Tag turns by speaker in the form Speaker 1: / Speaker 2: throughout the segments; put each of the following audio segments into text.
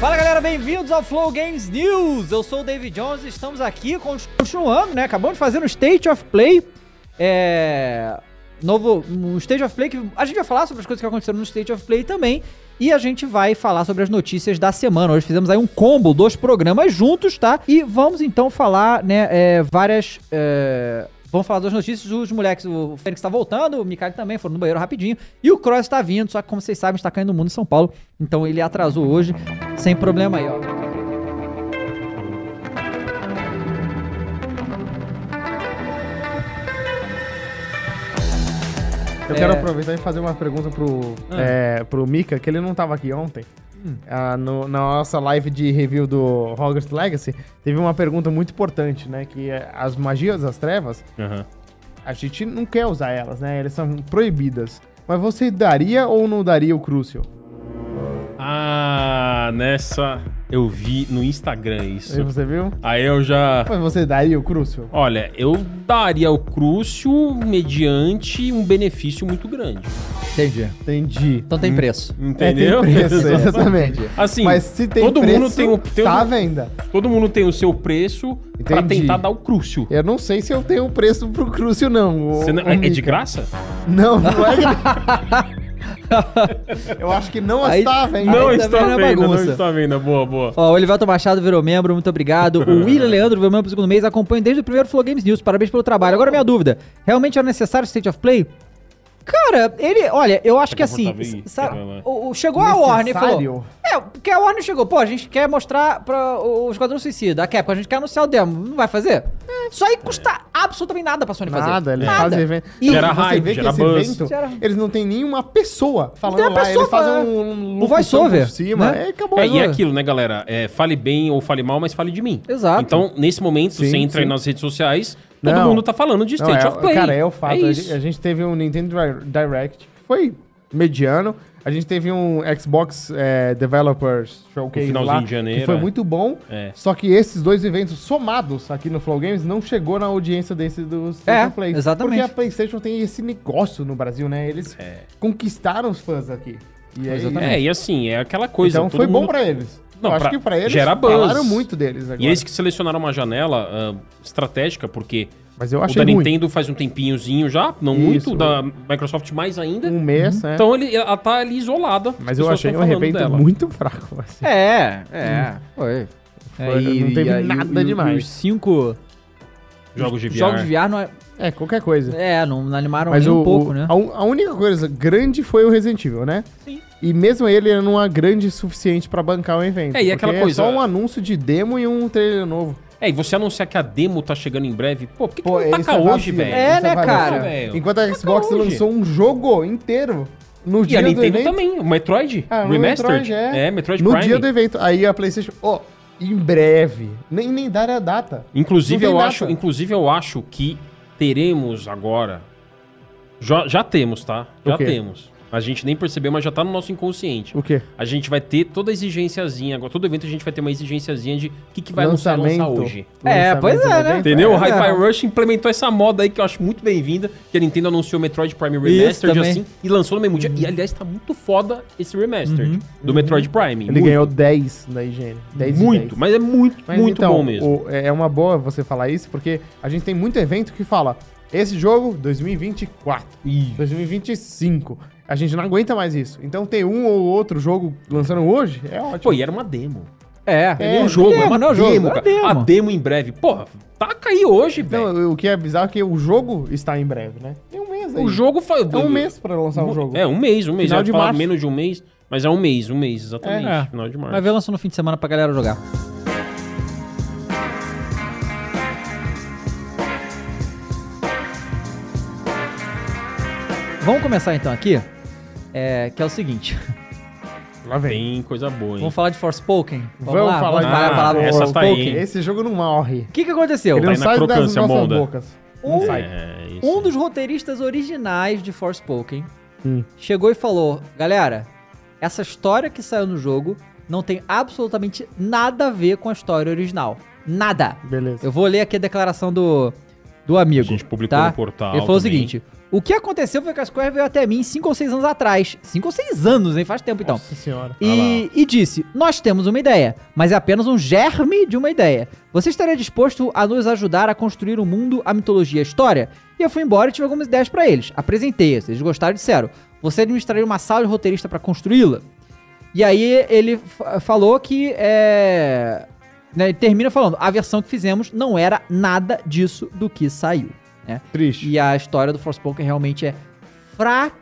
Speaker 1: Fala galera, bem-vindos ao Flow Games News. Eu sou o David Jones e estamos aqui continuando, né? Acabamos de fazer um State of Play. É. Novo. Um State of Play que. A gente vai falar sobre as coisas que aconteceram no State of Play também. E a gente vai falar sobre as notícias da semana. Hoje fizemos aí um combo dos programas juntos, tá? E vamos então falar, né? é, várias. é, Vamos falar das notícias. Os moleques, o Fênix tá voltando, o Mikael também foram no banheiro rapidinho. E o Cross tá vindo, só que como vocês sabem, está caindo o mundo em São Paulo. Então ele atrasou hoje, sem problema aí, ó.
Speaker 2: Eu quero aproveitar e fazer uma pergunta pro, é, pro Mika, que ele não tava aqui ontem. Ah, no- na nossa live de review do Hogwarts Legacy, teve uma pergunta muito importante, né? Que é, as magias das trevas, a gente não quer usar elas, né? Elas são proibidas. Mas você daria ou não daria o Crucial?
Speaker 3: Ah, nessa eu vi no Instagram isso.
Speaker 2: Aí Você viu?
Speaker 3: Aí eu já.
Speaker 2: Mas você daria o Crucial?
Speaker 3: Olha, eu daria o Crucio mediante um benefício muito grande.
Speaker 1: Entendi.
Speaker 2: Entendi.
Speaker 1: Então tem preço.
Speaker 3: Entendeu?
Speaker 2: É, tem preço, exatamente.
Speaker 3: Assim,
Speaker 2: Mas se tem
Speaker 3: todo
Speaker 2: preço,
Speaker 3: mundo tem o- tem um- o-
Speaker 2: tá à venda.
Speaker 3: Todo mundo tem o seu preço pra
Speaker 2: Entendi.
Speaker 3: tentar dar o Crucio.
Speaker 2: Eu não sei se eu tenho preço pro Crucial, não. o-
Speaker 3: Você não-
Speaker 2: o
Speaker 3: é, é de
Speaker 2: Mika.
Speaker 3: graça?
Speaker 2: Não, não é. Eu acho que não
Speaker 1: Aí-
Speaker 2: está, velho.
Speaker 1: Não
Speaker 2: Aí
Speaker 1: está
Speaker 2: também
Speaker 3: à
Speaker 2: é
Speaker 3: venda,
Speaker 2: bagunça.
Speaker 3: não está à venda. Boa, boa.
Speaker 1: Ó, o Elivelton Machado virou membro, muito obrigado. O William Leandro virou membro pro segundo mês, acompanho desde o primeiro Flow Games News, parabéns pelo trabalho. Agora minha dúvida, realmente era necessário o State of Play? Cara, ele, olha, eu acho que assim,
Speaker 3: confortável aí,
Speaker 1: sa-
Speaker 3: cara, lá.
Speaker 1: o- o- chegou a Warner e falou,
Speaker 2: Necessário?
Speaker 1: É, porque a Warner chegou, pô, a gente quer mostrar pra o Esquadrão Suicida, a Capcom, a gente quer anunciar o demo, não vai fazer? Isso aí custa absolutamente nada pra Sony fazer.
Speaker 2: Nada, eles fazem evento.
Speaker 1: E
Speaker 3: Gera
Speaker 2: você
Speaker 3: hype,
Speaker 2: vê que
Speaker 3: gera
Speaker 2: esse
Speaker 3: buzz.
Speaker 2: evento,
Speaker 1: Gera-
Speaker 2: eles não tem nenhuma pessoa falando
Speaker 1: tem a
Speaker 2: lá,
Speaker 1: pessoa
Speaker 2: eles fazem
Speaker 1: falando.
Speaker 2: um, um locução
Speaker 1: voice-over,
Speaker 2: por cima,
Speaker 1: né?
Speaker 2: e acabou.
Speaker 3: É, e é aquilo, né, galera? É, fale bem ou fale mal, mas fale de mim.
Speaker 1: Exato.
Speaker 3: Então, nesse momento,
Speaker 2: Sim,
Speaker 3: você entra aí
Speaker 2: sim.
Speaker 3: nas redes sociais, todo
Speaker 2: Não.
Speaker 3: mundo tá falando de
Speaker 2: Não,
Speaker 3: State
Speaker 2: é-
Speaker 3: of Play.
Speaker 2: Cara, é o fato. a, gente,
Speaker 3: isso.
Speaker 2: a gente teve um Nintendo Di- Direct, que foi mediano. A gente teve um Xbox é, Developers Showcase
Speaker 3: No finalzinho
Speaker 2: lá,
Speaker 3: de janeiro,
Speaker 2: que foi
Speaker 3: é.
Speaker 2: muito bom.
Speaker 3: É.
Speaker 2: Só que esses dois eventos somados aqui no Flow Games não chegou na audiência desse dos
Speaker 1: É,
Speaker 2: State of
Speaker 1: exatamente.
Speaker 2: Porque a PlayStation tem esse negócio no Brasil, né? Eles conquistaram os fãs aqui. E aí,
Speaker 3: É, e assim, é aquela coisa.
Speaker 2: Né? então
Speaker 3: todo
Speaker 2: foi bom
Speaker 3: mundo-
Speaker 2: pra eles.
Speaker 3: Não,
Speaker 2: Eu acho
Speaker 3: pra-
Speaker 2: que pra eles
Speaker 3: gera buzz.
Speaker 2: falaram muito deles agora.
Speaker 3: E eles que selecionaram uma janela ah, estratégica, porque
Speaker 2: Mas eu
Speaker 3: o
Speaker 2: achei
Speaker 3: da
Speaker 2: ruim.
Speaker 3: Nintendo faz um tempinhozinho já, não
Speaker 2: Isso.
Speaker 3: muito, da Microsoft mais ainda.
Speaker 2: Um mês, né?
Speaker 3: Então ele, ela tá ali isolada.
Speaker 2: Mas
Speaker 3: as
Speaker 2: eu
Speaker 3: pessoas
Speaker 2: achei
Speaker 3: tão
Speaker 2: um
Speaker 3: falando
Speaker 2: evento
Speaker 3: dela.
Speaker 2: muito fraco. assim.
Speaker 1: É, é, foi.
Speaker 2: Foi, não teve nada demais.
Speaker 1: Os cinco
Speaker 3: Jogos de VR.
Speaker 1: jogos de VR não, é-
Speaker 2: É, qualquer coisa.
Speaker 1: é, não não animaram
Speaker 2: Mas
Speaker 1: nem
Speaker 2: o,
Speaker 1: um pouco,
Speaker 2: o-
Speaker 1: né?
Speaker 2: a, un- a única coisa grande foi o Resident Evil, né?
Speaker 3: Sim.
Speaker 2: E mesmo ele não é grande o suficiente pra bancar o evento.
Speaker 3: É, e aquela
Speaker 2: porque
Speaker 3: coisa-
Speaker 2: só um anúncio de demo e um trailer novo.
Speaker 3: É, e você anunciar que a demo tá chegando em breve, pô, por que, que não
Speaker 2: isso
Speaker 3: taca
Speaker 2: vacilo,
Speaker 3: hoje, velho?
Speaker 1: É,
Speaker 2: isso
Speaker 1: né,
Speaker 2: vacilo.
Speaker 1: cara?
Speaker 3: Velho.
Speaker 2: Enquanto a Xbox
Speaker 3: hoje.
Speaker 2: lançou um jogo inteiro no
Speaker 3: E
Speaker 2: dia
Speaker 3: a
Speaker 2: do
Speaker 3: Nintendo
Speaker 2: evento.
Speaker 3: também, o Metroid
Speaker 2: Ah, o
Speaker 3: Remastered.
Speaker 2: Metroid, é.
Speaker 3: é. Metroid
Speaker 2: no
Speaker 3: Prime.
Speaker 2: dia do evento. Aí a PlayStation, ó, em breve. Nem, nem dar a data.
Speaker 3: Inclusive
Speaker 2: Não tem
Speaker 3: eu,
Speaker 2: data.
Speaker 3: acho, inclusive, eu acho que teremos agora. Já, já temos, tá? Já
Speaker 2: O quê?
Speaker 3: temos. A gente nem percebeu, mas já tá no nosso inconsciente.
Speaker 2: O quê?
Speaker 3: A gente vai ter toda a exigênciazinha, agora todo evento a gente vai ter uma exigênciazinha de o que, que vai lançar, lançar hoje.
Speaker 1: É,
Speaker 2: Lançamento
Speaker 1: pois é,
Speaker 2: do
Speaker 1: né?
Speaker 2: evento.
Speaker 3: Entendeu?
Speaker 1: É,
Speaker 3: o Hi-Fi
Speaker 1: é.
Speaker 3: Rush implementou essa moda aí que eu acho muito bem-vinda, que a Nintendo anunciou Metroid Prime
Speaker 1: Isso
Speaker 3: Remastered
Speaker 1: também.
Speaker 3: assim e lançou no mesmo dia.
Speaker 2: Uhum.
Speaker 3: E aliás, tá muito foda esse remastered do Metroid Prime.
Speaker 2: Ele ganhou 10 na higiene. 10 de 10.
Speaker 3: muito, mas é muito,
Speaker 2: Mas
Speaker 3: muito
Speaker 2: então,
Speaker 3: bom mesmo.
Speaker 2: o- é é uma boa você falar isso, porque a gente tem muito evento que fala esse jogo 2024,
Speaker 3: Ih.
Speaker 2: 2025. A gente não aguenta mais isso. Então ter um ou outro jogo lançando hoje é ótimo.
Speaker 3: Pô, e era uma demo.
Speaker 1: É,
Speaker 3: É, nem um jogo, é,
Speaker 1: demo,
Speaker 3: uma
Speaker 1: não é um jogo,
Speaker 3: demo,
Speaker 1: é uma
Speaker 3: cara. A
Speaker 1: demo.
Speaker 3: demo em breve. Porra, taca aí hoje, velho.
Speaker 2: Então, o que é bizarro é que o jogo está em breve, né? Tem um mês aí.
Speaker 3: O jogo foi...
Speaker 2: é um mês pra lançar o jogo.
Speaker 3: É, um mês, um mês.
Speaker 2: Final
Speaker 3: Eu ia
Speaker 2: de
Speaker 3: falar
Speaker 2: março.
Speaker 3: menos de um mês, mas é um mês, um mês, exatamente.
Speaker 1: É.
Speaker 3: Final de março.
Speaker 1: Vai ver lançou no fim de semana pra galera jogar. Vamos começar então aqui, é, que é o seguinte.
Speaker 2: Lá vem.
Speaker 3: Tem coisa boa, hein?
Speaker 1: Vamos falar de Forspoken?
Speaker 2: Vamos falar
Speaker 1: vamos
Speaker 2: de
Speaker 1: parar a palavra
Speaker 3: essa tá aí, hein?
Speaker 2: Esse jogo não morre.
Speaker 1: O que, que aconteceu?
Speaker 2: Ele
Speaker 3: Tá
Speaker 2: não
Speaker 3: aí na
Speaker 2: sai das
Speaker 3: crocância,
Speaker 2: nossas
Speaker 3: Monda.
Speaker 2: bocas.
Speaker 1: Um,
Speaker 2: Não sai.
Speaker 3: É, isso.
Speaker 1: um dos roteiristas originais de Forspoken
Speaker 2: Hum.
Speaker 1: chegou e falou: Galera, essa história que saiu no jogo não tem absolutamente nada a ver com a história original. Nada.
Speaker 2: Beleza.
Speaker 1: Eu vou ler aqui a declaração do, do amigo.
Speaker 3: A gente publicou
Speaker 1: tá?
Speaker 3: no portal
Speaker 1: Ele falou o
Speaker 3: também.
Speaker 1: seguinte: o que aconteceu foi que a Square veio até mim 5 ou 6 anos atrás. 5 ou 6 anos, hein? Faz tempo então.
Speaker 2: Nossa senhora.
Speaker 1: E, e disse: Nós temos uma ideia, mas é apenas um germe de uma ideia. Você estaria disposto a nos ajudar a construir o mundo, a mitologia e a história? E eu fui embora e tive algumas ideias pra eles. Apresentei-as, eles gostaram e disseram: Você administraria uma sala de roteirista pra construí-la? E aí ele fa- falou que é. né, ele termina falando: A versão que fizemos não era nada disso do que saiu. né?
Speaker 2: Triste.
Speaker 1: E a história do Forspoken realmente é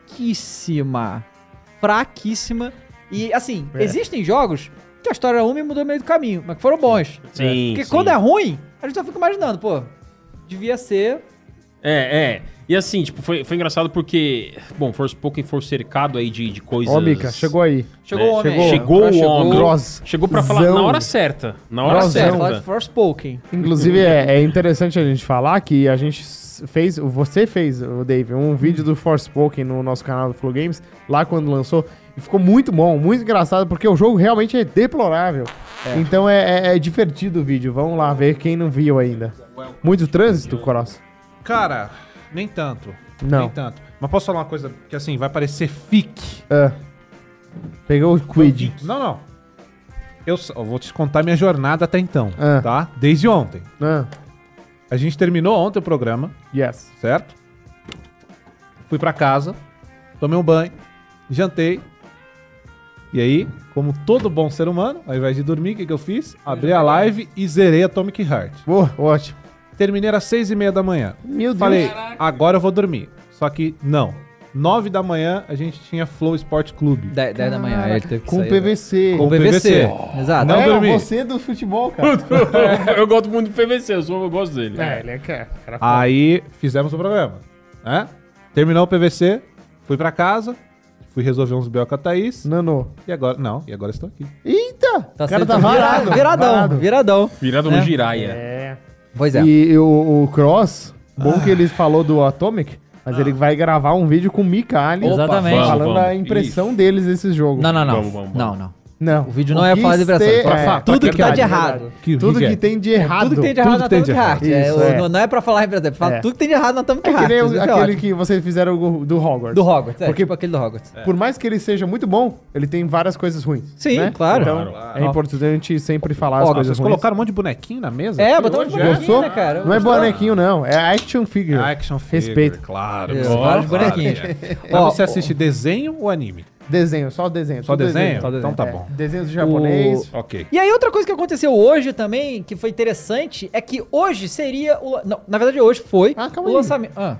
Speaker 1: fraquíssima. Fraquíssima. E, assim,
Speaker 2: É.
Speaker 1: existem jogos que a história era uma e mudou no meio do caminho, mas que foram bons.
Speaker 3: Sim,
Speaker 1: Porque
Speaker 3: sim.
Speaker 1: quando é ruim, a gente só fica imaginando, pô, devia ser.
Speaker 3: É, é. E assim, tipo, foi, foi engraçado porque, bom, Forspoken foi cercado aí de, de coisas...
Speaker 2: Ó, Mica, chegou aí.
Speaker 1: Chegou
Speaker 3: É,
Speaker 1: o homem. aí, ó.
Speaker 3: Chegou
Speaker 1: Agora
Speaker 3: o homem.
Speaker 2: Gross.
Speaker 3: Chegou pra falar
Speaker 2: Zão.
Speaker 3: na hora certa. Na hora
Speaker 2: Grossão.
Speaker 1: Sério, fala
Speaker 3: certa.
Speaker 1: de Forspoken.
Speaker 2: Inclusive, é, é interessante a gente falar que a gente s- fez, você fez, o Dave, um vídeo do Forspoken no nosso canal do Flow Games, lá quando lançou, e ficou muito bom, muito engraçado, porque o jogo realmente é deplorável. Então é, é- é divertido o vídeo, vamos lá ver quem não viu ainda. Muito trânsito, Cross?
Speaker 4: Cara, nem tanto.
Speaker 2: Não.
Speaker 4: Nem tanto. Mas posso falar uma coisa que assim, vai parecer fic.
Speaker 2: Ah. pegou o Quid.
Speaker 4: Não, não. Eu, só- eu vou te contar minha jornada até então,
Speaker 2: Ah.
Speaker 4: tá? Desde ontem.
Speaker 2: Ah,
Speaker 4: A gente terminou ontem o programa,
Speaker 2: yes.
Speaker 4: certo? Fui pra casa, tomei um banho, jantei. E aí, como todo bom ser humano, ao invés de dormir, o que, que eu fiz? Abri a live e zerei Atomic Heart.
Speaker 2: Boa, ótimo.
Speaker 4: Terminei às seis e meia da manhã.
Speaker 2: Meu Deus.
Speaker 4: Falei, agora eu vou dormir. Só que não. Nove da manhã a gente tinha Flow Sport Clube.
Speaker 1: 10 da manhã, aí ele teve que
Speaker 2: com
Speaker 1: sair, né?
Speaker 2: PVC.
Speaker 1: Com Ah,
Speaker 4: Com
Speaker 1: PVC.
Speaker 4: PVC.
Speaker 1: Exato.
Speaker 4: Não
Speaker 2: Não, é?
Speaker 4: dormi.
Speaker 2: você do futebol, cara.
Speaker 3: eu gosto muito do PVC, eu, sou, eu gosto dele.
Speaker 2: é, ele é cara. cara
Speaker 4: Aí fizemos o programa, né? Terminou o PVC, fui pra casa, fui resolver uns BO com a Thaís.
Speaker 2: Nano.
Speaker 4: E agora, não, e agora estou aqui.
Speaker 2: Eita!
Speaker 1: Tá
Speaker 2: o cara
Speaker 1: sendo
Speaker 2: tá varado.
Speaker 1: Viradão,
Speaker 2: varado.
Speaker 1: viradão.
Speaker 3: Virado
Speaker 1: É.
Speaker 3: no Jiraya.
Speaker 2: É.
Speaker 1: Pois é.
Speaker 2: E o, o Cross, bom
Speaker 1: Ah.
Speaker 2: que ele falou do Atomic, mas ele vai gravar um vídeo com o Mikali.
Speaker 1: Exatamente.
Speaker 3: vamos,
Speaker 2: Falando
Speaker 3: vamos.
Speaker 2: a impressão deles desse jogo.
Speaker 1: Não, não, não.
Speaker 3: Vamos, vamos,
Speaker 1: Não,
Speaker 3: vamos.
Speaker 1: não.
Speaker 2: Não.
Speaker 1: O vídeo não é falar de
Speaker 2: Quis
Speaker 1: versão.
Speaker 2: ter-
Speaker 1: Pra
Speaker 2: é,
Speaker 1: falar tudo
Speaker 2: pra
Speaker 1: que tá de
Speaker 2: verdade,
Speaker 1: errado.
Speaker 2: verdade.
Speaker 4: Que
Speaker 2: tudo
Speaker 4: vídeo
Speaker 2: que
Speaker 4: é?
Speaker 2: tem de errado.
Speaker 1: Tudo que tem de
Speaker 4: Tudo
Speaker 1: errado na
Speaker 4: que tem de
Speaker 1: Atomic Heart.
Speaker 2: errado.
Speaker 1: É,
Speaker 2: Isso,
Speaker 1: o-
Speaker 2: é.
Speaker 1: não- Não é pra falar, por exemplo, fala
Speaker 2: É.
Speaker 1: tudo que tem de errado na Atomic
Speaker 2: É que
Speaker 1: Heart.
Speaker 2: nem
Speaker 1: isso
Speaker 2: o-
Speaker 1: é
Speaker 2: aquele
Speaker 1: ótimo.
Speaker 2: que vocês fizeram o- do Hogwarts.
Speaker 1: Do Hogwarts, é,
Speaker 2: Porque-
Speaker 1: tipo aquele do Hogwarts.
Speaker 2: Por mais que ele seja muito bom, ele tem várias coisas ruins.
Speaker 1: Sim,
Speaker 2: né?
Speaker 1: claro.
Speaker 2: Então, é importante sempre falar
Speaker 1: Ó,
Speaker 2: as
Speaker 4: Ah,
Speaker 2: coisas
Speaker 4: vocês
Speaker 2: ruins.
Speaker 4: colocaram um monte de bonequinho na mesa?
Speaker 1: É,
Speaker 4: Que
Speaker 1: botaram
Speaker 4: hoje
Speaker 1: de bonequinho.
Speaker 2: Gostou?
Speaker 1: né, cara? Eu
Speaker 2: Não é
Speaker 1: gostei.
Speaker 2: bonequinho, não. É action figure.
Speaker 4: Action figure,
Speaker 2: Respeito.
Speaker 4: Claro.
Speaker 1: É,
Speaker 4: claro,
Speaker 1: vários
Speaker 4: claro,
Speaker 1: bonequinhos.
Speaker 4: é.
Speaker 1: Ó,
Speaker 4: Mas você
Speaker 1: ó.
Speaker 4: assiste desenho ou anime?
Speaker 2: Desenho, só desenho.
Speaker 4: Só
Speaker 2: tudo
Speaker 4: desenho?
Speaker 1: só desenho.
Speaker 4: Então tá
Speaker 2: É,
Speaker 4: bom.
Speaker 2: Desenhos de japonês.
Speaker 4: Ok.
Speaker 1: E aí, outra coisa que aconteceu hoje também, que foi interessante, é que hoje seria o. Não, na verdade, hoje foi
Speaker 2: Ah, calma
Speaker 1: o
Speaker 2: aí.
Speaker 1: lançamento. Ah,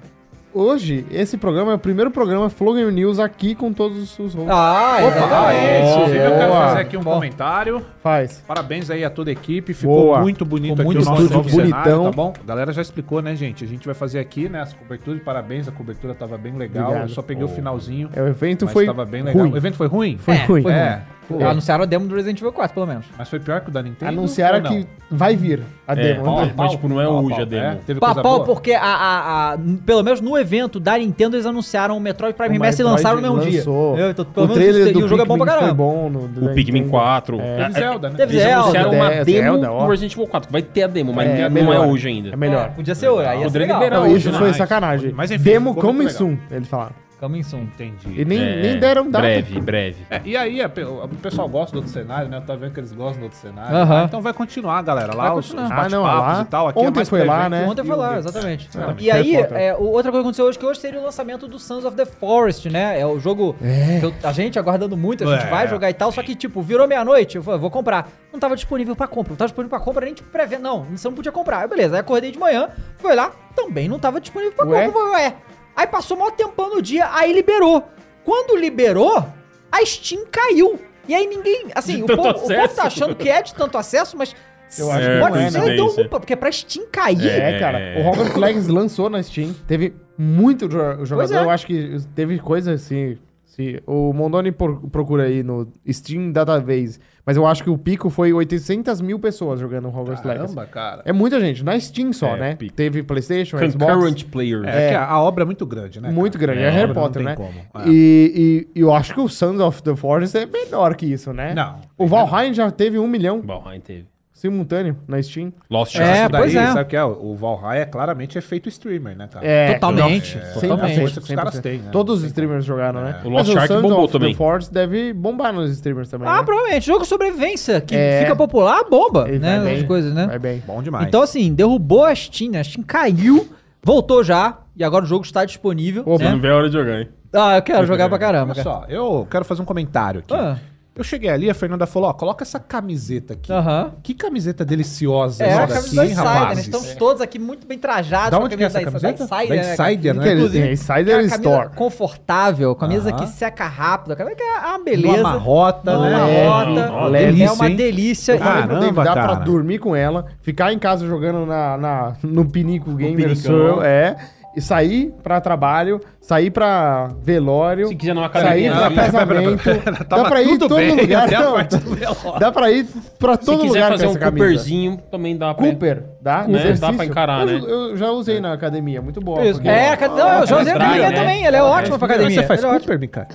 Speaker 2: Hoje, esse programa é o primeiro programa Flow Game News aqui com todos os hosts.
Speaker 1: ah
Speaker 2: é,
Speaker 1: exatamente.
Speaker 4: Inclusive, eu quero
Speaker 2: Boa.
Speaker 4: fazer aqui um comentário.
Speaker 2: Faz.
Speaker 4: Parabéns aí a toda a equipe. Ficou
Speaker 2: Boa.
Speaker 4: muito bonito
Speaker 1: Ficou
Speaker 4: aqui
Speaker 1: muito
Speaker 4: o nosso
Speaker 2: estúdio
Speaker 4: novo cenário,
Speaker 2: bonitão.
Speaker 4: tá bom? A galera já explicou, né, gente? A gente vai fazer aqui, né, as coberturas. Parabéns, a cobertura tava bem legal.
Speaker 2: Obrigado.
Speaker 4: Eu só peguei o finalzinho,
Speaker 2: É, O evento
Speaker 4: mas
Speaker 2: foi
Speaker 4: tava bem legal.
Speaker 2: ruim.
Speaker 4: O evento foi ruim?
Speaker 2: Foi
Speaker 1: É,
Speaker 2: ruim.
Speaker 1: foi
Speaker 4: É. Pô,
Speaker 1: Ah, Anunciaram a demo do Resident Evil 4, pelo menos.
Speaker 4: Mas foi pior que o da Nintendo?
Speaker 2: Anunciaram
Speaker 4: ou não?
Speaker 2: que vai vir a
Speaker 3: É,
Speaker 2: demo.
Speaker 3: mas,
Speaker 2: né?
Speaker 3: mas, tipo, não é
Speaker 4: Pau,
Speaker 3: hoje
Speaker 4: pau,
Speaker 3: a
Speaker 4: é?
Speaker 3: demo.
Speaker 4: Teve coisa
Speaker 1: Papau,
Speaker 4: boa?
Speaker 1: porque a, a- a- pelo menos no evento da Nintendo, eles anunciaram o Metroid Prime
Speaker 2: O
Speaker 1: Remaster e
Speaker 2: Metroid
Speaker 1: lançaram no mesmo
Speaker 2: lançou.
Speaker 1: dia. Eu, então, pelo
Speaker 2: o
Speaker 1: menos
Speaker 2: trailer
Speaker 1: isso,
Speaker 2: do
Speaker 1: e o jogo é bom pra
Speaker 2: Pikmin
Speaker 1: caramba.
Speaker 2: foi bom no,
Speaker 3: O
Speaker 2: da
Speaker 3: Pikmin
Speaker 2: Nintendo.
Speaker 3: 4.
Speaker 2: É.
Speaker 3: É,
Speaker 4: Teve Zelda, né?
Speaker 1: Teve
Speaker 3: Eles
Speaker 1: Zelda.
Speaker 3: anunciaram uma
Speaker 2: É,
Speaker 3: demo
Speaker 2: Zelda, ó.
Speaker 3: do Resident Evil 4, que vai ter a demo, mas
Speaker 2: É,
Speaker 3: não é
Speaker 2: melhor.
Speaker 3: hoje ainda.
Speaker 2: É melhor.
Speaker 1: É, podia ser hoje, aí ia ser
Speaker 3: Poderia
Speaker 4: É,
Speaker 1: legal.
Speaker 3: liberar
Speaker 2: Não,
Speaker 3: hoje,
Speaker 2: isso
Speaker 3: né?
Speaker 2: foi
Speaker 4: Nice.
Speaker 2: sacanagem.
Speaker 4: Mas enfim,
Speaker 2: demo
Speaker 4: ficou muito
Speaker 2: coming
Speaker 4: legal.
Speaker 2: soon, ele fala.
Speaker 1: Coming soon.
Speaker 4: Entendi.
Speaker 2: E nem,
Speaker 3: É,
Speaker 2: nem deram data.
Speaker 3: Breve, breve.
Speaker 4: É, e aí, a pe- o pessoal gosta do outro cenário, né? Tá vendo que eles gostam do outro cenário.
Speaker 1: Aham.
Speaker 4: Ah, Então vai continuar, galera. Lá
Speaker 1: Vai
Speaker 4: os, os
Speaker 1: continuar.
Speaker 2: Ah,
Speaker 4: bate-papos
Speaker 2: não, lá-
Speaker 4: e tal. Aqui
Speaker 2: ontem
Speaker 4: é mais
Speaker 2: foi
Speaker 4: pra
Speaker 2: lá,
Speaker 4: evento.
Speaker 2: né?
Speaker 1: Ontem foi lá, exatamente.
Speaker 2: Exatamente.
Speaker 1: E aí,
Speaker 2: Harry Potter.
Speaker 1: é, o- outra coisa que aconteceu hoje, que hoje seria o lançamento do Sons of the Forest, né? É o jogo que eu- a gente aguardando muito, a gente
Speaker 4: É,
Speaker 1: vai jogar e tal, só que, tipo, virou meia-noite, eu falei, vou comprar. Não tava disponível pra compra, não tava disponível pra compra, nem tipo, pré não, você não podia comprar. Aí, beleza, aí acordei de manhã, fui lá, também não tava disponível pra
Speaker 2: Ué?
Speaker 1: compra, ué. Aí passou mó tempão no dia, aí liberou. Quando liberou, a Steam caiu. E aí ninguém, assim,
Speaker 3: De
Speaker 1: o
Speaker 3: tanto
Speaker 1: povo, o povo tá
Speaker 3: acesso.
Speaker 1: achando que é de tanto acesso, mas...
Speaker 2: Eu acho
Speaker 3: que
Speaker 1: pode
Speaker 2: não é,
Speaker 1: ser
Speaker 3: né?
Speaker 1: deu um
Speaker 3: Coincidência.
Speaker 1: porque pra Steam cair,
Speaker 2: É,
Speaker 3: É.
Speaker 2: cara. O Robert Flags lançou na Steam. Teve muito jo- jogador.
Speaker 1: é.
Speaker 2: Eu acho que teve coisa assim. se- o Mondoni por- procura aí no Steam Database. Mas eu acho que o pico foi 800 mil pessoas jogando Hogwarts Legacy.
Speaker 4: Caramba, cara.
Speaker 2: É muita gente. Na Steam só,
Speaker 3: É,
Speaker 2: né?
Speaker 3: pico.
Speaker 2: Teve PlayStation, Xbox.
Speaker 3: Concurrent players.
Speaker 4: É, que a, a obra é muito grande, né? cara?
Speaker 2: Muito grande. É,
Speaker 3: É,
Speaker 2: Harry
Speaker 4: não
Speaker 2: Potter,
Speaker 4: tem
Speaker 2: né?
Speaker 4: como, é.
Speaker 2: E, e- e eu acho que o Sons of the Forest é menor que isso, né?
Speaker 4: Não.
Speaker 2: O Valheim já teve um milhão.
Speaker 3: Valheim É. teve.
Speaker 2: simultâneo na Steam.
Speaker 3: Lost
Speaker 1: É,
Speaker 3: Ark.
Speaker 4: Isso daí,
Speaker 1: pois é.
Speaker 4: Sabe o que é? O Valhalla é claramente é feito streamer, né, cara?
Speaker 1: Totalmente,
Speaker 4: É,
Speaker 1: totalmente.
Speaker 4: a força que os caras têm, né? É.
Speaker 2: Todos os streamers jogaram, né?
Speaker 3: assim, O Lost
Speaker 2: Mas
Speaker 3: Ark
Speaker 2: Sons
Speaker 3: bombou
Speaker 2: of the
Speaker 3: também.
Speaker 2: Force deve bombar nos streamers também.
Speaker 1: Ah,
Speaker 2: né?
Speaker 1: provavelmente. Jogo de sobrevivência, que
Speaker 2: É.
Speaker 1: fica popular, bomba,
Speaker 2: Ele vai
Speaker 1: né?
Speaker 2: bem,
Speaker 1: As coisas, né?
Speaker 2: Vai bem.
Speaker 4: Bom demais.
Speaker 1: Então, assim, derrubou a Steam, né? A Steam caiu, voltou já, e agora o jogo está disponível.
Speaker 2: Opa.
Speaker 1: né?
Speaker 3: Não vê a hora de jogar, hein?
Speaker 1: Ah, eu quero jogar pra caramba,
Speaker 4: Olha
Speaker 1: cara.
Speaker 4: só, eu quero fazer um comentário aqui.
Speaker 1: Ah.
Speaker 4: Eu cheguei ali, a Fernanda falou, ó, coloca essa camiseta aqui.
Speaker 1: Aham.
Speaker 4: Que camiseta deliciosa
Speaker 1: É,
Speaker 4: essa
Speaker 1: a
Speaker 4: daqui,
Speaker 1: camisa da
Speaker 4: hein,
Speaker 1: Insider, né?
Speaker 4: assim, rapazes?
Speaker 1: Estamos todos aqui muito bem trajados
Speaker 4: Da
Speaker 1: com a
Speaker 4: onde que é
Speaker 1: camisa
Speaker 4: essa camiseta?
Speaker 1: da Insider.
Speaker 4: Da Insider, né?
Speaker 1: cara? Inclusive,
Speaker 2: É, Insider
Speaker 1: que é uma
Speaker 2: Store.
Speaker 1: camisa confortável, camisa
Speaker 4: Aham.
Speaker 1: que seca rápido, a camisa que é uma
Speaker 4: Uma
Speaker 1: beleza.
Speaker 4: marrota,
Speaker 1: Não
Speaker 4: né?
Speaker 1: amarrota,
Speaker 3: É,
Speaker 1: é,
Speaker 4: delícia,
Speaker 1: uma
Speaker 4: hein? Ah,
Speaker 1: delícia.
Speaker 2: Eu falei
Speaker 1: E-
Speaker 2: pro
Speaker 4: Caramba,
Speaker 2: David, dá pra
Speaker 4: cara.
Speaker 2: dormir com ela, ficar em casa jogando na, na- no Pinico Gamer
Speaker 4: pinicão.
Speaker 2: Show, é. E sair pra trabalho, sair pra velório,
Speaker 3: Se quiser numa
Speaker 2: sair
Speaker 3: academia,
Speaker 2: pra
Speaker 3: né?
Speaker 2: casamento. Dá pra ir em todo lugar.
Speaker 4: até a
Speaker 2: não.
Speaker 4: parte do velório.
Speaker 2: Dá pra ir pra
Speaker 3: Se
Speaker 2: todo
Speaker 3: quiser
Speaker 2: lugar com
Speaker 3: fazer um
Speaker 2: essa camisa.
Speaker 3: Cooperzinho, também dá pra...
Speaker 2: Cooper, dá?
Speaker 3: Né?
Speaker 2: Exercício.
Speaker 3: Dá pra encarar,
Speaker 2: eu,
Speaker 3: né?
Speaker 2: eu já usei na academia, muito bom.
Speaker 1: Isso. É, cadê? Não, eu já usei a academia
Speaker 3: Ela trai, né?
Speaker 1: também, ela é ótima pra academia.
Speaker 4: Você faz
Speaker 1: Ela é
Speaker 4: Cooper, Mika?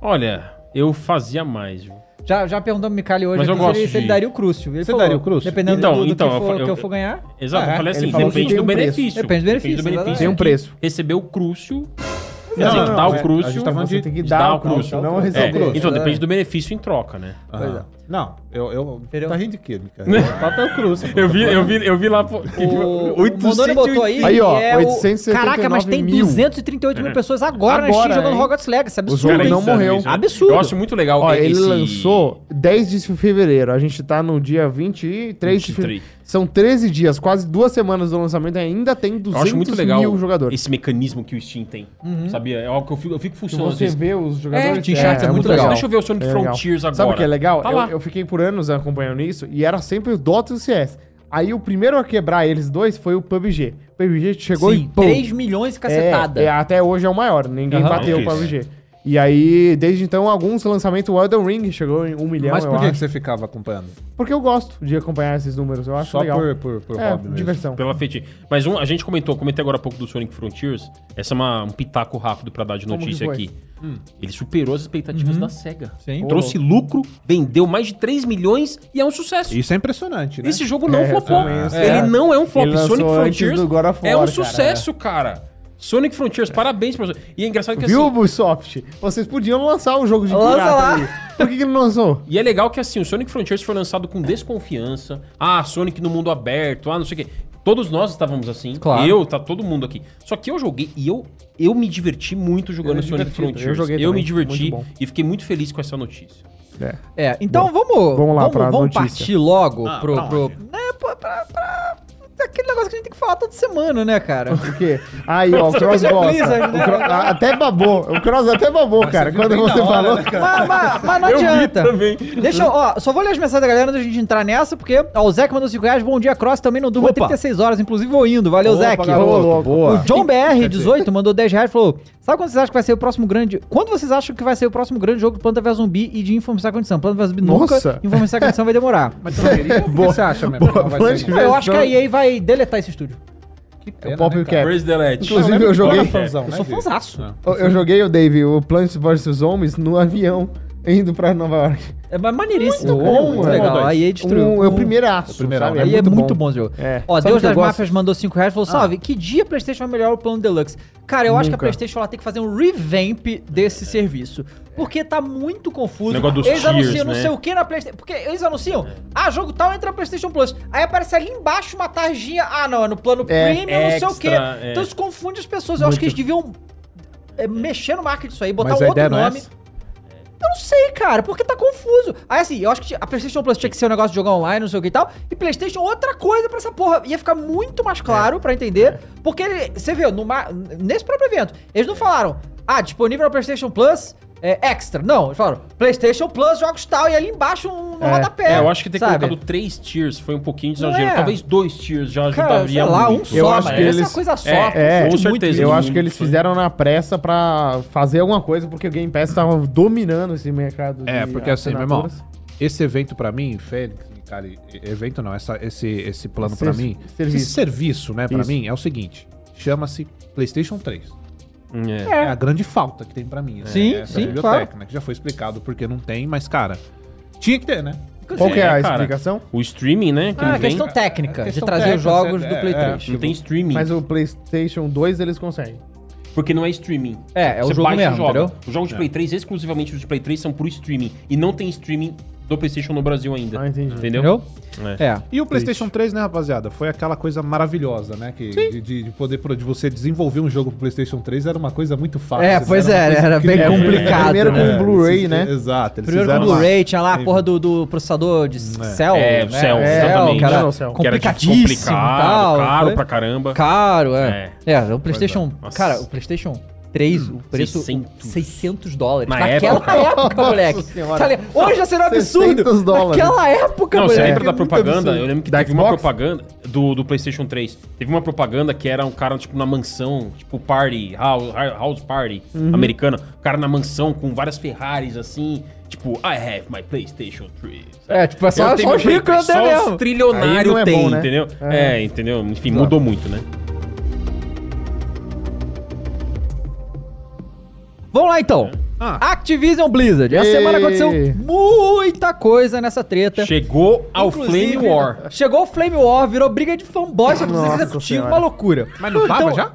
Speaker 3: Olha, eu fazia mais, viu?
Speaker 1: Já, já perguntamos pro Micali hoje
Speaker 3: Mas eu
Speaker 1: aqui se, ele,
Speaker 3: gosto
Speaker 1: se ele
Speaker 3: de-
Speaker 1: daria o Crucio. Ele
Speaker 4: Você daria o Crucio?
Speaker 1: Dependendo
Speaker 3: Então,
Speaker 1: do, do
Speaker 3: então,
Speaker 1: que,
Speaker 3: eu
Speaker 1: for,
Speaker 3: fa- eu-
Speaker 1: que eu for ganhar.
Speaker 3: Exato,
Speaker 4: É,
Speaker 3: eu falei
Speaker 2: ele
Speaker 3: assim,
Speaker 2: falou que
Speaker 3: depende
Speaker 2: tem
Speaker 3: do
Speaker 2: um
Speaker 3: benefício.
Speaker 1: preço. Depende do benefício, exatamente.
Speaker 2: Tem um preço.
Speaker 3: Receber o Crucio,
Speaker 2: Não,
Speaker 3: você tem que
Speaker 2: não,
Speaker 3: dar
Speaker 2: é,
Speaker 3: o Crucio.
Speaker 4: a gente tá falando
Speaker 2: Você
Speaker 4: de-
Speaker 2: tem que
Speaker 3: de
Speaker 2: dar,
Speaker 3: dar o
Speaker 2: o crucio,
Speaker 3: crucio.
Speaker 2: não
Speaker 4: É,
Speaker 2: receber.
Speaker 4: Crucio,
Speaker 3: então
Speaker 1: né?
Speaker 3: depende do benefício em troca, né?
Speaker 4: Aham. Não, eu... eu
Speaker 1: Entendeu?
Speaker 4: tá rindo de quê, Mika?
Speaker 3: Papel Crucio. eu, vi, eu, vi, eu vi lá... pô,
Speaker 1: O, o
Speaker 3: 800
Speaker 1: Mondoni botou aí.
Speaker 2: Aí, ó,
Speaker 1: que é o-
Speaker 2: 879
Speaker 1: Caraca, mas tem
Speaker 2: mil.
Speaker 1: 238
Speaker 3: É.
Speaker 1: mil pessoas agora, na Steam
Speaker 2: Agora,
Speaker 1: jogando
Speaker 2: hein?
Speaker 1: Hogwarts Legacy.
Speaker 2: O
Speaker 1: Absurdo.
Speaker 2: jogo
Speaker 3: Cara, é
Speaker 2: não
Speaker 3: insano
Speaker 2: morreu.
Speaker 3: isso, né?
Speaker 1: Absurdo.
Speaker 3: Eu acho muito legal
Speaker 2: Então, Ó,
Speaker 3: é
Speaker 2: ele
Speaker 3: esse-
Speaker 2: lançou 10 de fevereiro. A gente tá no dia 23 de
Speaker 3: 23.
Speaker 2: fevereiro. São 13 dias, quase duas semanas do lançamento e ainda tem
Speaker 3: Eu
Speaker 2: 200
Speaker 3: acho muito legal
Speaker 2: mil jogadores.
Speaker 3: esse mecanismo que o Steam tem. Sabia? É algo que eu fico, eu fico
Speaker 2: Se
Speaker 3: funcionando. às
Speaker 2: você
Speaker 3: vezes.
Speaker 2: vê os jogadores...
Speaker 1: Team Sharks é muito legal.
Speaker 3: Deixa eu ver o Sonic
Speaker 2: É legal.
Speaker 3: Frontiers agora.
Speaker 2: Sabe o que é legal?
Speaker 3: Tá
Speaker 2: eu,
Speaker 3: lá.
Speaker 2: eu fiquei por anos acompanhando isso e era sempre o Dota e o CS. Aí o primeiro a quebrar eles dois foi o PUBG. O PUBG chegou e
Speaker 1: Sim,
Speaker 2: pum,
Speaker 1: 3 milhões e cacetada.
Speaker 2: É, é, até hoje é o maior, ninguém
Speaker 1: Aham.
Speaker 2: bateu o
Speaker 3: É isso.
Speaker 2: PUBG. E aí, desde então, alguns lançamentos, o Elden Ring chegou em um milhão,
Speaker 4: Mas por
Speaker 2: eu
Speaker 4: que que
Speaker 2: acho.
Speaker 4: você ficava acompanhando?
Speaker 2: Porque eu gosto de acompanhar esses números, eu acho
Speaker 4: Só
Speaker 2: legal.
Speaker 4: por, por, por
Speaker 2: é,
Speaker 4: hobby mesmo.
Speaker 2: diversão.
Speaker 3: Pela feitinha. Mas um, a gente comentou, comentei agora há pouco do Sonic Frontiers. Essa é uma- um pitaco rápido pra dar de
Speaker 2: Como que
Speaker 3: notícia
Speaker 2: foi? Hum. Uhum.
Speaker 3: aqui. Ele superou as expectativas da SEGA.
Speaker 1: Sim.
Speaker 3: Trouxe lucro, vendeu mais de 3 milhões e é um sucesso.
Speaker 4: Isso é impressionante, né?
Speaker 3: Esse jogo não
Speaker 2: É,
Speaker 3: flopou.
Speaker 2: também, assim,
Speaker 3: Ele
Speaker 2: é.
Speaker 3: não é um flop.
Speaker 2: Ele lançou
Speaker 3: Sonic
Speaker 2: antes
Speaker 3: Frontiers
Speaker 2: do God of
Speaker 3: é
Speaker 2: War,
Speaker 3: um
Speaker 2: cara,
Speaker 3: sucesso, cara. Sonic Frontiers, parabéns pra você. E é engraçado que
Speaker 2: Viu,
Speaker 3: assim...
Speaker 2: Ubisoft? Vocês podiam lançar o jogo de
Speaker 1: Lança lá.
Speaker 2: ali. Por que, que não lançou?
Speaker 3: E é legal que assim, o Sonic Frontiers foi lançado com desconfiança. Ah, Sonic no mundo aberto, ah, não sei o quê. Todos nós estávamos assim.
Speaker 1: Claro.
Speaker 3: Eu, tá todo mundo aqui. Só que eu joguei e eu, eu me diverti muito jogando
Speaker 2: Eu me
Speaker 3: Sonic
Speaker 2: diverti, eu
Speaker 3: Frontiers. Eu,
Speaker 2: joguei
Speaker 3: me
Speaker 2: também,
Speaker 3: diverti
Speaker 2: muito bom.
Speaker 3: e fiquei muito feliz com essa notícia.
Speaker 1: É, então vamos,
Speaker 2: vamos lá pra
Speaker 1: vamos
Speaker 2: notícia.
Speaker 1: partir logo
Speaker 3: Ah,
Speaker 1: pro,
Speaker 3: pra
Speaker 1: pro,
Speaker 3: onde?
Speaker 1: né, pra, pra- pra- aquele negócio que a gente tem que falar toda semana, né, cara?
Speaker 2: Por quê? Aí, ó, o Cross
Speaker 1: Você
Speaker 2: gosta.
Speaker 1: Blizzard,
Speaker 2: O
Speaker 1: né?
Speaker 2: Cro- ah, até babou. O Cross até babou, cara,
Speaker 4: viu
Speaker 2: quando
Speaker 4: bem na
Speaker 2: você
Speaker 4: hora,
Speaker 2: falou.
Speaker 4: né,
Speaker 1: mas, mas- mas não
Speaker 3: Eu vi
Speaker 1: adianta.
Speaker 3: também.
Speaker 1: Deixa eu, ó, só vou ler as mensagens da galera antes da gente entrar nessa, porque ó, o Zec mandou 5 reais, bom dia, Cross, também não durma
Speaker 4: Opa.
Speaker 1: 36 horas, inclusive vou indo, valeu,
Speaker 2: Opa,
Speaker 1: Zec.
Speaker 2: garoto. Ô, louco.
Speaker 4: boa.
Speaker 1: O John BR18 mandou 10 reais e falou: Sabe quando vocês acham que vai ser o próximo grande. Quando vocês acham que vai ser o próximo grande jogo de Planta vs Zumbi e de Informe Sem Condição? Planta vs Zumbi nunca,
Speaker 2: Nossa.
Speaker 1: Informe Sem Condição vai demorar.
Speaker 4: Mas tu não queria? O que
Speaker 2: Boa.
Speaker 4: você acha mesmo?
Speaker 2: Boa,
Speaker 4: Não vai
Speaker 2: Blanche
Speaker 4: sair.
Speaker 1: Eu acho que é a EA vai deletar esse estúdio.
Speaker 4: Que
Speaker 2: É
Speaker 4: pena,
Speaker 2: o Pop
Speaker 4: né,
Speaker 2: e o
Speaker 4: cara?
Speaker 2: Cap.
Speaker 3: Praise the Legend.
Speaker 2: Inclusive, eu joguei-
Speaker 1: Eu sou fãzaço.
Speaker 2: Eu, eu joguei o Dave, o Plants vs. Zombies, no avião, indo pra Nova York.
Speaker 1: É ma- maneiríssimo.
Speaker 2: Muito
Speaker 1: cara,
Speaker 2: bom,
Speaker 1: muito
Speaker 2: mano.
Speaker 1: legal.
Speaker 4: Dois.
Speaker 1: A EA destruiu.
Speaker 2: Um, é o primeiraço,
Speaker 4: O primeirão,
Speaker 2: sabe?
Speaker 4: né?
Speaker 1: Aí é muito bom, esse jogo.
Speaker 2: É.
Speaker 1: Ó,
Speaker 2: Sabe
Speaker 1: Deus
Speaker 2: que eu
Speaker 1: das
Speaker 2: gosto?
Speaker 1: Máfias mandou 5 reais e falou: Salve, que dia a PlayStation vai melhorar o plano Deluxe? Cara, eu acho que a
Speaker 2: Nunca.
Speaker 1: PlayStation ela tem que fazer um revamp desse serviço. Porque tá muito confuso.
Speaker 3: Negócio dos
Speaker 1: eles
Speaker 3: tiers,
Speaker 1: anunciam não
Speaker 3: né?
Speaker 1: sei o que na PlayStation. Porque eles anunciam: ah, jogo tal entra na PlayStation Plus. Aí aparece ali embaixo uma tarjinha: ah, não, é no plano
Speaker 2: É,
Speaker 1: premium, não sei o que.
Speaker 3: extra, é.
Speaker 1: Então isso confunde as pessoas. Eu acho que eles deviam é, mexer no marketing disso aí, botar
Speaker 4: Mas
Speaker 1: um
Speaker 4: a
Speaker 1: outro
Speaker 4: ideia não é
Speaker 1: nome.
Speaker 4: essa?
Speaker 1: Eu não sei, cara, porque tá confuso. Aí assim, eu acho que a PlayStation Plus tinha que ser um negócio de jogar online, não sei o que e tal, e PlayStation outra coisa pra essa porra. Ia ficar muito mais
Speaker 3: É.
Speaker 1: claro pra entender, porque ele- você viu, no ma- nesse próprio evento, eles não falaram, ah, disponível na PlayStation Plus. É, extra. Não, eles falaram PlayStation Plus, jogos tal, e ali embaixo um no
Speaker 2: É,
Speaker 1: rodapé.
Speaker 3: É, eu acho que ter
Speaker 1: sabe?
Speaker 3: colocado três tiers foi um pouquinho
Speaker 1: Não
Speaker 3: exagero.
Speaker 1: é?
Speaker 3: Talvez dois tiers já ajudaria
Speaker 1: Cara, sei lá, um
Speaker 3: muito.
Speaker 1: só,
Speaker 2: Eu
Speaker 1: mas
Speaker 2: acho que
Speaker 1: essa é uma
Speaker 2: eles-
Speaker 1: coisa só.
Speaker 3: É,
Speaker 2: É,
Speaker 3: com certeza.
Speaker 2: eu
Speaker 3: Muito
Speaker 2: acho que eles
Speaker 3: foi.
Speaker 2: fizeram na pressa pra fazer alguma coisa, porque o Game Pass tava dominando esse mercado
Speaker 4: É,
Speaker 2: de
Speaker 4: porque assim, meu irmão,
Speaker 2: assinaturas.
Speaker 4: esse evento pra mim, Félix, Micali, e- evento não, essa, esse, esse plano
Speaker 2: Esse
Speaker 4: pra mim,
Speaker 2: serviço.
Speaker 4: esse serviço, né, pra
Speaker 2: Isso.
Speaker 4: mim, é o seguinte, chama-se PlayStation 3.
Speaker 3: É.
Speaker 4: É. a grande falta que tem pra mim. assim, né?
Speaker 1: Sim,
Speaker 4: essa
Speaker 1: sim,
Speaker 4: biblioteca,
Speaker 1: claro.
Speaker 4: né, que já foi explicado porque não tem, mas, cara, tinha que ter, né?
Speaker 1: técnicos.
Speaker 2: Qual que é a
Speaker 3: cara.
Speaker 2: explicação?
Speaker 3: O streaming, né? Que
Speaker 1: Ah,
Speaker 3: não,
Speaker 1: a
Speaker 3: tem,
Speaker 1: questão técnica,
Speaker 4: a
Speaker 1: de
Speaker 4: É questão
Speaker 1: trazer os
Speaker 4: técnica,
Speaker 1: jogos do
Speaker 4: é,
Speaker 1: Play
Speaker 4: é.
Speaker 1: 3.
Speaker 3: não tem streaming.
Speaker 2: Mas o PlayStation 2 eles conseguem.
Speaker 3: Porque não é streaming.
Speaker 1: É, é o jogo
Speaker 3: baixa e
Speaker 1: mesmo,
Speaker 3: joga.
Speaker 1: entendeu?
Speaker 3: Os jogos de Play 3, exclusivamente os de Play 3, são por streaming. E não tem streaming do PlayStation no Brasil ainda.
Speaker 2: Ah, entendi.
Speaker 3: Entendeu?
Speaker 1: Entendeu?
Speaker 3: É.
Speaker 1: É.
Speaker 4: E o PlayStation 3, né, rapaziada? Foi aquela coisa maravilhosa, né? Que de, de- de poder pro- de você desenvolver um jogo pro PlayStation 3 era uma coisa muito fácil. assim,
Speaker 1: É,
Speaker 4: Era
Speaker 1: pois
Speaker 4: uma
Speaker 1: é,
Speaker 4: coisa
Speaker 1: era bem
Speaker 4: incrível.
Speaker 1: complicado,
Speaker 2: Primeiro com
Speaker 1: né?
Speaker 2: o Blu-ray,
Speaker 4: eles-
Speaker 2: né?
Speaker 4: Exato. Eles
Speaker 1: Primeiro com o
Speaker 4: fizeram
Speaker 1: Blu-ray, tinha lá a
Speaker 4: Sim.
Speaker 1: porra do, do processador de né? Cell.
Speaker 3: É, o Cell, exatamente.
Speaker 1: que era
Speaker 2: Não, Cell.
Speaker 3: Que era tipo
Speaker 1: complicadíssimo e tal.
Speaker 3: caro
Speaker 1: foi?
Speaker 3: pra caramba.
Speaker 1: Caro, é. É, o PlayStation...
Speaker 3: Pois é.
Speaker 1: Cara,
Speaker 3: Nossa.
Speaker 1: o PlayStation 3, o preço...
Speaker 3: 600.
Speaker 1: 600 dólares.
Speaker 3: Hum, Na
Speaker 1: Naquela
Speaker 3: época.
Speaker 1: época, moleque.
Speaker 2: Senhora.
Speaker 1: Tá ali- Hoje já seria um absurdo.
Speaker 2: 600 dólares.
Speaker 1: Naquela época,
Speaker 3: Não, você
Speaker 1: moleque.
Speaker 3: lembra da
Speaker 2: é muito
Speaker 3: propaganda?
Speaker 2: absurdo.
Speaker 3: Eu lembro que
Speaker 2: Da
Speaker 3: teve uma
Speaker 2: Xbox?
Speaker 3: propaganda do, do PlayStation 3. Teve uma propaganda que era um cara, tipo, na mansão, tipo, party, house, house party americana. O cara na mansão com várias Ferraris, assim, tipo, I have my PlayStation 3.
Speaker 1: É, tipo, é só,
Speaker 3: Eu tenho
Speaker 1: só os
Speaker 3: meu
Speaker 1: ricos
Speaker 3: Play-
Speaker 1: até
Speaker 3: só
Speaker 1: mesmo.
Speaker 3: os trilionários
Speaker 2: Aí não é
Speaker 3: tem,
Speaker 2: bom, né?
Speaker 3: entendeu? É. entendeu? Enfim, mudou muito, né?
Speaker 1: Vamos lá então.
Speaker 4: Ah.
Speaker 1: Activision Blizzard. Essa
Speaker 2: Ei.
Speaker 1: semana aconteceu muita coisa nessa treta.
Speaker 3: Chegou ao
Speaker 1: Inclusive,
Speaker 3: Flame War.
Speaker 1: Chegou o Flame War, virou briga de fanboy, só que dos
Speaker 2: Nossa
Speaker 1: executivos,
Speaker 2: Senhora.
Speaker 1: uma loucura. Então,
Speaker 4: Mas não tava já?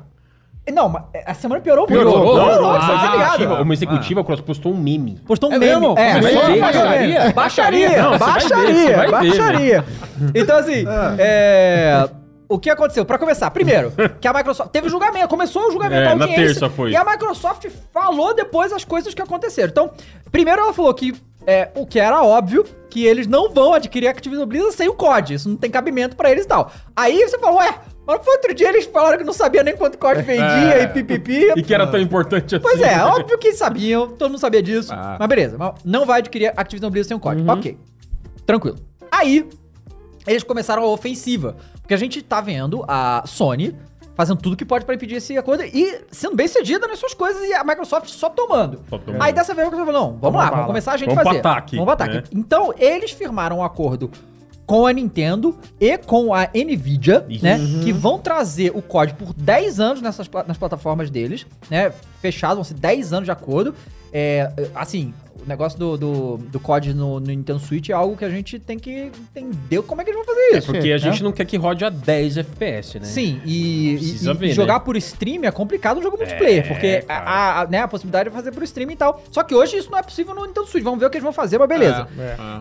Speaker 1: Não, mas eh, a semana piorou muito.
Speaker 2: Piorou,
Speaker 1: piorou,
Speaker 3: Não,
Speaker 1: piorou,
Speaker 3: a
Speaker 1: você tá
Speaker 3: executiva-
Speaker 1: ligado?
Speaker 3: Uma executiva Cross postou um meme.
Speaker 1: Postou um
Speaker 4: É
Speaker 1: meme.
Speaker 4: mesmo?
Speaker 1: É, foi
Speaker 3: Começou a baixaria?
Speaker 1: baixaria. Baixaria,
Speaker 3: Não, você vai ver, você
Speaker 1: baixaria,
Speaker 3: vai ver, né?
Speaker 1: baixaria. Então assim, é... O que aconteceu? Pra começar, primeiro, que a Microsoft... Teve julgamento, começou o julgamento
Speaker 3: É,
Speaker 1: da
Speaker 3: na
Speaker 1: audiência.
Speaker 3: terça foi.
Speaker 1: E a Microsoft falou depois as coisas que aconteceram. Então, primeiro ela falou que... É, o que era óbvio, que eles não vão adquirir a Activision Blizzard sem o COD. Isso não tem cabimento pra eles e tal. Aí você falou, ué, mas foi outro dia eles falaram que não sabia nem quanto COD vendia e pipipi.
Speaker 3: É. E que era tão importante assim.
Speaker 1: um Pois é, óbvio que sabiam, todo mundo sabia disso.
Speaker 4: Ah.
Speaker 1: Mas beleza, mas não vai adquirir Activision Blizzard sem um código. Ok, tranquilo. Aí, eles começaram a ofensiva. Porque a gente tá vendo a Sony fazendo tudo que pode pra impedir esse acordo e sendo bem cedida nas suas coisas e a Microsoft só tomando.
Speaker 3: Só tomando.
Speaker 1: Aí dessa vez a Microsoft falou, não, vamos, lá,
Speaker 2: bala.
Speaker 1: vamos começar a gente
Speaker 3: Vamos pro
Speaker 1: fazer.
Speaker 3: ataque,
Speaker 1: Vamos pro ataque.
Speaker 3: né?
Speaker 1: Então, eles firmaram um acordo com a Nintendo e com a Nvidia,
Speaker 3: Isso. Uhum.
Speaker 1: né, que vão trazer o código por 10 anos nessas pla- nas plataformas deles, né, fechado, vão ser 10 anos de acordo. É, assim, o negócio do, do, do COD no, no Nintendo Switch é algo que a gente tem que entender como é que eles vão fazer
Speaker 3: É
Speaker 1: isso.
Speaker 3: porque a
Speaker 1: né?
Speaker 3: gente não quer que rode a 10 FPS, né?
Speaker 1: Sim, e,
Speaker 3: Precisa
Speaker 1: e- e
Speaker 3: ver, né? É,
Speaker 1: jogar por stream é complicado no jogo multiplayer, porque a-
Speaker 3: cara.
Speaker 1: a, a- né, a possibilidade é fazer por stream e tal. Só que hoje isso não é possível no Nintendo Switch, vamos ver o que eles vão fazer, mas beleza.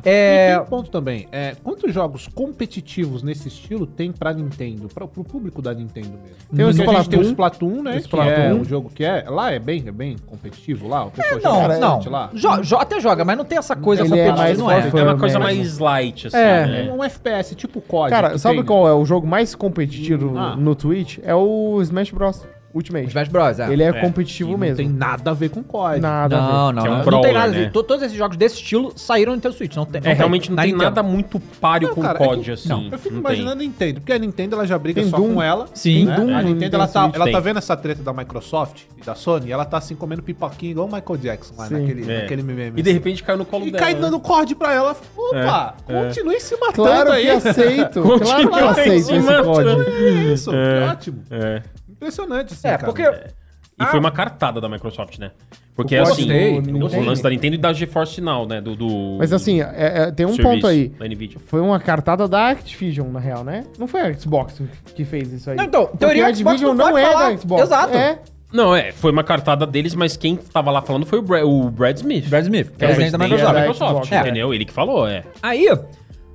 Speaker 4: E
Speaker 1: É,
Speaker 4: tem um ponto também. É, quantos jogos competitivos nesse estilo tem pra Nintendo? Pra, pro público da Nintendo mesmo.
Speaker 2: Tem o
Speaker 4: Porque a gente tem o
Speaker 2: Splatoon.
Speaker 4: Splatoon, É, né? Que é
Speaker 2: Splatoon.
Speaker 4: um jogo que é... Lá é bem, é bem competitivo lá? O pessoal joga
Speaker 1: Não,
Speaker 2: Cara,
Speaker 1: não.
Speaker 4: bastante lá?
Speaker 1: Jo- jo- até joga, mas não tem essa coisa
Speaker 2: Ele é
Speaker 1: competitiva,
Speaker 2: mais
Speaker 1: não é?
Speaker 2: fofo.
Speaker 3: É uma coisa
Speaker 2: Mesmo.
Speaker 3: mais light, assim,
Speaker 2: É.
Speaker 4: É
Speaker 3: né?
Speaker 4: um FPS tipo COD.
Speaker 2: Cara,
Speaker 4: que
Speaker 2: sabe
Speaker 4: tem-
Speaker 2: qual é o jogo mais competitivo
Speaker 4: Ah.
Speaker 2: no Twitch? É o Smash Bros. Ultimate.
Speaker 1: Smash Bros, é.
Speaker 2: Ele é,
Speaker 3: É,
Speaker 4: que
Speaker 2: competitivo
Speaker 4: não
Speaker 2: mesmo.
Speaker 4: tem nada a ver com COD.
Speaker 2: Nada a ver.
Speaker 1: Não, não,
Speaker 3: Que é um
Speaker 1: não. não tem
Speaker 3: brawler,
Speaker 1: nada.
Speaker 3: né?
Speaker 1: assim, to- Todos esses jogos desse estilo saíram no Nintendo Switch. Não tem,
Speaker 3: É, realmente
Speaker 2: tá
Speaker 3: não
Speaker 1: na
Speaker 3: tem
Speaker 2: então.
Speaker 1: Nintendo.
Speaker 3: nada muito páreo
Speaker 4: Não,
Speaker 3: com
Speaker 4: cara, é
Speaker 3: COD,
Speaker 4: que-
Speaker 3: assim.
Speaker 4: não, eu fico
Speaker 3: não tem.
Speaker 4: imaginando a Nintendo, porque a Nintendo ela já briga
Speaker 2: Tem
Speaker 4: só
Speaker 2: Doom.
Speaker 4: com ela.
Speaker 1: Sim.
Speaker 4: né?
Speaker 2: Doom no
Speaker 4: a Nintendo ela
Speaker 2: Nintendo
Speaker 4: tá,
Speaker 2: Switch
Speaker 4: ela tá
Speaker 3: tem.
Speaker 4: vendo essa treta da Microsoft e da Sony, ela tá assim comendo pipoquinha igual o Michael Jackson lá
Speaker 2: Sim.
Speaker 4: naquele,
Speaker 3: É.
Speaker 4: naquele meme.
Speaker 3: E de repente caiu no colo
Speaker 4: E
Speaker 3: dela.
Speaker 4: cai
Speaker 3: né?
Speaker 4: dando corda pra ela. Opa,
Speaker 3: É.
Speaker 4: continue se matando
Speaker 2: Claro
Speaker 4: aí.
Speaker 2: que aceito. claro que eu
Speaker 3: Continua
Speaker 2: aceito
Speaker 3: se
Speaker 2: esse
Speaker 3: matando.
Speaker 2: código.
Speaker 4: É Isso,
Speaker 3: É.
Speaker 4: que ótimo.
Speaker 3: É.
Speaker 4: Impressionante, assim,
Speaker 1: É,
Speaker 4: cara.
Speaker 1: porque...
Speaker 3: E
Speaker 4: Ah.
Speaker 3: foi uma cartada da Microsoft, né? Porque,
Speaker 2: Eu
Speaker 3: assim,
Speaker 2: gostei, eu
Speaker 3: o
Speaker 2: gostei.
Speaker 3: lance da Nintendo e da GeForce Now, né? Do, do
Speaker 2: Mas assim, é- é- tem um
Speaker 3: serviço
Speaker 2: ponto aí.
Speaker 3: Da NVIDIA.
Speaker 2: Foi uma cartada da Activision, na real, né? Não foi a Xbox que fez isso aí.
Speaker 1: Não, então, em teoria,
Speaker 2: Porque
Speaker 1: a Xbox não pode falar. Exato.
Speaker 2: É.
Speaker 3: Não, é, foi uma cartada deles, mas quem tava lá falando foi o Brad, o Brad Smith.
Speaker 1: Brad Smith,
Speaker 3: que é o presidente da Microsoft,
Speaker 2: da É. Xbox,
Speaker 3: Microsoft, entendeu? Ele que falou, é.
Speaker 1: Aí,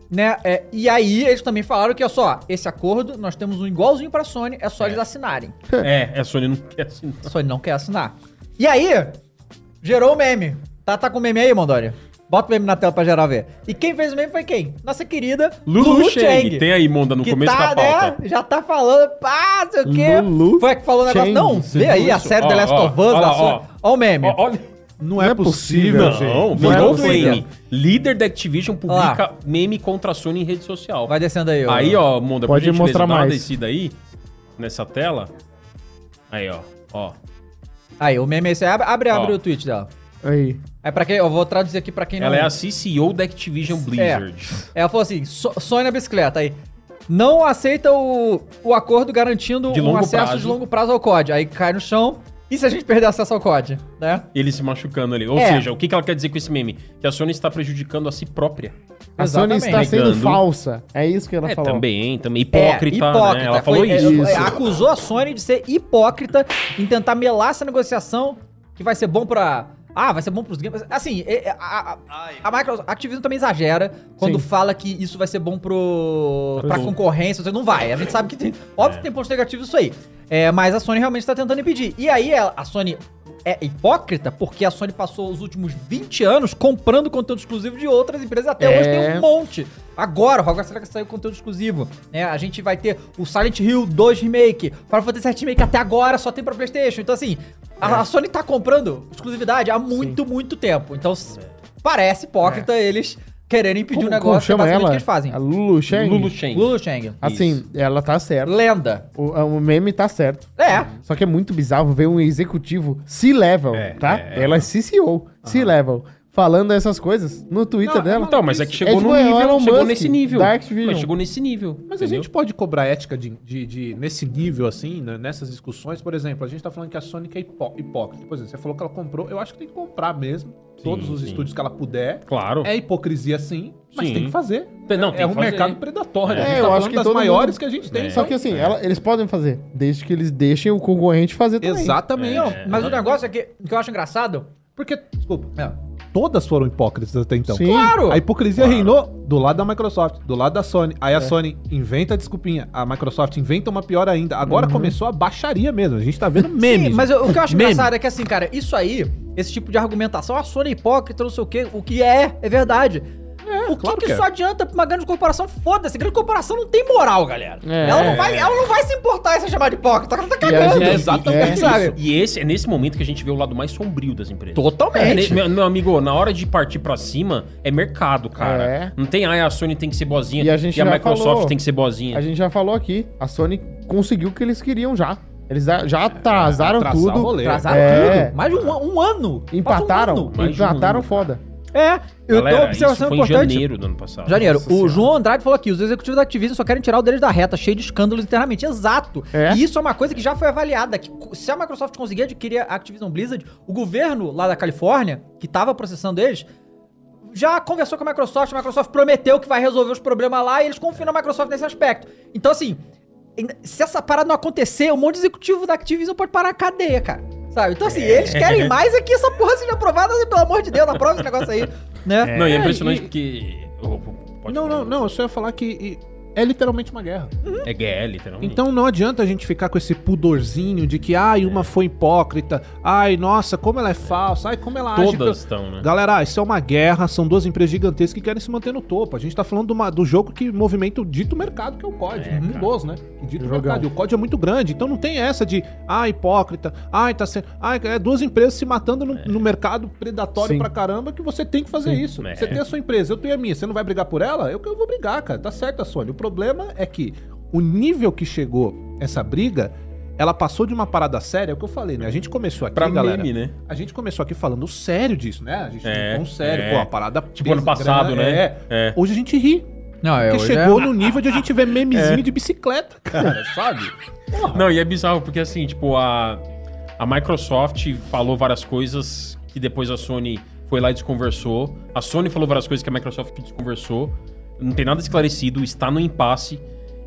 Speaker 1: né, é, e aí eles também falaram que, ó só, esse acordo, nós temos um igualzinho pra Sony, é só eles assinarem.
Speaker 3: É, a Sony não quer assinar.
Speaker 1: A Sony não quer assinar. E aí, gerou o meme. Tá, tá com o meme aí, Mondória? Bota o meme na tela pra geral ver. E quem fez o meme foi quem? Nossa querida
Speaker 3: Lulu, Chang. Tem aí, Monda, no
Speaker 1: que
Speaker 3: começo
Speaker 1: tá,
Speaker 3: da pauta.
Speaker 1: né, já tá falando, pá, não sei o quê.
Speaker 2: Lulu
Speaker 1: Foi a que falou o negócio.
Speaker 2: Chang,
Speaker 1: Não,
Speaker 2: você
Speaker 1: vê
Speaker 2: viu
Speaker 1: aí a
Speaker 3: isso?
Speaker 1: série The
Speaker 3: Ó,
Speaker 1: Last
Speaker 3: ó,
Speaker 1: of Us
Speaker 3: ó
Speaker 1: da
Speaker 3: lá,
Speaker 1: Sony. Ó o meme.
Speaker 3: Ó, olha.
Speaker 4: Não é possível,
Speaker 2: possível,
Speaker 4: gente.
Speaker 3: Não,
Speaker 2: Não é
Speaker 3: virou
Speaker 2: possível.
Speaker 3: meme. Líder da Activision publica
Speaker 1: Olha
Speaker 3: meme contra a Sony em rede social.
Speaker 1: Vai descendo aí, ó.
Speaker 3: Aí, ó, Monda, por
Speaker 2: Pode
Speaker 3: gentileza,
Speaker 2: mostrar
Speaker 3: dá uma
Speaker 2: mais.
Speaker 3: descida aí, nessa tela. Aí, ó. Ó.
Speaker 1: Aí, o meme é esse aí. Abre, abre, abre
Speaker 3: Ó.
Speaker 1: o tweet dela.
Speaker 2: Aí.
Speaker 1: É pra quem... Eu vou traduzir aqui pra quem
Speaker 3: Ela
Speaker 1: não...
Speaker 3: é a CCO da Activision Blizzard.
Speaker 1: Ela falou assim, so, sonho na bicicleta, aí. Não aceita o, o acordo garantindo
Speaker 3: De
Speaker 1: um
Speaker 3: longo
Speaker 1: acesso
Speaker 3: prazo.
Speaker 1: de longo prazo ao COD. Aí cai no chão, E se a gente perder acesso ao COD, né?
Speaker 3: Ele se machucando ali. Ou
Speaker 1: É.
Speaker 3: seja, o que que ela quer dizer com esse meme? Que a Sony está prejudicando a si própria.
Speaker 2: A Sony está
Speaker 1: Exatamente.
Speaker 2: sendo
Speaker 3: Negando.
Speaker 2: falsa. É isso que ela
Speaker 3: É,
Speaker 2: falou.
Speaker 3: também, também. Hipócrita,
Speaker 1: É,
Speaker 3: né? Ela falou
Speaker 1: Foi- é,
Speaker 3: isso.
Speaker 1: é, acusou a Sony de ser hipócrita em tentar melar essa negociação que vai ser bom pra. Ah, vai ser bom pros games. Assim, é, é, a, a, a Microsoft, a Activision também exagera quando fala que isso vai ser bom pro, pra
Speaker 3: Pro-
Speaker 1: concorrência. Você não vai. A gente sabe que tem. Óbvio que tem pontos negativos isso aí. É, mas a Sony realmente tá tentando impedir. E aí ela- a Sony é hipócrita porque a Sony passou os últimos 20 anos comprando conteúdo exclusivo de outras empresas. Até
Speaker 2: É.
Speaker 1: hoje tem um monte. Agora, o Hogwarts Legacy saiu conteúdo exclusivo. Né? A gente vai ter o Silent Hill 2 Remake, Final Fantasy VII Remake até agora só tem pra Playstation. Então assim,
Speaker 2: É.
Speaker 1: a, a Sony tá comprando exclusividade há muito, muito tempo. Então s- parece hipócrita eles quererem impedir
Speaker 2: É. Como,
Speaker 1: um
Speaker 2: como
Speaker 1: negócio que é
Speaker 2: chama
Speaker 1: basicamente o
Speaker 2: ela?
Speaker 1: que eles fazem.
Speaker 2: A Lulu Chang?
Speaker 3: Lulu Shen.
Speaker 1: Lulu Cheng.
Speaker 2: Assim, ela tá certa.
Speaker 1: Lenda.
Speaker 2: O, o meme tá certo.
Speaker 1: É.
Speaker 2: Só que é muito bizarro ver um executivo C-level,
Speaker 3: É,
Speaker 2: tá?
Speaker 3: é, é.
Speaker 2: Ela é CCO, C-level, falando essas coisas no Twitter dela.
Speaker 3: Então, mas é que chegou
Speaker 2: É tipo
Speaker 3: no nível,
Speaker 2: Elon
Speaker 3: chegou
Speaker 2: Musk,
Speaker 3: nesse nível.
Speaker 2: da Activision.
Speaker 3: Mas chegou nesse nível.
Speaker 4: Mas a gente pode cobrar ética de, de- de- nesse nível, assim, né, nessas discussões. Por exemplo, a gente tá falando que a Sony é hipó- hipócrita. Por exemplo, você falou que ela comprou. Eu acho que tem que comprar mesmo.
Speaker 3: Sim,
Speaker 4: todos os
Speaker 3: sim.
Speaker 4: estúdios que ela puder.
Speaker 3: Claro.
Speaker 4: É hipocrisia, sim, mas
Speaker 3: Sim.
Speaker 4: tem que fazer.
Speaker 3: Tem- não,
Speaker 4: é
Speaker 3: tem
Speaker 4: um
Speaker 3: que fazer.
Speaker 4: mercado predatório.
Speaker 3: É,
Speaker 4: a gente
Speaker 2: eu
Speaker 4: tá
Speaker 2: acho
Speaker 4: falando
Speaker 2: que
Speaker 4: das
Speaker 2: todo
Speaker 4: maiores
Speaker 2: mundo-
Speaker 4: que a gente tem.
Speaker 3: É.
Speaker 2: Só
Speaker 4: então-
Speaker 2: que assim, ela- eles podem fazer, desde que eles deixem o concorrente fazer também.
Speaker 4: Exatamente.
Speaker 1: Não, mas o negócio é que, o que eu acho engraçado.
Speaker 4: Porque, desculpa,
Speaker 1: É.
Speaker 4: todas foram hipócritas até então.
Speaker 2: Sim.
Speaker 1: Claro!
Speaker 4: A hipocrisia reinou do lado da Microsoft, do lado da Sony. Aí
Speaker 2: É.
Speaker 4: a Sony inventa a desculpinha, a Microsoft inventa uma pior ainda.
Speaker 2: Uhum.
Speaker 4: Agora começou a baixaria mesmo. A gente tá vendo memes.
Speaker 1: Sim, mas o o que eu acho
Speaker 4: Meme.
Speaker 1: engraçado é que assim, cara, isso aí, esse tipo de argumentação, a Sony é hipócrita, não sei o quê, o que é, é verdade. o que,
Speaker 4: claro
Speaker 1: que
Speaker 4: que é.
Speaker 1: isso adianta pra uma grande corporação? Foda-se, grande corporação não tem moral, galera.
Speaker 2: É.
Speaker 1: Ela, não vai, ela não vai se importar em ser chamada de hipócrita, ela tá
Speaker 2: a
Speaker 1: cagando.
Speaker 2: gente-
Speaker 4: É exatamente
Speaker 2: É.
Speaker 4: isso.
Speaker 1: Sabe?
Speaker 3: E esse é nesse momento que a gente vê o lado mais sombrio das empresas. É,
Speaker 1: Totalmente.
Speaker 3: ne- meu, meu amigo, na hora de partir pra cima, é mercado, cara.
Speaker 2: É.
Speaker 3: Não tem, ah, a Sony tem que ser boazinha
Speaker 2: E a gente já
Speaker 3: Microsoft
Speaker 2: falou.
Speaker 3: tem que ser boazinha.
Speaker 2: A gente já falou aqui, a Sony conseguiu o que eles queriam já. Eles já- já atrasaram
Speaker 4: atrasar o
Speaker 2: tudo,
Speaker 4: rolê.
Speaker 1: Atrasaram
Speaker 2: É.
Speaker 1: tudo. Mais de um, an- um ano. Passa
Speaker 2: empataram,
Speaker 1: um ano.
Speaker 3: Mais de um
Speaker 2: empataram
Speaker 3: ano.
Speaker 2: foda.
Speaker 1: É, eu dou uma
Speaker 3: Galera,
Speaker 1: observação
Speaker 3: isso foi
Speaker 1: importante.
Speaker 3: em janeiro do ano passado.
Speaker 1: Janeiro,
Speaker 3: Nossa
Speaker 1: o
Speaker 3: Senhora.
Speaker 1: João Andrade falou aqui: os executivos da Activision só querem tirar o deles da reta, cheio de escândalos internamente. Exato.
Speaker 2: É?
Speaker 1: E isso é uma coisa que já foi avaliada: que co- se a Microsoft conseguir adquirir a Activision Blizzard, o governo lá da Califórnia, que tava processando eles, já conversou com a Microsoft, a Microsoft prometeu que vai resolver os problemas lá e eles confiam na Microsoft nesse aspecto. Então, assim, ainda- se essa parada não acontecer, um monte de executivo da Activision pode parar na cadeia, cara. Sabe? Então, assim, eles querem mais é que essa porra seja aprovada, pelo amor de Deus, aprova esse negócio aí, né?
Speaker 3: Não, e é
Speaker 4: É,
Speaker 3: impressionante
Speaker 4: e-
Speaker 3: porque. Oh, pode
Speaker 4: Não,
Speaker 3: falar.
Speaker 4: não, não. Eu só ia falar que e, é literalmente uma guerra.
Speaker 3: É GL, literalmente.
Speaker 4: Então não adianta a gente ficar com esse pudorzinho de que, ai, uma foi hipócrita, ai, nossa, como ela é falsa, ai, como ela age pelo-
Speaker 3: todas estão, né?
Speaker 4: Galera, isso é uma guerra, são duas empresas gigantescas que querem se manter no topo. A gente tá falando de uma- do jogo que movimenta o dito mercado, que é o COD.
Speaker 3: É,
Speaker 4: um
Speaker 3: cara.
Speaker 4: dos, né? Que dito
Speaker 2: Jogão.
Speaker 4: mercado. E o COD é muito grande, então não tem essa de, ah, hipócrita, ai, tá sendo. Ai, é duas empresas se matando no,
Speaker 3: É.
Speaker 4: no mercado predatório
Speaker 2: Sim.
Speaker 4: pra caramba que você tem que fazer
Speaker 2: Sim.
Speaker 4: isso.
Speaker 3: É.
Speaker 4: Você tem a sua empresa, eu tenho a minha. Você não vai brigar por ela? Eu que eu vou brigar, cara. Tá certo, a Sony. O problema é que o nível que chegou essa briga. Ela passou de uma parada séria, é o que eu falei, né? A gente começou aqui,
Speaker 3: Pra
Speaker 4: galera.
Speaker 3: meme, né?
Speaker 4: A gente começou aqui falando sério disso, né? A gente
Speaker 3: É,
Speaker 4: é, um sério,
Speaker 3: é.
Speaker 4: pô, a parada.
Speaker 3: Tipo ano passado,
Speaker 4: grana,
Speaker 3: né?
Speaker 4: É.
Speaker 3: É.
Speaker 4: Hoje a gente ri.
Speaker 1: Não,
Speaker 2: É,
Speaker 4: Porque chegou no nível de a gente ver
Speaker 3: É.
Speaker 4: memezinho de bicicleta, cara, sabe?
Speaker 3: Não, e é bizarro, porque assim, tipo, a, a Microsoft falou várias coisas que depois a Sony foi lá e desconversou. A Sony falou várias coisas que a Microsoft desconversou. Não tem nada esclarecido, está no impasse.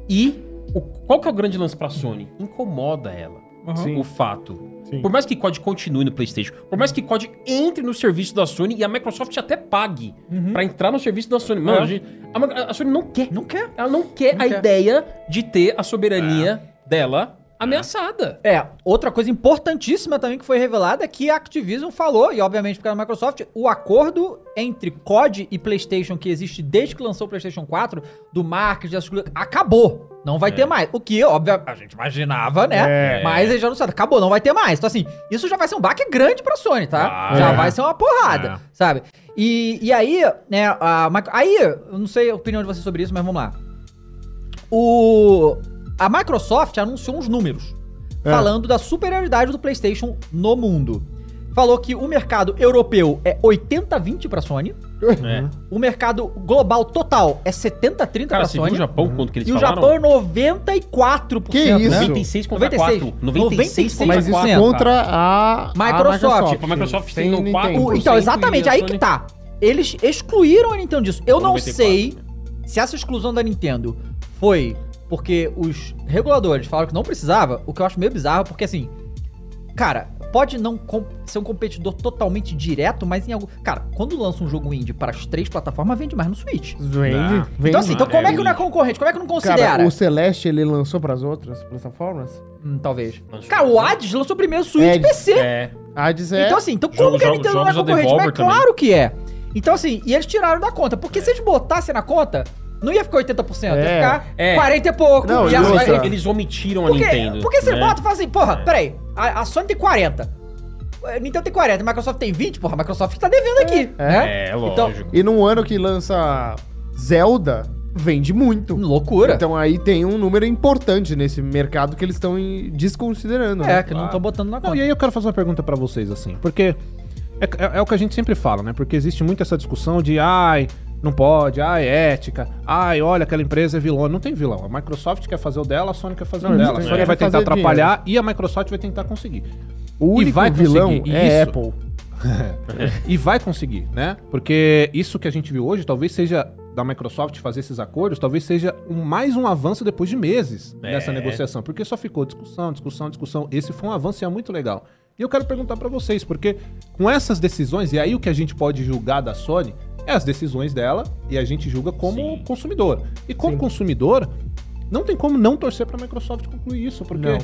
Speaker 3: E o- qual que é o grande lance pra Sony? Incomoda ela.
Speaker 2: Sim.
Speaker 3: O fato.
Speaker 2: Sim.
Speaker 3: Por mais que COD continue no PlayStation, por mais que COD entre no serviço da Sony e a Microsoft até pague
Speaker 2: Uhum.
Speaker 3: pra entrar no serviço da Sony. Mano,
Speaker 1: É.
Speaker 3: a, gente- a- a Sony não quer.
Speaker 1: Não quer.
Speaker 3: Ela não quer
Speaker 1: Não
Speaker 3: a
Speaker 1: quer.
Speaker 3: ideia de ter a soberania dela ameaçada.
Speaker 1: É, outra coisa importantíssima também que foi revelada é que a Activision falou, e obviamente porque é a Microsoft, o acordo entre COD e PlayStation que existe desde que lançou o PlayStation 4, do marketing, das coisas, acabou. Não vai ter mais. O que, óbvio, a gente imaginava, né?
Speaker 3: É.
Speaker 1: Mas eles já anunciaram, acabou, não vai ter mais. Então, assim, isso já vai ser um baque grande pra Sony, tá?
Speaker 3: Ah,
Speaker 1: já
Speaker 3: é.
Speaker 1: vai ser uma porrada,
Speaker 3: É.
Speaker 1: sabe? E, e aí, né, a, Mic- aí, eu não sei a opinião de vocês sobre isso, mas vamos lá o a Microsoft anunciou uns números
Speaker 2: É.
Speaker 1: falando da superioridade do PlayStation no mundo. Falou que o mercado europeu é 80-20 para Sony
Speaker 3: É.
Speaker 2: Hum.
Speaker 1: O mercado global total é 70-30
Speaker 3: Cara,
Speaker 1: pra
Speaker 3: você viu o
Speaker 1: Sony.
Speaker 3: Japão quanto que eles
Speaker 1: E o
Speaker 3: falaram?
Speaker 1: Japão é 94%.
Speaker 2: Que isso?
Speaker 1: né?
Speaker 3: 96 contra
Speaker 1: 96.
Speaker 3: 4. 96 contra
Speaker 2: Mas isso
Speaker 1: 4%,
Speaker 2: contra a a
Speaker 1: Microsoft.
Speaker 3: Tipo, a Microsoft
Speaker 2: Sem
Speaker 3: tem no
Speaker 2: Nintendo.
Speaker 3: quatro.
Speaker 1: O-
Speaker 3: 100%
Speaker 1: então, exatamente,
Speaker 3: e a
Speaker 1: aí
Speaker 3: Sony-
Speaker 1: que tá. Eles excluíram a Nintendo disso. Eu não
Speaker 3: 94,
Speaker 1: sei se essa exclusão da Nintendo foi porque os reguladores falaram que não precisava, o que eu acho meio bizarro, porque assim, cara, pode não com- ser um competidor totalmente direto, mas em algum. Cara, quando lança um jogo indie para as três plataformas, vende mais no Switch.
Speaker 3: Não.
Speaker 2: Vende, vende.
Speaker 1: então, assim, então
Speaker 3: É,
Speaker 1: como é que
Speaker 3: o
Speaker 1: não é
Speaker 3: indie.
Speaker 1: concorrente? Como é que não considera?
Speaker 2: Cara, o Celeste ele lançou pras outras plataformas?
Speaker 1: Hum, talvez.
Speaker 3: Lançou-
Speaker 1: Cara, o Hades lançou primeiro Switch
Speaker 2: É,
Speaker 1: e PC.
Speaker 3: É.
Speaker 2: Hades é.
Speaker 1: Então, assim, então como
Speaker 3: Jogo-
Speaker 1: que a
Speaker 3: jogo-
Speaker 1: Nintendo não é
Speaker 3: jogos da
Speaker 1: concorrente? Mas
Speaker 3: Devolver
Speaker 1: é claro que é. Então, assim, e eles tiraram da conta. Porque se eles botassem na conta, não ia ficar 80%, ia
Speaker 2: É.
Speaker 1: ficar
Speaker 3: É.
Speaker 1: 40 e pouco.
Speaker 2: Não,
Speaker 1: e
Speaker 2: e
Speaker 1: a Sony-
Speaker 2: outra-
Speaker 3: Eles, É eles omitiram a
Speaker 1: porque,
Speaker 3: Nintendo.
Speaker 1: porque você
Speaker 3: né?
Speaker 1: bota e fala assim, porra, peraí, a, a Sony tem 40. a Nintendo tem 40, a Microsoft tem 20, porra, a Microsoft tá devendo aqui. né?
Speaker 3: É,
Speaker 1: Então-
Speaker 3: lógico.
Speaker 2: E num ano que lança Zelda, vende muito.
Speaker 1: Loucura.
Speaker 2: Então aí tem um número importante nesse mercado que eles estão em- desconsiderando.
Speaker 1: é,
Speaker 2: né?
Speaker 1: que não estão botando na
Speaker 4: Não, e
Speaker 1: conta.
Speaker 4: aí eu quero fazer uma pergunta pra vocês, assim, porque é, é- é o que a gente sempre fala, né? Porque existe muito essa discussão de, ai, não pode, ai, é ética, ai, olha, aquela empresa é vilão. Não tem vilão. A Microsoft quer fazer o dela, a Sony quer fazer
Speaker 2: Não,
Speaker 4: o dela. A
Speaker 2: eles
Speaker 4: Sony
Speaker 2: querem
Speaker 4: vai tentar
Speaker 2: fazer
Speaker 4: atrapalhar e a Microsoft vai tentar conseguir.
Speaker 2: O
Speaker 4: E
Speaker 2: único
Speaker 4: vai
Speaker 2: vilão
Speaker 4: conseguir
Speaker 2: é
Speaker 4: isso.
Speaker 2: Apple.
Speaker 4: E vai conseguir, né? Porque isso que a gente viu hoje, talvez seja da Microsoft fazer esses acordos, talvez seja um- mais um avanço depois de meses
Speaker 3: É.
Speaker 4: nessa negociação, porque só ficou discussão, discussão, discussão. Esse foi um avanço e é muito legal. E eu quero perguntar pra vocês, porque com essas decisões, e aí o que a gente pode julgar da Sony é as decisões dela e a gente julga como
Speaker 3: Sim.
Speaker 4: consumidor. E como consumidor, não tem como não torcer pra Microsoft concluir isso, porque
Speaker 2: Não.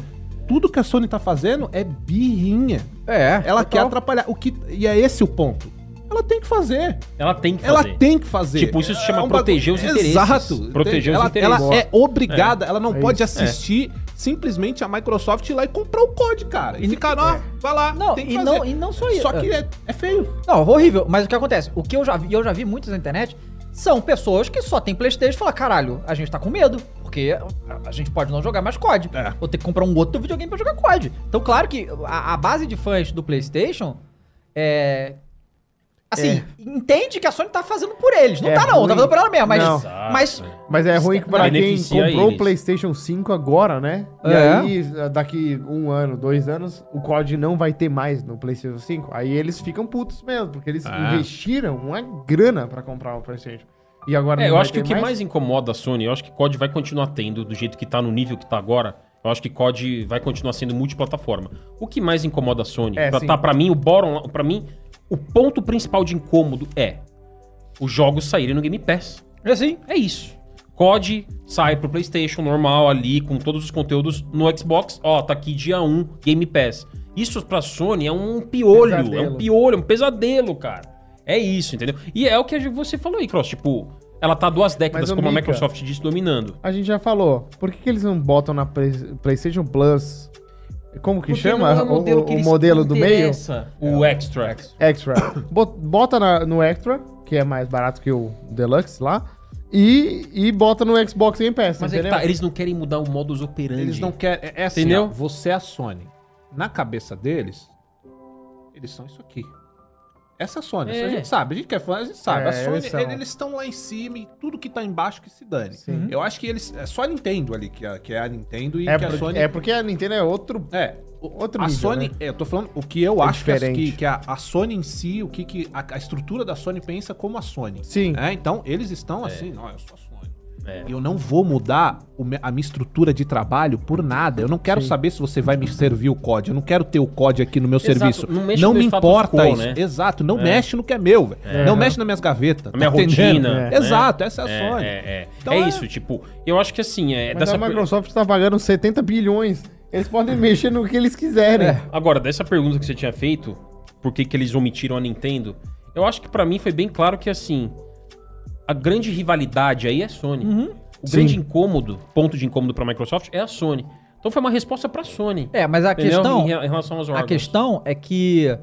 Speaker 4: tudo que a Sony tá fazendo é birrinha.
Speaker 1: É, total.
Speaker 4: Ela quer atrapalhar. O que, e é esse o ponto. Ela tem que fazer.
Speaker 3: Ela tem que
Speaker 4: Ela
Speaker 3: fazer.
Speaker 4: tem que fazer. É um
Speaker 3: Tipo, isso se chama
Speaker 4: bagulho-
Speaker 3: proteger os interesses.
Speaker 4: Exato.
Speaker 3: Proteger os
Speaker 4: ela,
Speaker 3: interesses.
Speaker 4: Ela é obrigada. Ela não
Speaker 2: É
Speaker 4: pode
Speaker 2: isso.
Speaker 4: assistir simplesmente a Microsoft ir lá e comprar o code, cara. E ficar, ó, vai lá.
Speaker 1: Não,
Speaker 4: tem que
Speaker 1: e
Speaker 4: fazer.
Speaker 1: não, e não só isso.
Speaker 4: Só que é, é feio.
Speaker 1: Não, horrível. Mas o que acontece? O que eu já vi, e eu já vi muitos na internet, são pessoas que só tem Playstation e falam, caralho, a gente tá com medo, porque a- a gente pode não jogar mais COD.
Speaker 4: É.
Speaker 1: Vou ter que comprar um outro videogame pra jogar COD. Então, claro que a, a base de fãs do Playstation é... Assim, entende que a Sony tá fazendo por eles. Não
Speaker 2: É
Speaker 1: tá não,
Speaker 2: ruim.
Speaker 1: tá fazendo por ela mesma, mas...
Speaker 2: Não.
Speaker 1: Mas...
Speaker 3: Exato, é.
Speaker 2: Mas é ruim que pra quem
Speaker 3: Beneficia
Speaker 2: comprou o
Speaker 3: eles.
Speaker 2: PlayStation 5 agora, né? E
Speaker 1: É.
Speaker 2: aí, daqui um ano, dois anos, o COD não vai ter mais no PlayStation 5. Aí eles ficam putos mesmo, porque eles
Speaker 3: Ah.
Speaker 2: investiram uma grana pra comprar o PlayStation. E agora
Speaker 3: É,
Speaker 2: não
Speaker 3: eu
Speaker 2: vai
Speaker 3: acho que
Speaker 2: ter
Speaker 3: o que mais? incomoda a Sony, eu acho que COD vai continuar tendo do jeito que tá no nível que tá agora. Eu acho que COD vai continuar sendo multiplataforma. O que mais incomoda a Sony?
Speaker 2: É,
Speaker 3: tá,
Speaker 2: sim.
Speaker 3: tá para mim o bottom, para mim o ponto principal de incômodo é os jogos saírem no Game Pass.
Speaker 1: É assim.
Speaker 3: É isso. COD sai pro PlayStation normal ali com todos os conteúdos no Xbox. Ó, tá aqui dia 1, Game Pass. Isso pra Sony é um piolho, é um
Speaker 2: Pesadelo.
Speaker 3: piolho, é um pesadelo, cara. É isso, entendeu? E é o que você falou aí, Cross, tipo, ela tá duas
Speaker 2: Mas,
Speaker 3: décadas
Speaker 2: ô,
Speaker 3: como a
Speaker 2: Mika,
Speaker 3: Microsoft disse dominando.
Speaker 2: A gente já falou. Por que, que eles não botam na Play- PlayStation Plus? Como que chama? O- o o é um modelo do meio? É
Speaker 3: O Extra.
Speaker 2: Extra. Bo- bota na- no Extra, que é mais barato que o Deluxe lá, e, e bota no Xbox Game Pass,
Speaker 3: Mas é que
Speaker 2: entendeu?
Speaker 3: tá, eles não querem mudar o modus operandi.
Speaker 4: Eles não querem. É, é assim,
Speaker 3: Entendeu?
Speaker 4: ó, você é a Sony. Na cabeça deles, eles são isso aqui. Essa é a Sony, isso a
Speaker 3: É.
Speaker 4: gente sabe, a gente quer fã, a gente sabe.
Speaker 2: É,
Speaker 4: a Sony,
Speaker 2: eles são.
Speaker 4: ele- eles estão lá em cima e tudo que tá embaixo que se dane.
Speaker 3: Uhum.
Speaker 2: Sim.
Speaker 4: Eu acho que eles. É só a Nintendo ali, que é, que é a Nintendo e
Speaker 2: Hum? É,
Speaker 4: que a
Speaker 2: porque-
Speaker 4: Sony.
Speaker 2: é porque a Nintendo é outro.
Speaker 4: É,
Speaker 2: Outro
Speaker 4: a
Speaker 2: nível,
Speaker 4: Sony,
Speaker 2: né?
Speaker 4: eu tô falando o que eu
Speaker 2: É
Speaker 4: acho que, a-
Speaker 2: diferente.
Speaker 4: que, que a, a Sony em si, o que, que a, a estrutura da Sony pensa como a Sony.
Speaker 2: Sim.
Speaker 4: né? Então, eles estão assim, não, eu sou a Sony.
Speaker 3: É.
Speaker 4: E Eu não vou mudar o me- a minha estrutura de trabalho por nada. Eu não quero saber se você vai me servir o COD. Eu não quero ter o COD aqui no meu
Speaker 3: Exato,
Speaker 4: serviço.
Speaker 3: não mexe
Speaker 4: Não
Speaker 3: no
Speaker 4: me
Speaker 3: status
Speaker 4: importa
Speaker 3: quo,
Speaker 4: isso.
Speaker 3: né?
Speaker 4: Exato, não mexe no que é meu, velho. Não
Speaker 2: Uhum.
Speaker 4: mexe nas minhas gavetas. tá
Speaker 3: Na minha rotina, né?
Speaker 4: Exato, essa é a
Speaker 3: É,
Speaker 4: Sony.
Speaker 3: é, é.
Speaker 4: Então
Speaker 3: É
Speaker 4: é-
Speaker 3: isso, tipo, eu acho que assim, é
Speaker 2: Mas a
Speaker 3: coi-
Speaker 2: Microsoft tá pagando 70 bilhões. Eles podem mexer no que eles quiserem.
Speaker 4: É,
Speaker 3: Agora, dessa pergunta que você tinha feito, por que, que eles omitiram a Nintendo? Eu acho que pra mim foi bem claro que assim, a grande rivalidade aí é a Sony. O grande incômodo, ponto de incômodo pra Microsoft é a Sony. Então foi uma resposta pra Sony.
Speaker 1: É, mas a
Speaker 3: entendeu?
Speaker 1: questão...
Speaker 3: em re- em relação aos
Speaker 1: A
Speaker 3: órgãos.
Speaker 1: questão é que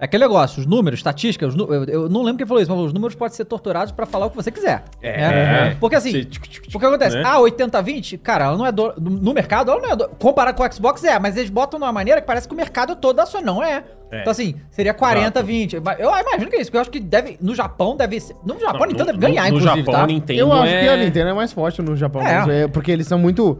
Speaker 1: É aquele negócio, os números, estatística, os nu- eu, eu não lembro quem falou isso, mas os números podem ser torturados pra falar o que você quiser. né?
Speaker 3: É.
Speaker 1: Porque assim,
Speaker 3: Você tic, tic, tic,
Speaker 1: o que acontece?
Speaker 3: né?
Speaker 1: Ah, 80-20, cara, ela não é do, no- no mercado, ela não é do, comparado com o Xbox é, mas eles botam de uma maneira que parece que o mercado é todo sua não é.
Speaker 3: É.
Speaker 1: Então assim, seria 40-20. mas Eu imagino que é isso, porque eu acho que deve no Japão deve ser, no Japão
Speaker 3: Não,
Speaker 1: Nintendo
Speaker 3: no-
Speaker 1: deve ganhar
Speaker 3: no,
Speaker 1: inclusive,
Speaker 3: No Japão,
Speaker 1: tá?
Speaker 3: a Nintendo
Speaker 2: Eu acho
Speaker 3: é...
Speaker 2: que a Nintendo é mais forte no Japão,
Speaker 1: É.
Speaker 2: mesmo, é, porque eles são muito.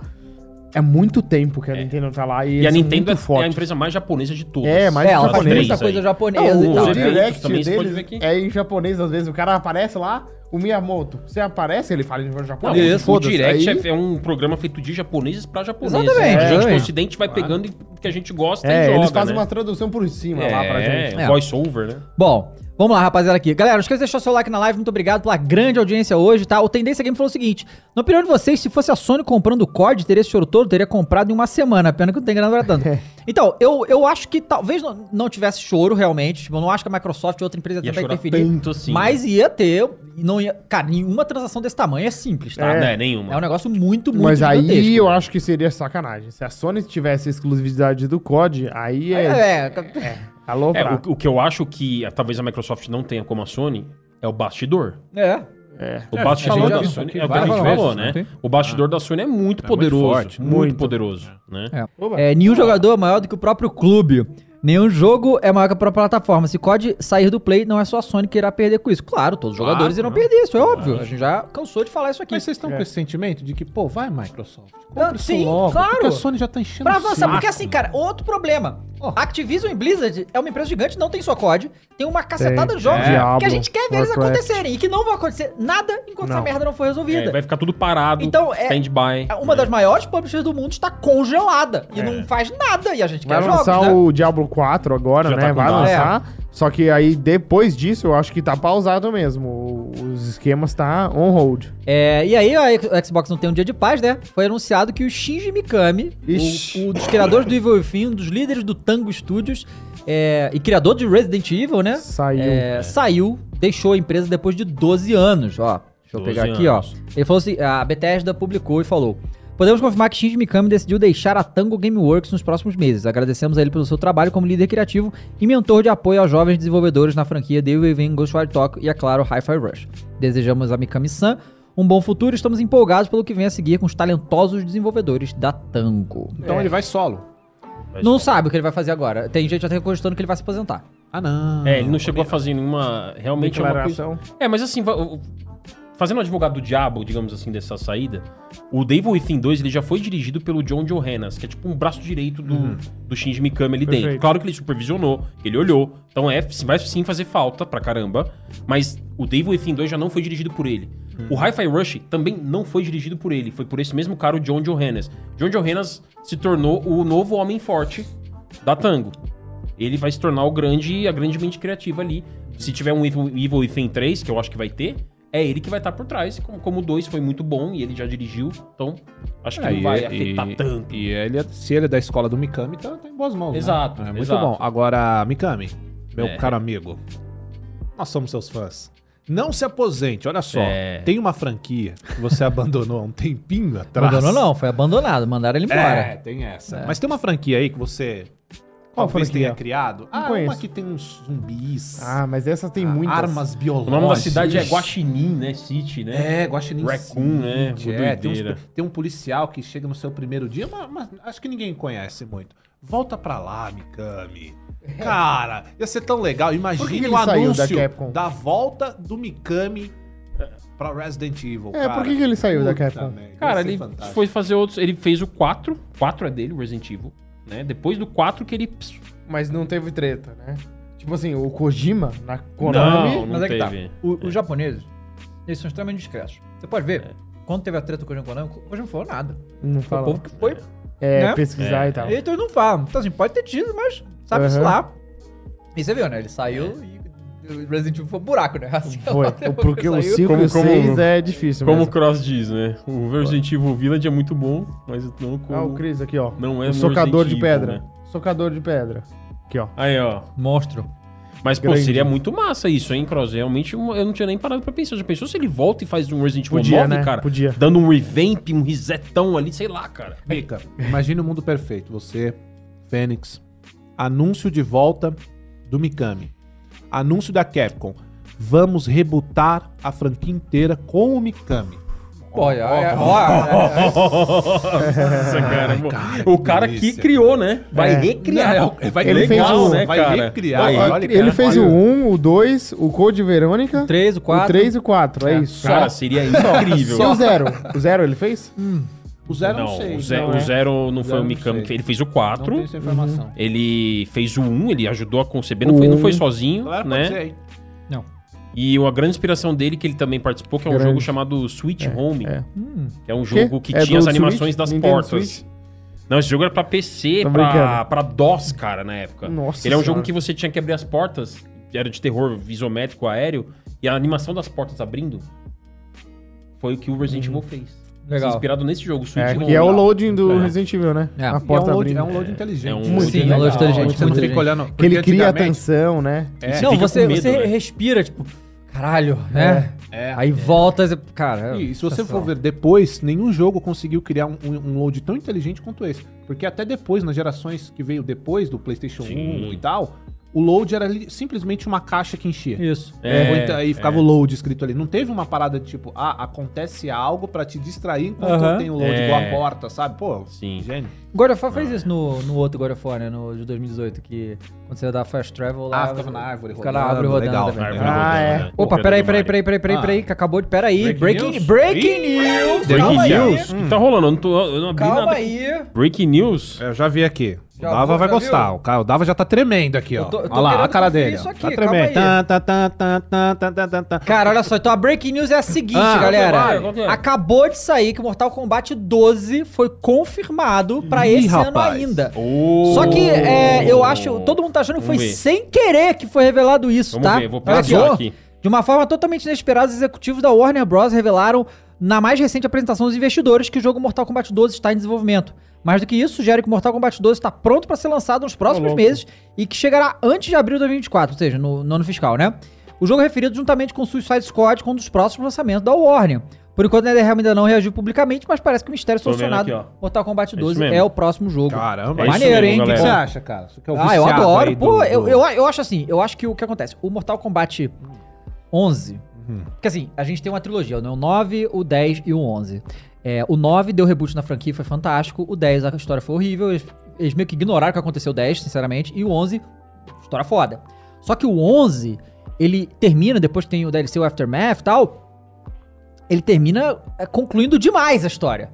Speaker 2: É muito tempo que a Nintendo tá lá e,
Speaker 3: E
Speaker 2: eles
Speaker 3: a
Speaker 2: são
Speaker 3: Nintendo é,
Speaker 2: muito forte.
Speaker 3: é a empresa mais japonesa de todas.
Speaker 2: É, mais
Speaker 1: É, ela faz
Speaker 2: japonês
Speaker 1: muita
Speaker 3: aí.
Speaker 1: coisa japonesa
Speaker 2: Não,
Speaker 1: e
Speaker 2: o
Speaker 1: tal.
Speaker 3: Os eventos
Speaker 2: direct
Speaker 3: também, você pode ver
Speaker 2: deles
Speaker 3: aqui.
Speaker 2: é em japonês, às vezes. O cara aparece lá, o Miyamoto. Você aparece, ele fala em
Speaker 3: Não,
Speaker 2: japonês.
Speaker 4: Isso,
Speaker 3: o
Speaker 2: foda-se.
Speaker 3: Direct
Speaker 2: Aí-
Speaker 3: é- é um programa feito de japoneses pra japoneses. né?
Speaker 1: Exatamente.
Speaker 3: A gente do
Speaker 1: Exatamente.
Speaker 3: Ocidente vai pegando e- o que a gente gosta
Speaker 2: É,
Speaker 3: e joga,
Speaker 2: eles fazem
Speaker 3: né?
Speaker 2: uma tradução por cima
Speaker 3: É,
Speaker 2: lá pra gente.
Speaker 3: é, voice-over, né?
Speaker 1: Bom, vamos lá, rapaziada, aqui. Galera, não esqueça de deixar seu like na live. Muito obrigado pela grande audiência hoje, tá? O Tendência Game falou o seguinte: na opinião de vocês, se fosse a Sony comprando o COD, teria esse choro todo, teria comprado em uma semana. Pena que não tem grana pra tanto. então, eu, eu acho que talvez não, não tivesse choro, realmente. Tipo, eu não acho que a Microsoft ou outra empresa
Speaker 3: Ia
Speaker 1: também
Speaker 3: chorar
Speaker 1: interferir.
Speaker 3: tanto assim,
Speaker 1: Mas ia ter. Não ia, cara, nenhuma transação desse tamanho é simples, tá?
Speaker 3: Não
Speaker 1: É,
Speaker 3: é nenhuma.
Speaker 1: um negócio muito, muito
Speaker 2: Mas aí
Speaker 1: gigantesco.
Speaker 2: eu acho que seria sacanagem. Se a Sony tivesse exclusividade do COD, aí
Speaker 1: É,
Speaker 2: é.
Speaker 1: é,
Speaker 2: Alô,
Speaker 3: É, o, o que eu acho que ah, talvez a Microsoft não tenha como a Sony é o bastidor.
Speaker 1: é.
Speaker 3: O
Speaker 4: É, a gente
Speaker 3: bastidor
Speaker 4: falou
Speaker 3: da
Speaker 4: disso
Speaker 3: Sony
Speaker 4: aqui
Speaker 3: é o que a
Speaker 4: várias
Speaker 3: gente
Speaker 4: vezes,
Speaker 3: falou,
Speaker 4: não
Speaker 3: né?
Speaker 4: tem?
Speaker 3: O bastidor da Sony é muito poderoso.
Speaker 4: forte,
Speaker 3: muito,
Speaker 2: muito.
Speaker 3: poderoso, né?
Speaker 1: É.
Speaker 2: Oba.
Speaker 1: É, nenhum jogador é maior do que o próprio clube. Nenhum jogo é maior que a própria plataforma. Se COD sair do Play, não é só a Sony que irá perder com isso. Claro, todos os
Speaker 3: Claro,
Speaker 1: jogadores irão
Speaker 3: né?
Speaker 1: perder, isso é óbvio. A gente já cansou de falar isso aqui.
Speaker 4: Mas vocês
Speaker 3: É.
Speaker 4: estão com esse sentimento de que, pô, vai, Microsoft.
Speaker 1: Não,
Speaker 4: compra isso
Speaker 1: sim,
Speaker 4: logo,
Speaker 1: claro.
Speaker 4: Porque a Sony já tá enchendo
Speaker 1: Pra
Speaker 4: o
Speaker 1: avançar,
Speaker 4: saco.
Speaker 1: porque assim, cara, outro problema.
Speaker 2: Oh.
Speaker 4: Ó.
Speaker 1: Activision e Blizzard é uma empresa gigante, não tem só COD, tem uma cacetada de jogos
Speaker 2: É.
Speaker 1: que a gente
Speaker 2: Diablo,
Speaker 1: quer ver eles
Speaker 2: Warcraft.
Speaker 1: acontecerem e que não vai acontecer nada enquanto essa
Speaker 2: Não.
Speaker 1: merda não for resolvida.
Speaker 3: É, vai ficar tudo parado,
Speaker 1: Então, é-
Speaker 3: stand-by.
Speaker 1: Uma das maiores publishers do mundo está congelada e
Speaker 3: É.
Speaker 1: não faz nada e a gente
Speaker 2: Vai
Speaker 1: quer
Speaker 2: lançar
Speaker 1: jogos, né?
Speaker 2: o Diablo 4 agora,
Speaker 3: Já
Speaker 2: né?
Speaker 3: tá com
Speaker 2: Vai
Speaker 3: data.
Speaker 2: lançar. Só que aí depois disso, eu acho que tá pausado mesmo. O- Os esquemas tá on hold.
Speaker 1: É, e aí a X- Xbox não tem um dia de paz, né? Foi anunciado que o Shinji Mikami,
Speaker 2: Ixi.
Speaker 1: o, o dos criadores do Evil Within, um dos líderes do Tango Studios é, e criador de Resident Evil, né?
Speaker 2: Saiu.
Speaker 1: É, Saiu, deixou a empresa depois de 12 anos, ó. Deixa eu
Speaker 3: 12
Speaker 1: pegar aqui, ó.
Speaker 3: anos.
Speaker 1: Ele falou assim, a Bethesda publicou e falou... Podemos confirmar que Shinji Mikami decidiu deixar a Tango Gameworks nos próximos meses. Agradecemos a ele pelo seu trabalho como líder criativo e mentor de apoio aos jovens desenvolvedores na franquia The Within, Ghostwire Tokyo e, é claro, Hi-Fi Rush. Desejamos a Mikami-san um bom futuro e estamos empolgados pelo que vem a seguir com os talentosos desenvolvedores da Tango.
Speaker 4: Então
Speaker 3: É.
Speaker 4: ele vai solo.
Speaker 3: Mas-
Speaker 1: Não sabe o que ele vai fazer agora. Tem gente até cogitando que ele vai se aposentar.
Speaker 4: Ah, não.
Speaker 3: É, ele não chegou a fazer nenhuma. Realmente é uma coisa.
Speaker 2: Declaração.
Speaker 3: É, mas assim, va- o- fazendo o advogado do diabo, digamos assim, dessa saída, o Devil Within 2 ele já foi dirigido pelo John Johannes, que é tipo um braço direito do, do Shinji Mikami ali dentro.
Speaker 2: Perfeito.
Speaker 3: Claro que ele supervisionou, ele olhou, então é, vai sim fazer falta pra caramba, mas o Devil Within 2 já não foi dirigido por ele.
Speaker 4: Hum.
Speaker 3: O Hi-Fi Rush também não foi dirigido por ele, foi por esse mesmo cara, o John Johannes. John Johannes se tornou o novo homem forte da Tango ele vai se tornar o grande, a grande mente criativa ali. Se tiver um Evil, Evil Within 3, que eu acho que vai ter, é ele que vai estar por trás. Como, como o 2 foi muito bom e ele já dirigiu, então acho que
Speaker 4: É,
Speaker 3: não
Speaker 4: e-
Speaker 3: vai
Speaker 4: e-
Speaker 3: afetar tanto.
Speaker 4: E ele, é- se ele é da escola do Mikami, tá, tá em boas mãos. né?
Speaker 3: Exato,
Speaker 4: É muito
Speaker 3: exato.
Speaker 4: bom. Agora, Mikami, meu
Speaker 3: É.
Speaker 4: caro amigo, nós somos seus fãs. Não se aposente, olha só.
Speaker 3: É.
Speaker 4: Tem uma franquia que você abandonou há um tempinho atrás.
Speaker 1: Abandonou não, foi abandonado. Mandaram ele embora.
Speaker 4: É, tem essa. Mas tem uma franquia aí que você
Speaker 2: Qual
Speaker 4: talvez
Speaker 2: franquia?
Speaker 4: tenha criado. Ah, uma
Speaker 2: conheço.
Speaker 4: que tem uns zumbis.
Speaker 2: Ah, mas essa tem
Speaker 4: ah,
Speaker 2: muitas.
Speaker 4: Armas
Speaker 3: O
Speaker 4: biológicas.
Speaker 3: nome da cidade é Guaxinim, né? City, né?
Speaker 4: É, Guaxinim
Speaker 3: Raccoon, né?
Speaker 4: City,
Speaker 3: Uma
Speaker 4: É, tem, uns-
Speaker 3: doideira.
Speaker 4: tem um policial que chega no seu primeiro dia, mas, mas acho que ninguém conhece muito. Volta pra lá, Mikami. Cara, ia ser tão legal.
Speaker 2: Por que
Speaker 4: Imagine
Speaker 2: que
Speaker 4: o
Speaker 2: ele saiu da
Speaker 4: anúncio
Speaker 2: Capcom?
Speaker 4: da volta do Mikami pra Resident Evil.
Speaker 2: É, por que que ele saiu da Capcom?
Speaker 3: Cara,
Speaker 2: é
Speaker 3: ele foi fazer outros. Ele fez o 4. 4 é dele, o Resident Evil. Né? Depois do 4 que ele. pss,
Speaker 2: Mas não teve treta, né? Tipo assim, o Kojima na Konami.
Speaker 3: Não,
Speaker 1: Mas é que tá.
Speaker 3: teve.
Speaker 1: O- Os japoneses, eles são extremamente discretos. Você pode ver,
Speaker 4: É.
Speaker 1: quando teve a treta com o Kojima Konami, o Kojima não falou nada.
Speaker 2: Não
Speaker 1: Foi o
Speaker 2: fala.
Speaker 1: povo que foi,
Speaker 2: É,
Speaker 1: né?
Speaker 2: pesquisar
Speaker 3: É,
Speaker 2: e tal.
Speaker 1: então eles não falam. Então assim, pode ter tido, mas sabe-se
Speaker 2: Aham.
Speaker 1: lá. E você viu, né? Ele saiu e o Resident Evil foi um buraco, né? Assim,
Speaker 2: Foi.
Speaker 1: depois
Speaker 2: Porque o
Speaker 1: saiu.
Speaker 2: 5 e
Speaker 3: Como-
Speaker 2: o
Speaker 3: como-
Speaker 2: 6 é difícil.
Speaker 3: Como o
Speaker 2: mesmo.
Speaker 3: Cross diz, né? O Resident Evil Village é muito bom, mas não
Speaker 2: Ah, o
Speaker 3: como.
Speaker 2: Cris aqui, ó.
Speaker 3: Não é
Speaker 2: o
Speaker 3: no
Speaker 2: socador
Speaker 3: Resident
Speaker 2: de
Speaker 3: Evil,
Speaker 2: pedra.
Speaker 3: né?
Speaker 2: Socador de pedra. Aqui, ó.
Speaker 3: Aí, ó.
Speaker 1: Monstro.
Speaker 3: Mas, pô,
Speaker 2: Grande.
Speaker 3: seria muito massa isso, hein, Cross? Realmente, um- eu não tinha nem parado pra pensar. Já pensou se ele volta e faz um Resident Evil
Speaker 2: Podia,
Speaker 3: 9,
Speaker 2: né?
Speaker 3: cara?
Speaker 2: Podia.
Speaker 3: Dando um revamp, um resetão ali, sei lá, cara.
Speaker 4: Mica, imagine o mundo perfeito. Você, Fênix, anúncio de volta do Mikami. Anúncio da Capcom. Vamos rebutar a franquia inteira com o Mikami.
Speaker 1: Olha, olha, olha. né?
Speaker 3: Nossa, cara, bom. o cara que
Speaker 4: delícia.
Speaker 3: criou, né? Vai
Speaker 2: É.
Speaker 3: recriar. É
Speaker 4: Não, vai
Speaker 2: Ele
Speaker 4: legal,
Speaker 2: fez o-
Speaker 4: né,
Speaker 3: vai
Speaker 4: cara?
Speaker 3: recriar.
Speaker 4: Vai,
Speaker 2: Ó,
Speaker 4: olha,
Speaker 2: ele
Speaker 4: cara,
Speaker 2: fez
Speaker 4: olha.
Speaker 2: o 1, o 2, o Code Verônica,
Speaker 1: 3, o
Speaker 2: o
Speaker 1: 4.
Speaker 2: 3 e o 4, é, isso.
Speaker 3: Cara, seria incrível.
Speaker 2: E o 0? O 0 ele fez?
Speaker 4: O zero
Speaker 3: não,
Speaker 4: sei,
Speaker 3: o Zero, Uhum.
Speaker 4: não é.
Speaker 3: o zero não foi
Speaker 4: Zero
Speaker 3: o
Speaker 4: não
Speaker 3: Mikami
Speaker 4: sei.
Speaker 3: que fez. Ele fez o
Speaker 4: Não
Speaker 3: 4.
Speaker 4: tenho essa informação.
Speaker 3: Ele fez o 1, ele ajudou a conceber, não, foi, não foi sozinho,
Speaker 4: Galera, Um. pode ser,
Speaker 3: né?
Speaker 4: hein?
Speaker 3: E uma grande inspiração dele, que ele também participou, que é um
Speaker 2: Grande.
Speaker 3: jogo chamado Sweet Home.
Speaker 2: é.
Speaker 4: Hum.
Speaker 3: Que é um jogo que
Speaker 2: É
Speaker 3: tinha
Speaker 2: do
Speaker 3: as animações
Speaker 2: Switch?
Speaker 3: das
Speaker 2: Nintendo
Speaker 3: portas.
Speaker 2: Switch?
Speaker 3: Não, esse jogo era pra PC,
Speaker 2: Tô
Speaker 3: pra,
Speaker 2: brincando.
Speaker 3: pra DOS, cara, na época.
Speaker 2: Nossa
Speaker 3: ele é um
Speaker 2: Senhora.
Speaker 3: jogo que você tinha que abrir as portas, era de terror isométrico aéreo, e a animação das portas abrindo foi o que o Resident Evil fez.
Speaker 1: Hum. Legal.
Speaker 3: Inspirado nesse jogo, Switch
Speaker 2: É,
Speaker 3: Home.
Speaker 2: que é o loading do
Speaker 3: É.
Speaker 2: Resident Evil, né?
Speaker 1: É.
Speaker 2: A
Speaker 4: E é um
Speaker 2: porta
Speaker 4: load,
Speaker 2: abrindo.
Speaker 4: é um load inteligente.
Speaker 3: É um load
Speaker 1: Sim, é um load inteligente,
Speaker 4: legal. Você não
Speaker 1: muito
Speaker 4: fica
Speaker 1: inteligente.
Speaker 4: olhando.
Speaker 2: Que ele
Speaker 4: porque
Speaker 2: cria
Speaker 4: antigamente-
Speaker 2: atenção, né?
Speaker 3: É,
Speaker 1: Não,
Speaker 3: fica
Speaker 1: você,
Speaker 3: com medo,
Speaker 1: você
Speaker 3: né?
Speaker 1: respira, tipo, caralho, né?
Speaker 3: É.
Speaker 1: Aí volta e. Cara. é
Speaker 4: E se você for ver depois, nenhum jogo conseguiu criar um, um- um load tão inteligente quanto esse. Porque até depois, nas gerações que veio depois do PlayStation
Speaker 3: Sim.
Speaker 4: 1 e tal, o load era ali simplesmente uma caixa que enchia.
Speaker 1: Isso.
Speaker 3: É,
Speaker 4: Ou então aí ficava
Speaker 3: é.
Speaker 4: o load escrito ali. Não teve uma parada de tipo, ah, acontece algo pra te distrair enquanto
Speaker 1: Aham.
Speaker 4: eu tenho load
Speaker 3: É.
Speaker 4: igual a porta, sabe? Pô,
Speaker 3: Sim.
Speaker 4: gênio.
Speaker 1: God of War fez isso no, no outro God of War, né? No de 2018, que quando você dá fast travel lá.
Speaker 4: Ah, ficava na árvore
Speaker 1: Fica na
Speaker 4: rodando,
Speaker 1: árvore rodando.
Speaker 4: legal.
Speaker 1: velho.
Speaker 3: Árvore
Speaker 2: Ah,
Speaker 3: rodando,
Speaker 2: é.
Speaker 3: né?
Speaker 1: Opa,
Speaker 3: Correndo
Speaker 1: peraí,
Speaker 3: do
Speaker 1: peraí,
Speaker 3: Mario.
Speaker 1: peraí, peraí, peraí,
Speaker 4: Ah.
Speaker 1: peraí, que acabou de. Peraí.
Speaker 4: Breaking
Speaker 1: Breaking,
Speaker 4: news?
Speaker 1: breaking news!
Speaker 3: Breaking
Speaker 1: Calma aí.
Speaker 3: News? O que tá rolando? Eu não, tô- eu não abri
Speaker 1: Calma
Speaker 3: nada.
Speaker 1: aí.
Speaker 3: Breaking News?
Speaker 4: É, Eu já vi aqui.
Speaker 1: Já
Speaker 4: o Dava
Speaker 1: viu,
Speaker 4: vai
Speaker 1: já
Speaker 4: gostar.
Speaker 1: viu?
Speaker 4: O, cara, o Dava já tá tremendo aqui, ó.
Speaker 1: tô- eu tô
Speaker 4: Olha lá, a
Speaker 1: querendo
Speaker 4: cara
Speaker 1: conferir
Speaker 4: dele. ó.
Speaker 1: isso aqui,
Speaker 4: tá
Speaker 1: calma
Speaker 4: tremendo.
Speaker 1: aí.
Speaker 4: Tan, tan, tan, tan, tan, tan, tan, tan.
Speaker 1: Cara, olha só, então a breaking news é a seguinte,
Speaker 4: Ah,
Speaker 1: galera.
Speaker 3: qual que é? Qual que é?
Speaker 1: Acabou de sair que Mortal Kombat 12 foi confirmado pra
Speaker 4: Ih,
Speaker 1: esse ano
Speaker 4: rapaz.
Speaker 1: ainda.
Speaker 3: Oh.
Speaker 1: Só que é, eu acho, todo mundo tá achando que foi
Speaker 3: Vamos ver.
Speaker 1: sem querer que foi revelado isso,
Speaker 3: Vamos
Speaker 1: tá?
Speaker 3: ver, vou
Speaker 1: Olha aqui,
Speaker 3: pesquisar
Speaker 1: ó.
Speaker 3: aqui.
Speaker 1: De uma forma totalmente inesperada, os executivos da Warner Bros. revelaram na mais recente apresentação dos investidores que o jogo Mortal Kombat 12 está em desenvolvimento. Mais do que isso, sugere que Mortal Kombat 12 está pronto para ser lançado nos
Speaker 3: Tá
Speaker 1: próximos meses e que chegará antes de abril de 2024, ou seja, no, no ano fiscal, né? O jogo é referido juntamente com Suicide Squad como um dos próximos lançamentos da Warner. Por enquanto, a NetherRealm ainda não reagiu publicamente, mas parece que o mistério é
Speaker 3: Tô vendo
Speaker 1: solucionado.
Speaker 3: aqui,
Speaker 1: Mortal Kombat
Speaker 3: isso
Speaker 1: 12 é,
Speaker 3: mesmo.
Speaker 1: o próximo jogo.
Speaker 4: Caramba,
Speaker 3: É isso
Speaker 1: Maneiro,
Speaker 3: mesmo,
Speaker 1: hein?
Speaker 4: O que
Speaker 3: galera.
Speaker 4: que você acha, cara? Você que é o
Speaker 1: Ah, eu
Speaker 4: viciado
Speaker 1: adoro.
Speaker 4: aí do-
Speaker 1: Pô,
Speaker 4: do-
Speaker 1: eu, eu, eu acho assim, eu acho que o que acontece? O Mortal Kombat 11.
Speaker 4: Uhum.
Speaker 1: Porque assim, a gente tem uma trilogia, né? O 9, o 10 e o 11. É, o 9 deu reboot na franquia, foi fantástico. O 10, a história foi horrível. Eles, eles meio que ignoraram o que aconteceu o 10, sinceramente. E o 11, história foda. Só que o 11, ele termina, depois que tem o DLC, o Aftermath e tal. Ele termina é, concluindo demais a história.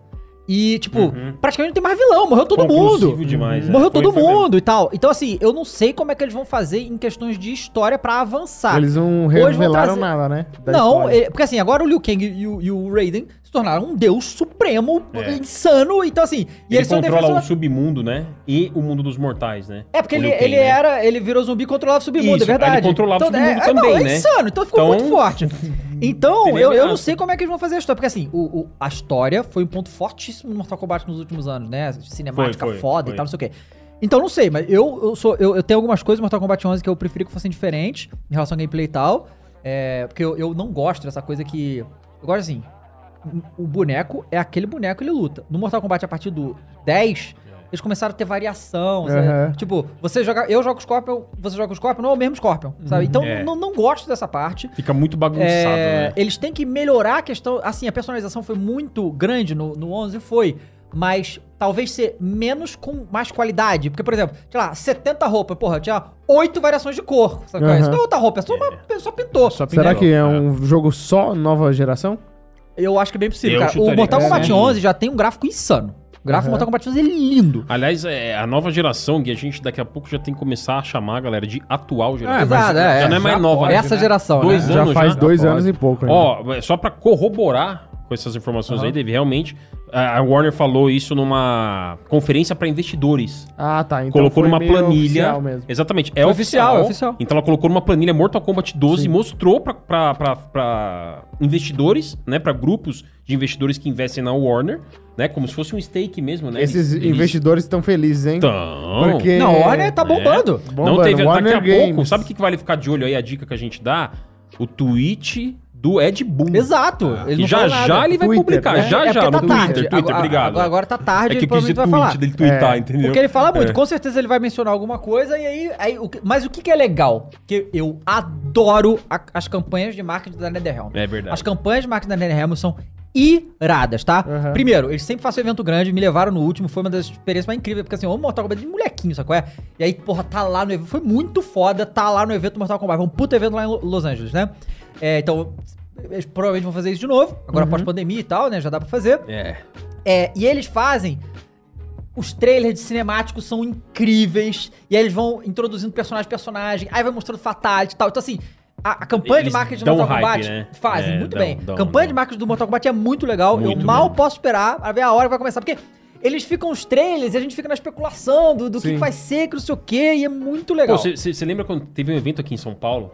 Speaker 1: E, tipo,
Speaker 3: Uhum.
Speaker 1: praticamente não tem mais vilão, morreu todo
Speaker 3: Conclusivo
Speaker 1: mundo.
Speaker 3: Demais, né?
Speaker 1: Morreu
Speaker 3: Foi-
Speaker 1: todo
Speaker 3: foi mesmo.
Speaker 1: mundo e tal. Então, assim, eu não sei como é que eles vão fazer em questões de história pra avançar.
Speaker 2: Eles não
Speaker 1: Tá. Hoje vão
Speaker 2: revelaram
Speaker 1: trazer-
Speaker 2: nada, né? da
Speaker 1: Não,
Speaker 2: história.
Speaker 1: ele- porque assim, agora o Liu Kang e o, e o Raiden se tornaram um deus supremo,
Speaker 3: É.
Speaker 1: insano, então assim... E
Speaker 3: Ele
Speaker 1: eles são
Speaker 3: controla o
Speaker 1: defensores...
Speaker 3: submundo, né? E o mundo dos mortais, né?
Speaker 1: É, porque
Speaker 3: O
Speaker 1: ele,
Speaker 3: Liu Kang,
Speaker 1: ele
Speaker 3: né?
Speaker 1: era... Ele virou zumbi e controlava o submundo,
Speaker 3: Isso,
Speaker 1: é verdade.
Speaker 3: aí ele controlava o submundo
Speaker 1: é,
Speaker 3: também,
Speaker 1: não, é
Speaker 3: né?
Speaker 1: insano, então ficou
Speaker 3: Então-
Speaker 1: muito forte. Então,
Speaker 3: Teria
Speaker 1: eu, eu não
Speaker 3: graça.
Speaker 1: sei como é que eles vão fazer a história, porque assim, o, o- a história foi um ponto fortíssimo no Mortal Kombat nos últimos anos, né? Cinemática
Speaker 3: Foi, foi,
Speaker 1: foda e
Speaker 3: foi.
Speaker 1: tal, não sei o quê. Então não sei, mas eu, eu sou eu, eu tenho algumas coisas do Mortal Kombat 11 que eu preferi que fossem diferentes em relação ao gameplay e tal. É, porque eu, eu não gosto dessa coisa que. Eu gosto assim. o- O boneco é aquele boneco ele luta. No Mortal Kombat, a partir do 10, eles começaram a ter variação. sabe?
Speaker 2: Aham.
Speaker 1: Tipo, você joga. Eu jogo o Scorpion, você joga o Scorpion, não é o mesmo Scorpion. Sabe? Então
Speaker 3: É.
Speaker 1: não, não gosto dessa parte.
Speaker 3: Fica muito bagunçado,
Speaker 1: É,
Speaker 3: né?
Speaker 1: Eles têm que melhorar a questão. Assim, a personalização foi muito grande no, no 11, foi. Mas talvez ser menos com mais qualidade. Porque, por exemplo, sei lá, 70 roupas, porra, tinha 8 variações de cor. Sabe qual é?
Speaker 2: Aham.
Speaker 1: Isso não é outra roupa, é só uma pessoa pintou.
Speaker 4: Só pintou.
Speaker 2: Será que é um jogo só nova geração?
Speaker 1: Eu acho que é bem possível,
Speaker 3: Eu
Speaker 1: cara. O
Speaker 3: chutaria
Speaker 1: Mortal
Speaker 3: que é
Speaker 1: Kombat
Speaker 3: sim.
Speaker 1: 11 já tem um gráfico insano. O gráfico do Mortal Kombat 11 é lindo.
Speaker 3: Aliás, é, a nova geração, que a gente daqui a pouco já tem que começar a chamar, galera, de atual
Speaker 4: É,
Speaker 3: geração.
Speaker 4: mas
Speaker 1: Exato,
Speaker 3: já não é mais nova, né?
Speaker 1: Essa geração,
Speaker 3: Dois
Speaker 1: né?
Speaker 3: anos
Speaker 2: já faz
Speaker 3: já?
Speaker 2: dois
Speaker 4: Já
Speaker 2: anos
Speaker 4: pode.
Speaker 2: e pouco. né?
Speaker 3: Ó, é, só pra corroborar com essas informações aí, Dave, realmente, a a Warner falou isso numa conferência pra investidores.
Speaker 2: Ah, tá. Então
Speaker 3: colocou
Speaker 2: foi
Speaker 3: numa
Speaker 2: meio
Speaker 3: planilha.
Speaker 2: oficial mesmo.
Speaker 3: Exatamente. É
Speaker 1: Foi
Speaker 3: oficial,
Speaker 1: oficial, é oficial.
Speaker 3: Então ela colocou numa planilha Mortal Kombat 12 e mostrou pra- pra pra- pra investidores, né? Pra grupos de investidores que investem na Warner, né? Como se fosse um stake mesmo, né?
Speaker 2: Esses
Speaker 3: Eles- eles-
Speaker 2: investidores estão felizes, hein?
Speaker 3: Então.
Speaker 2: Porque-
Speaker 1: Não, olha, tá
Speaker 3: É.
Speaker 1: bombando.
Speaker 3: não
Speaker 2: Bombando,
Speaker 3: teve. Daqui
Speaker 2: Warner
Speaker 3: a pouco,
Speaker 2: Games.
Speaker 3: sabe o que que vale ficar de olho aí? A dica que a gente dá? O tweet do Ed Boon.
Speaker 1: Exato.
Speaker 3: Ah, Que
Speaker 1: ele não
Speaker 3: já
Speaker 1: falou nada.
Speaker 3: já ele vai
Speaker 2: Twitter,
Speaker 3: publicar,
Speaker 2: né?
Speaker 3: já
Speaker 1: É
Speaker 3: já
Speaker 1: porque
Speaker 3: no
Speaker 1: tá
Speaker 3: Twitter,
Speaker 1: tarde.
Speaker 3: Twitter,
Speaker 1: Agora-
Speaker 3: obrigado.
Speaker 1: Agora, agora tá tarde,
Speaker 3: é que
Speaker 1: ele
Speaker 3: eu quis
Speaker 1: provavelmente
Speaker 3: dizer
Speaker 1: vai
Speaker 3: tweet,
Speaker 1: falar.
Speaker 3: dele tweetar,
Speaker 2: É.
Speaker 3: entendeu?
Speaker 1: Porque ele fala muito,
Speaker 3: É.
Speaker 1: com certeza ele vai mencionar alguma coisa, e aí. aí o que- mas o que, que é legal? Que eu adoro a- as campanhas de marketing da NetherRealm.
Speaker 3: É verdade.
Speaker 1: As campanhas de marketing da NetherRealm são iradas, tá?
Speaker 2: Uhum.
Speaker 1: Primeiro, eles sempre fazem um evento grande, me levaram no último, foi uma das experiências mais incríveis, porque assim, o Mortal Kombat de molequinho, sacou? É? E aí, porra, tá lá no evento, foi muito foda, tá lá no evento do Mortal Kombat, foi um puta evento lá em Lo- Los Angeles, né? É, então, eles provavelmente vão fazer isso de novo, agora após pandemia e tal, né? Já dá pra fazer.
Speaker 3: É.
Speaker 1: É, e eles fazem. Os trailers de cinemáticos são incríveis. E aí eles vão introduzindo personagem personagem. Aí vai mostrando fatality e tal. Então, assim, a, a campanha de
Speaker 3: Eles
Speaker 1: marketing do
Speaker 3: dão
Speaker 1: Mortal
Speaker 3: hype,
Speaker 1: Kombat
Speaker 3: né?
Speaker 1: fazem
Speaker 3: É,
Speaker 1: muito
Speaker 3: dão-
Speaker 1: bem.
Speaker 3: dão,
Speaker 1: campanha
Speaker 3: dão.
Speaker 1: de marketing do Mortal Kombat é muito legal.
Speaker 3: Muito
Speaker 1: Eu mal
Speaker 3: mesmo.
Speaker 1: posso esperar pra ver a hora que vai começar. Porque eles ficam os trailers e a gente fica na especulação do, do que,
Speaker 2: Sim.
Speaker 1: que vai ser, que não sei o quê. E é muito
Speaker 3: Pô,
Speaker 1: legal.
Speaker 3: você- Você você lembra quando teve um evento aqui em São Paulo?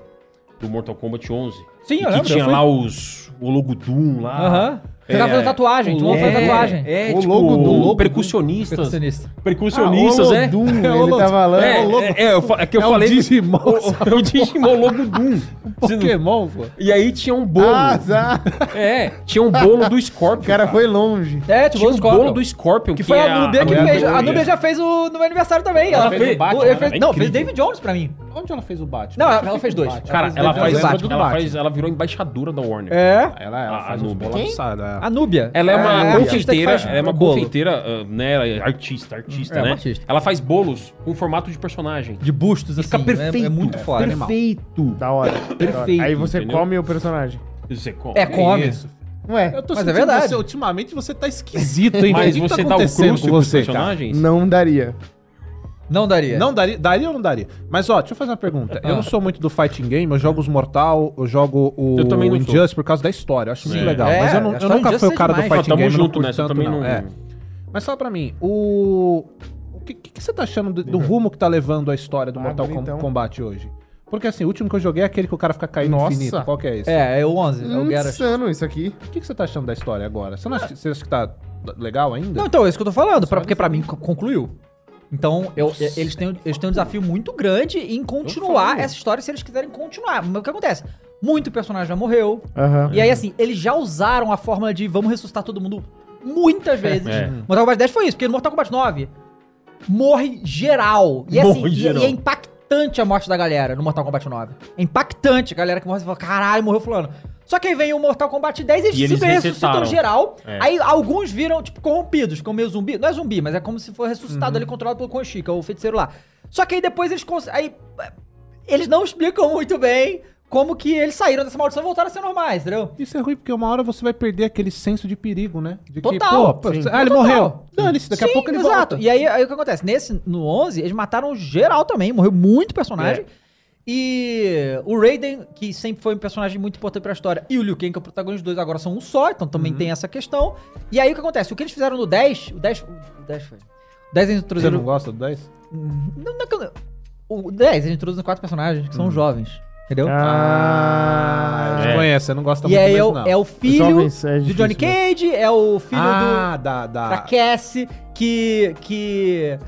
Speaker 3: Do Mortal Kombat 11?
Speaker 1: Sim,
Speaker 3: E
Speaker 1: eu
Speaker 3: que
Speaker 1: lembro, eu
Speaker 3: tinha
Speaker 1: fui.
Speaker 3: lá os... O logo Doom lá.
Speaker 1: Aham. Você tá fazendo tatuagem. Tu não faz tatuagem.
Speaker 3: É,
Speaker 2: O
Speaker 3: tipo,
Speaker 2: logo Doom.
Speaker 3: logo percussionistas. Ah,
Speaker 1: Percussionista.
Speaker 3: Percussionistas, é.
Speaker 2: Olodum,
Speaker 4: É,
Speaker 2: ele
Speaker 4: Olodum.
Speaker 2: tá falando.
Speaker 3: É, é, é, eu fa- é que eu
Speaker 4: É o
Speaker 3: falei.
Speaker 4: Digimon,
Speaker 3: O- É o Digimon logo Doom. Você não-
Speaker 4: Pokémon, pô.
Speaker 3: E aí tinha um bolo.
Speaker 2: Ah, tá.
Speaker 3: É, tinha um bolo do Scorpion.
Speaker 2: O cara foi longe.
Speaker 1: É, tipo,
Speaker 3: tinha um
Speaker 1: os corpos.
Speaker 3: bolo do Scorpion.
Speaker 1: Que foi a Nubia que
Speaker 2: a
Speaker 1: fez.
Speaker 2: Nubia.
Speaker 1: A Nubia já fez o, no meu aniversário também.
Speaker 3: Ela
Speaker 1: Ela,
Speaker 3: fez
Speaker 1: fez.
Speaker 3: o Batman,
Speaker 1: ele
Speaker 3: né?
Speaker 1: fez-
Speaker 3: Ela é
Speaker 1: não, fez
Speaker 3: incrível.
Speaker 1: David Jones pra mim.
Speaker 5: Onde ela fez o Batman?
Speaker 1: Não, ela, ela fez dois.
Speaker 3: Cara,
Speaker 1: fez
Speaker 3: ela
Speaker 1: dois
Speaker 3: faz,
Speaker 1: episódios.
Speaker 3: ela,
Speaker 2: do Batman.
Speaker 3: faz, ela virou embaixadora da Warner.
Speaker 1: É.
Speaker 2: Ela,
Speaker 3: ela faz uns
Speaker 4: tá
Speaker 3: bolos
Speaker 4: Sabe,
Speaker 1: A Núbia.
Speaker 3: Ela é uma
Speaker 1: a artista que
Speaker 3: confeiteira,
Speaker 1: faz
Speaker 3: ela é uma
Speaker 1: bolo.
Speaker 3: confeiteira, ah, né, ela é artista, artista,
Speaker 1: É,
Speaker 3: né?
Speaker 1: uma artista.
Speaker 3: Ela faz bolos com formato de né? personagem.
Speaker 1: De bustos, assim.
Speaker 3: Fica
Speaker 1: é-
Speaker 3: perfeito.
Speaker 1: É, muito foda. animal.
Speaker 3: Perfeito.
Speaker 2: Da hora. Perfeito. Aí você
Speaker 3: entendeu?
Speaker 2: come o personagem.
Speaker 3: Você come.
Speaker 1: É, come.
Speaker 2: Ué,
Speaker 4: Eu tô
Speaker 1: Mas é
Speaker 4: sentindo
Speaker 1: verdade.
Speaker 4: você, ultimamente você tá esquisito, hein?
Speaker 3: Mas
Speaker 4: O que que
Speaker 3: você dá
Speaker 4: tá
Speaker 3: o
Speaker 4: acontecendo
Speaker 3: crucio
Speaker 4: com
Speaker 3: com os
Speaker 4: você, cara?
Speaker 3: personagens?
Speaker 2: não daria.
Speaker 1: Não daria.
Speaker 4: Não daria, daria ou não daria? Mas ó, deixa eu fazer uma pergunta. Eu não sou muito do fighting game, eu jogo os Mortal, eu jogo o
Speaker 3: Eu também não sou.
Speaker 4: Injustice por causa da história, eu acho muito
Speaker 3: Sim.
Speaker 4: legal.
Speaker 1: É,
Speaker 4: mas eu,
Speaker 1: a
Speaker 4: não, eu
Speaker 1: história
Speaker 4: nunca
Speaker 1: do
Speaker 4: fui o
Speaker 1: Injustice
Speaker 4: cara
Speaker 1: é
Speaker 4: do
Speaker 1: demais.
Speaker 3: Não,
Speaker 4: fighting
Speaker 3: tamo
Speaker 4: game, eu
Speaker 3: junto
Speaker 4: curto
Speaker 3: nessa, eu
Speaker 4: tanto,
Speaker 3: também não...
Speaker 4: É. Mas fala pra mim, o. O que, que você tá achando do, do rumo que tá levando a história do
Speaker 2: Ah,
Speaker 4: Mortal
Speaker 2: bonitão.
Speaker 4: Com- Kombat hoje? Porque assim, o último que eu joguei é aquele que o cara fica caindo
Speaker 2: Nossa.
Speaker 4: infinito. Qual que é esse?
Speaker 1: É, é o 11. É o Geralt.
Speaker 2: Insano isso aqui.
Speaker 4: O que, que você tá achando da história agora? Você, não acha, você acha que tá legal ainda?
Speaker 1: Não, então, é isso que eu tô falando. pra- porque pra mim co- concluiu. Então, eu- eles, têm, eles têm um desafio muito grande em continuar essa história se eles quiserem continuar. Mas o que acontece? Muito personagem já morreu.
Speaker 2: Aham.
Speaker 1: E
Speaker 3: É.
Speaker 1: aí, assim, eles já usaram a fórmula de vamos ressuscitar todo mundo muitas vezes.
Speaker 3: É.
Speaker 1: Mortal Kombat 10 foi isso, porque no Mortal Kombat 9 morre geral. E assim,
Speaker 3: Morre
Speaker 1: e-
Speaker 3: geral.
Speaker 1: E, é impactante a morte da galera no Mortal Kombat 9. É impactante a galera que morre e fala, caralho, morreu fulano. Só que aí vem o Mortal Kombat 10 e eles,
Speaker 3: E eles
Speaker 1: se ressuscitam
Speaker 3: ressuscitaram.
Speaker 1: geral.
Speaker 3: É.
Speaker 1: Aí alguns viram, tipo, corrompidos, ficam meio zumbi. Não é zumbi, mas é como se fosse ressuscitado
Speaker 3: Uhum.
Speaker 1: ali, controlado pelo Conchica, é o feiticeiro lá. Só que aí depois eles cons- aí eh, Eles não explicam muito bem como que eles saíram dessa maldição e voltaram a ser normais, entendeu?
Speaker 4: Isso é ruim, porque uma hora você vai perder aquele senso de perigo, né? De
Speaker 1: Total,
Speaker 4: Que, pô, pô,
Speaker 1: sim.
Speaker 4: ah, ele
Speaker 1: Total.
Speaker 4: morreu. Dane-se, daqui a
Speaker 1: Sim,
Speaker 4: pouco ele
Speaker 1: exato.
Speaker 4: volta.
Speaker 1: E aí, aí o que acontece? Nesse, no 11, eles mataram geral também, morreu muito personagem.
Speaker 4: É.
Speaker 1: E o Raiden, que sempre foi um personagem muito importante pra história, e o Liu Kang, que é o protagonista dos dois, agora são um só, então
Speaker 4: Uhum.
Speaker 1: também tem essa questão. E aí o que acontece? O que eles fizeram no 10, o 10, o 10 foi... O 10 eles
Speaker 4: Você não
Speaker 1: introduziram...
Speaker 4: gosta do 10?
Speaker 1: Não, não é que eu- o 10 eles introduziram quatro personagens, que são
Speaker 4: Uhum.
Speaker 1: jovens, entendeu?
Speaker 2: Ah,
Speaker 4: Ah,
Speaker 3: é.
Speaker 4: conhece, você não gosta
Speaker 1: e
Speaker 4: muito
Speaker 1: aí é
Speaker 4: mesmo,
Speaker 1: o,
Speaker 4: não.
Speaker 1: é o filho
Speaker 2: Jovens, é
Speaker 1: de
Speaker 2: difícil
Speaker 1: Johnny
Speaker 2: mesmo.
Speaker 1: Cage, é o filho do...
Speaker 4: ah, da...
Speaker 1: pra
Speaker 4: da...
Speaker 1: Cassie, que. que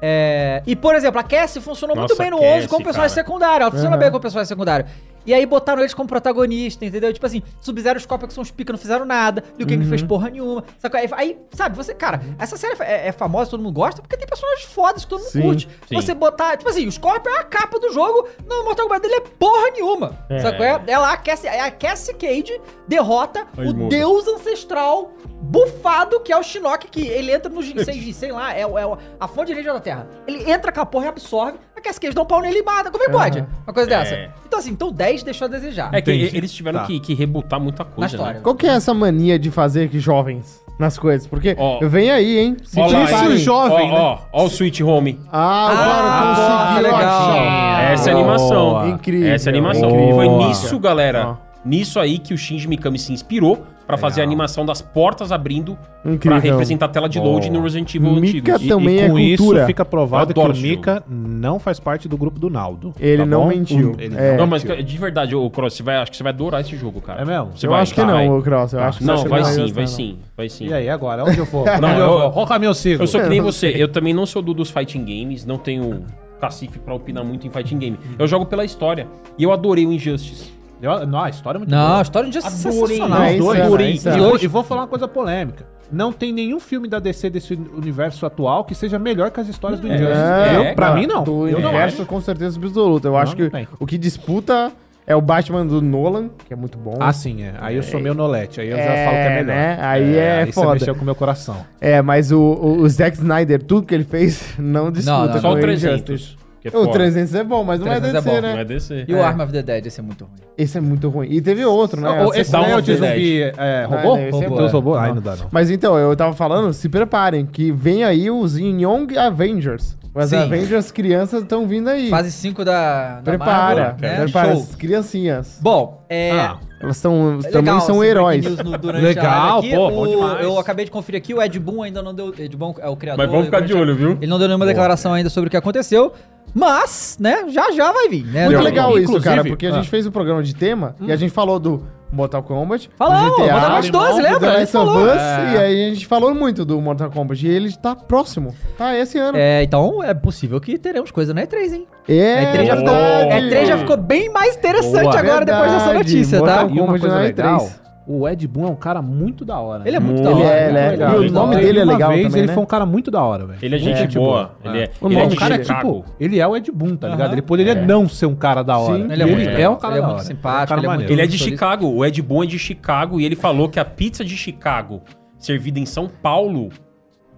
Speaker 1: é, E, por exemplo, a Cassie funcionou muito
Speaker 3: Nossa,
Speaker 1: bem no
Speaker 3: Cassie,
Speaker 1: 11 como personagem
Speaker 3: cara. Uhum.
Speaker 1: secundário. Ela funciona
Speaker 2: Aham.
Speaker 1: bem como personagem secundário. E aí botaram eles como protagonista, entendeu? Tipo assim, Sub-Zero e Scorpion que são os pica, não fizeram nada. Liu
Speaker 3: Uhum.
Speaker 1: Kang não fez porra nenhuma. sacou? Aí, aí, sabe, você... Cara, essa série é, é famosa, todo mundo gosta, porque tem personagens fodas que todo mundo
Speaker 2: Sim,
Speaker 1: curte.
Speaker 3: sim.
Speaker 1: Você botar... Tipo assim, o Scorpion é a capa do jogo, no Mortal Kombat dele é porra nenhuma. É. Sacou? É, é lá a Cassie, é a Cassie Cage derrota
Speaker 3: Aí
Speaker 1: o
Speaker 3: muda.
Speaker 1: deus ancestral bufado que é o Shinnok, que ele entra no Jinsei, sei lá, é, o- é o- a fonte de energia da Terra. Ele entra com a porra e absorve, a Cassie Cage dá um pau nele e mata. Como é que
Speaker 2: Aham.
Speaker 1: pode? Uma coisa dessa.
Speaker 3: É.
Speaker 1: Então assim, então 10 deixou a desejar.
Speaker 3: É que
Speaker 4: Entendi.
Speaker 3: eles tiveram
Speaker 4: Tá.
Speaker 3: que, que rebutar muita coisa,
Speaker 1: história.
Speaker 3: né?
Speaker 2: Qual que é essa mania de fazer que jovens nas coisas? Porque
Speaker 3: Ó.
Speaker 2: vem aí, hein? Se
Speaker 3: Ó lá,
Speaker 2: preparem.
Speaker 3: hein?
Speaker 4: jovem,
Speaker 3: Ó, ó, ó o Sweet Home.
Speaker 2: Ah,
Speaker 1: Ah,
Speaker 2: agora conseguiu
Speaker 1: legal.
Speaker 2: achar.
Speaker 3: Essa é a animação.
Speaker 2: Incrível.
Speaker 3: Essa é a animação.
Speaker 4: Boa.
Speaker 3: Foi nisso, galera. Nisso aí que o Shinji Mikami se inspirou pra fazer a animação das portas abrindo pra
Speaker 2: Incrível.
Speaker 3: representar a tela de load
Speaker 4: Boa.
Speaker 3: no Resident Evil
Speaker 2: Mika
Speaker 3: antigo.
Speaker 2: também é
Speaker 4: com
Speaker 2: cultura.
Speaker 4: isso fica provado
Speaker 3: Eu
Speaker 4: que
Speaker 3: adoro
Speaker 4: o
Speaker 3: esse
Speaker 4: Mika não faz parte do grupo do Naldo. tá
Speaker 2: Ele não
Speaker 4: bom?
Speaker 2: mentiu.
Speaker 4: O- Ele
Speaker 2: É.
Speaker 4: não
Speaker 3: Não, mas
Speaker 4: mentiu.
Speaker 3: de verdade, ô Cross, você vai, acho que você vai adorar esse jogo, cara.
Speaker 4: É mesmo?
Speaker 3: Você
Speaker 2: Eu
Speaker 3: vai, tá?
Speaker 2: acho que
Speaker 3: vai.
Speaker 2: Tá. não, ô Cross. Eu acho que
Speaker 3: Não,
Speaker 2: você
Speaker 3: vai
Speaker 2: vai
Speaker 3: sim,
Speaker 2: gostar,
Speaker 3: vai
Speaker 2: não.
Speaker 3: sim, vai sim.
Speaker 4: E aí, agora? Onde eu vou? Onde
Speaker 3: Não,
Speaker 4: eu
Speaker 3: eu-
Speaker 4: vou? Qual caminho eu sigo?
Speaker 3: Eu sou que nem você, eu também não sou do dos fighting games, não tenho cacife pra opinar muito em fighting game. Eu jogo pela história. E eu adorei o Injustice.
Speaker 4: Eu- não, a história é muito
Speaker 1: Não, a
Speaker 4: boa.
Speaker 1: história de um dia
Speaker 4: Adorei
Speaker 1: sensacional.
Speaker 2: Não,
Speaker 4: os dois.
Speaker 2: adorei.
Speaker 4: E vou, e vou falar uma coisa polêmica. Não tem nenhum filme da DC desse universo atual que seja melhor que as histórias do Injustice.
Speaker 2: Não,
Speaker 4: Eu- pra mim, não.
Speaker 2: É. Do
Speaker 4: Eu não
Speaker 2: universo,
Speaker 4: acho.
Speaker 2: com certeza, absoluta. Eu acho
Speaker 4: não
Speaker 2: que
Speaker 4: tem.
Speaker 2: o que disputa é o Batman do Nolan, que é muito bom.
Speaker 4: Ah, sim, é. Aí eu sou meu Nolete. Aí eu já falo que é
Speaker 2: É,
Speaker 4: melhor.
Speaker 2: né? Aí é
Speaker 4: aí
Speaker 2: foda.
Speaker 4: Você mexeu com o meu coração.
Speaker 2: É, mas o, o, o Zack Snyder, tudo que ele fez, não disputa.
Speaker 1: não,
Speaker 2: com
Speaker 3: Só o
Speaker 2: Injustice.
Speaker 3: 300. Que é
Speaker 2: O
Speaker 3: foda.
Speaker 2: 300 é bom, mas não é
Speaker 1: 300 é
Speaker 2: DC,
Speaker 1: bom.
Speaker 2: né?
Speaker 3: Não é DC.
Speaker 1: E o
Speaker 2: É.
Speaker 1: Arm of the Dead, esse é muito ruim.
Speaker 2: Esse é muito ruim. E teve outro, né?
Speaker 4: Ou
Speaker 2: A
Speaker 4: esse
Speaker 2: segunda-
Speaker 4: não é o de
Speaker 3: Dawn of the
Speaker 4: zumbi é, robô?
Speaker 2: né, esse
Speaker 1: é
Speaker 4: Tem
Speaker 1: bom.
Speaker 4: os robôs? Ai, não dá, não.
Speaker 2: Mas então, eu tava falando, se preparem, que vem aí os Yin Yong Avengers. As
Speaker 1: Sim.
Speaker 2: Avengers crianças estão vindo aí.
Speaker 1: Fase 5 da, da
Speaker 2: Prepara,
Speaker 1: Marvel, né?
Speaker 2: prepara
Speaker 1: Show.
Speaker 2: as criancinhas.
Speaker 1: Bom, é...
Speaker 4: Ah,
Speaker 2: Elas tão,
Speaker 1: é legal
Speaker 2: também são
Speaker 1: esse
Speaker 2: heróis.
Speaker 1: breaking news no- durante a
Speaker 4: Legal,
Speaker 1: live aqui.
Speaker 4: pô, bom
Speaker 1: O-
Speaker 4: demais.
Speaker 1: Eu acabei de conferir aqui, o Ed Boon ainda não deu... Ed Boon é o criador.
Speaker 3: Mas vamos ficar
Speaker 4: né?
Speaker 1: ele-
Speaker 3: de olho, viu?
Speaker 1: Ele não deu nenhuma declaração ainda sobre o que aconteceu, mas, né, já já vai vir, né?
Speaker 2: É Muito
Speaker 1: Não-
Speaker 2: legal isso,
Speaker 4: Inclusive-
Speaker 2: cara, porque a
Speaker 4: Ah.
Speaker 2: gente fez o programa de tema e a gente falou do Mortal Kombat,
Speaker 1: Hum. Falou,
Speaker 2: do GTA,
Speaker 1: Mortal Kombat
Speaker 2: do
Speaker 1: 12, lembra? A
Speaker 2: The
Speaker 1: gente
Speaker 2: Last of
Speaker 1: falou.
Speaker 2: Us,
Speaker 4: É.
Speaker 2: e aí a gente falou muito do Mortal Kombat e ele tá próximo, tá esse ano. É,
Speaker 1: É, então é possível que teremos coisa na E3, hein? A E3 é já ficou,
Speaker 2: verdade. É
Speaker 1: a E3 já ficou bem mais interessante
Speaker 4: Boa.
Speaker 1: agora depois dessa
Speaker 2: Verdade,
Speaker 1: notícia, tá?
Speaker 2: Mortal
Speaker 4: e uma
Speaker 2: Kombat é
Speaker 4: coisa
Speaker 2: na E3.
Speaker 4: legal, o Ed Boon é um cara muito da hora.
Speaker 1: Ele é muito
Speaker 3: Ele
Speaker 1: da
Speaker 2: Ele
Speaker 1: hora.
Speaker 2: é,
Speaker 1: cara.
Speaker 2: ele é.
Speaker 1: Legal,
Speaker 2: E o
Speaker 1: muito da
Speaker 2: nome
Speaker 1: hora.
Speaker 2: dele é
Speaker 4: uma
Speaker 2: legal
Speaker 4: vez,
Speaker 2: também,
Speaker 4: Ele
Speaker 2: né?
Speaker 4: foi um cara muito da hora, velho.
Speaker 3: Ele é gente
Speaker 4: Gente
Speaker 3: boa.
Speaker 4: boa.
Speaker 3: Ele é,
Speaker 2: O
Speaker 3: ele é
Speaker 2: nome
Speaker 4: um
Speaker 3: de
Speaker 2: do
Speaker 4: cara que,
Speaker 3: Chicago.
Speaker 4: tipo, ele é o Ed Boon, tá ligado?
Speaker 1: Aham.
Speaker 4: Ele poderia não ser um cara da hora.
Speaker 2: Sim,
Speaker 1: ele é
Speaker 4: E
Speaker 1: muito
Speaker 4: ele é
Speaker 1: legal.
Speaker 4: um cara
Speaker 1: Ele é
Speaker 4: da
Speaker 1: muito
Speaker 4: hora.
Speaker 1: simpático,
Speaker 4: Um cara
Speaker 1: ele é muito
Speaker 4: maneiro.
Speaker 3: Ele é de
Speaker 1: Sorriso.
Speaker 3: Chicago, o Ed Boon é de Chicago e ele falou que a pizza de Chicago, servida em São Paulo,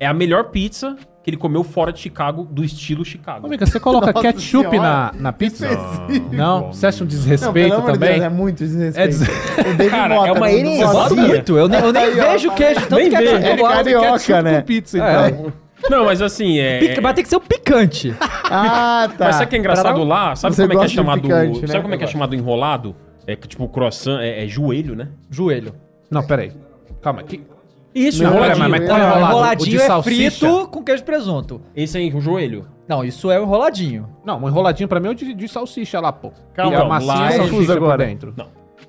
Speaker 3: é a melhor pizza que ele comeu fora de Chicago, do estilo Chicago.
Speaker 4: Ô,
Speaker 2: é
Speaker 4: Mica, você coloca
Speaker 2: Nossa
Speaker 4: ketchup na, na pizza?
Speaker 2: Específico.
Speaker 4: Não? Você acha um
Speaker 2: Não,
Speaker 4: desrespeito
Speaker 2: amor de
Speaker 4: também?
Speaker 2: Deus, é muito
Speaker 4: É
Speaker 2: desrespeito.
Speaker 4: des-
Speaker 2: O David
Speaker 3: Cara,
Speaker 2: Mota
Speaker 3: é uma
Speaker 2: não
Speaker 3: heresia.
Speaker 2: gosta.
Speaker 1: Gosto muito, eu nem, eu nem
Speaker 2: Aí, ó,
Speaker 1: vejo queijo, tanto
Speaker 3: Nem
Speaker 1: que
Speaker 3: vejo,
Speaker 1: é
Speaker 2: ele
Speaker 1: eu gosto.
Speaker 2: cara- Carioca, né?
Speaker 4: com pizza,
Speaker 1: É.
Speaker 4: então.
Speaker 3: Não, mas assim, é...
Speaker 1: Pica- Mas tem que ser o picante.
Speaker 2: Ah, tá.
Speaker 3: Mas sabe o que é engraçado
Speaker 2: Pra-
Speaker 3: lá? Sabe
Speaker 2: Você
Speaker 3: como é que é
Speaker 2: gosta de
Speaker 3: chamado...
Speaker 2: picante, né?
Speaker 3: sabe como é que é chamado enrolado? É que, tipo, croissant é, é joelho, né?
Speaker 1: Joelho.
Speaker 4: Não, peraí. Calma, que...
Speaker 3: Isso,
Speaker 2: Não,
Speaker 3: enroladinho.
Speaker 2: mas- mas
Speaker 3: né?
Speaker 2: tá-
Speaker 1: Não,
Speaker 4: enrolado, o
Speaker 1: enroladinho
Speaker 4: de
Speaker 1: é
Speaker 4: salsicha.
Speaker 1: frito com queijo e presunto.
Speaker 3: Esse aí, o joelho.
Speaker 1: Não, isso é o enroladinho.
Speaker 4: Não, um enroladinho pra mim é o de, de salsicha lá, pô.
Speaker 2: Calma,
Speaker 4: e a
Speaker 3: lá
Speaker 4: massinha
Speaker 2: é
Speaker 4: é
Speaker 2: confuso
Speaker 4: salsicha agora.
Speaker 2: agora.
Speaker 4: por dentro.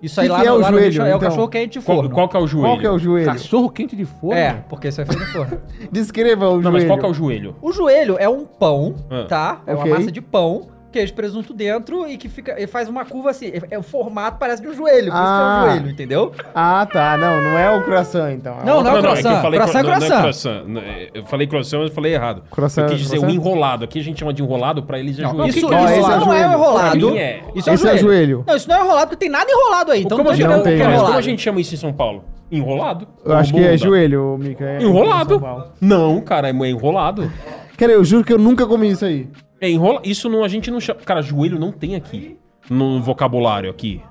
Speaker 1: Isso aí
Speaker 2: Que
Speaker 1: lá,
Speaker 2: que é
Speaker 1: no-
Speaker 2: o
Speaker 1: lá no
Speaker 2: joelho,
Speaker 1: bicho é o
Speaker 2: então?
Speaker 1: cachorro quente de
Speaker 3: Qual,
Speaker 1: forno.
Speaker 3: qual que é o joelho?
Speaker 2: Qual que é o joelho?
Speaker 4: Cachorro quente de forno?
Speaker 1: É, porque isso é feito de forno.
Speaker 2: Descreva o
Speaker 3: Não, mas
Speaker 2: joelho.
Speaker 3: qual que é o joelho?
Speaker 1: O joelho é um pão,
Speaker 3: Ah.
Speaker 1: tá? É
Speaker 2: Ok.
Speaker 1: uma massa de pão, queijo e presunto dentro e que fica, e faz uma curva assim. É, é o formato parece de um joelho, por
Speaker 2: Ah.
Speaker 1: isso que é um joelho, entendeu?
Speaker 2: Ah, tá. Não, não é o croissant, então. É
Speaker 1: Não,
Speaker 2: outro-
Speaker 1: não é o croissant.
Speaker 3: falei
Speaker 1: croissant é
Speaker 3: cro- não, não
Speaker 1: croissant.
Speaker 3: Não, é, Eu falei croissant, mas eu falei errado.
Speaker 2: Croissant
Speaker 3: eu
Speaker 2: é
Speaker 3: quis dizer o
Speaker 2: croissant?
Speaker 3: enrolado. Aqui a gente chama de enrolado, pra eles é
Speaker 1: Não,
Speaker 3: joelho.
Speaker 1: isso,
Speaker 2: que é
Speaker 1: isso
Speaker 2: enrolado?
Speaker 1: não é
Speaker 2: Pra
Speaker 1: enrolado.
Speaker 3: mim é-
Speaker 1: Isso um
Speaker 2: Esse é joelho.
Speaker 1: Não, isso não é enrolado porque tem nada enrolado aí. Então
Speaker 3: como, a
Speaker 1: não
Speaker 3: gente,
Speaker 1: tem
Speaker 2: não tem,
Speaker 1: nada
Speaker 3: mas
Speaker 2: né?
Speaker 1: enrolado.
Speaker 3: como a gente chama isso em São Paulo? Enrolado?
Speaker 2: Eu acho que
Speaker 3: Como
Speaker 2: é
Speaker 3: muda?
Speaker 2: joelho, Mica. é-
Speaker 3: Enrolado.
Speaker 2: São Paulo.
Speaker 3: Não, cara, é enrolado.
Speaker 2: Cara, eu juro que eu nunca comi isso aí.
Speaker 3: É enrola. Isso não, a gente não chama. Cara, joelho não tem aqui. No vocabulário aqui.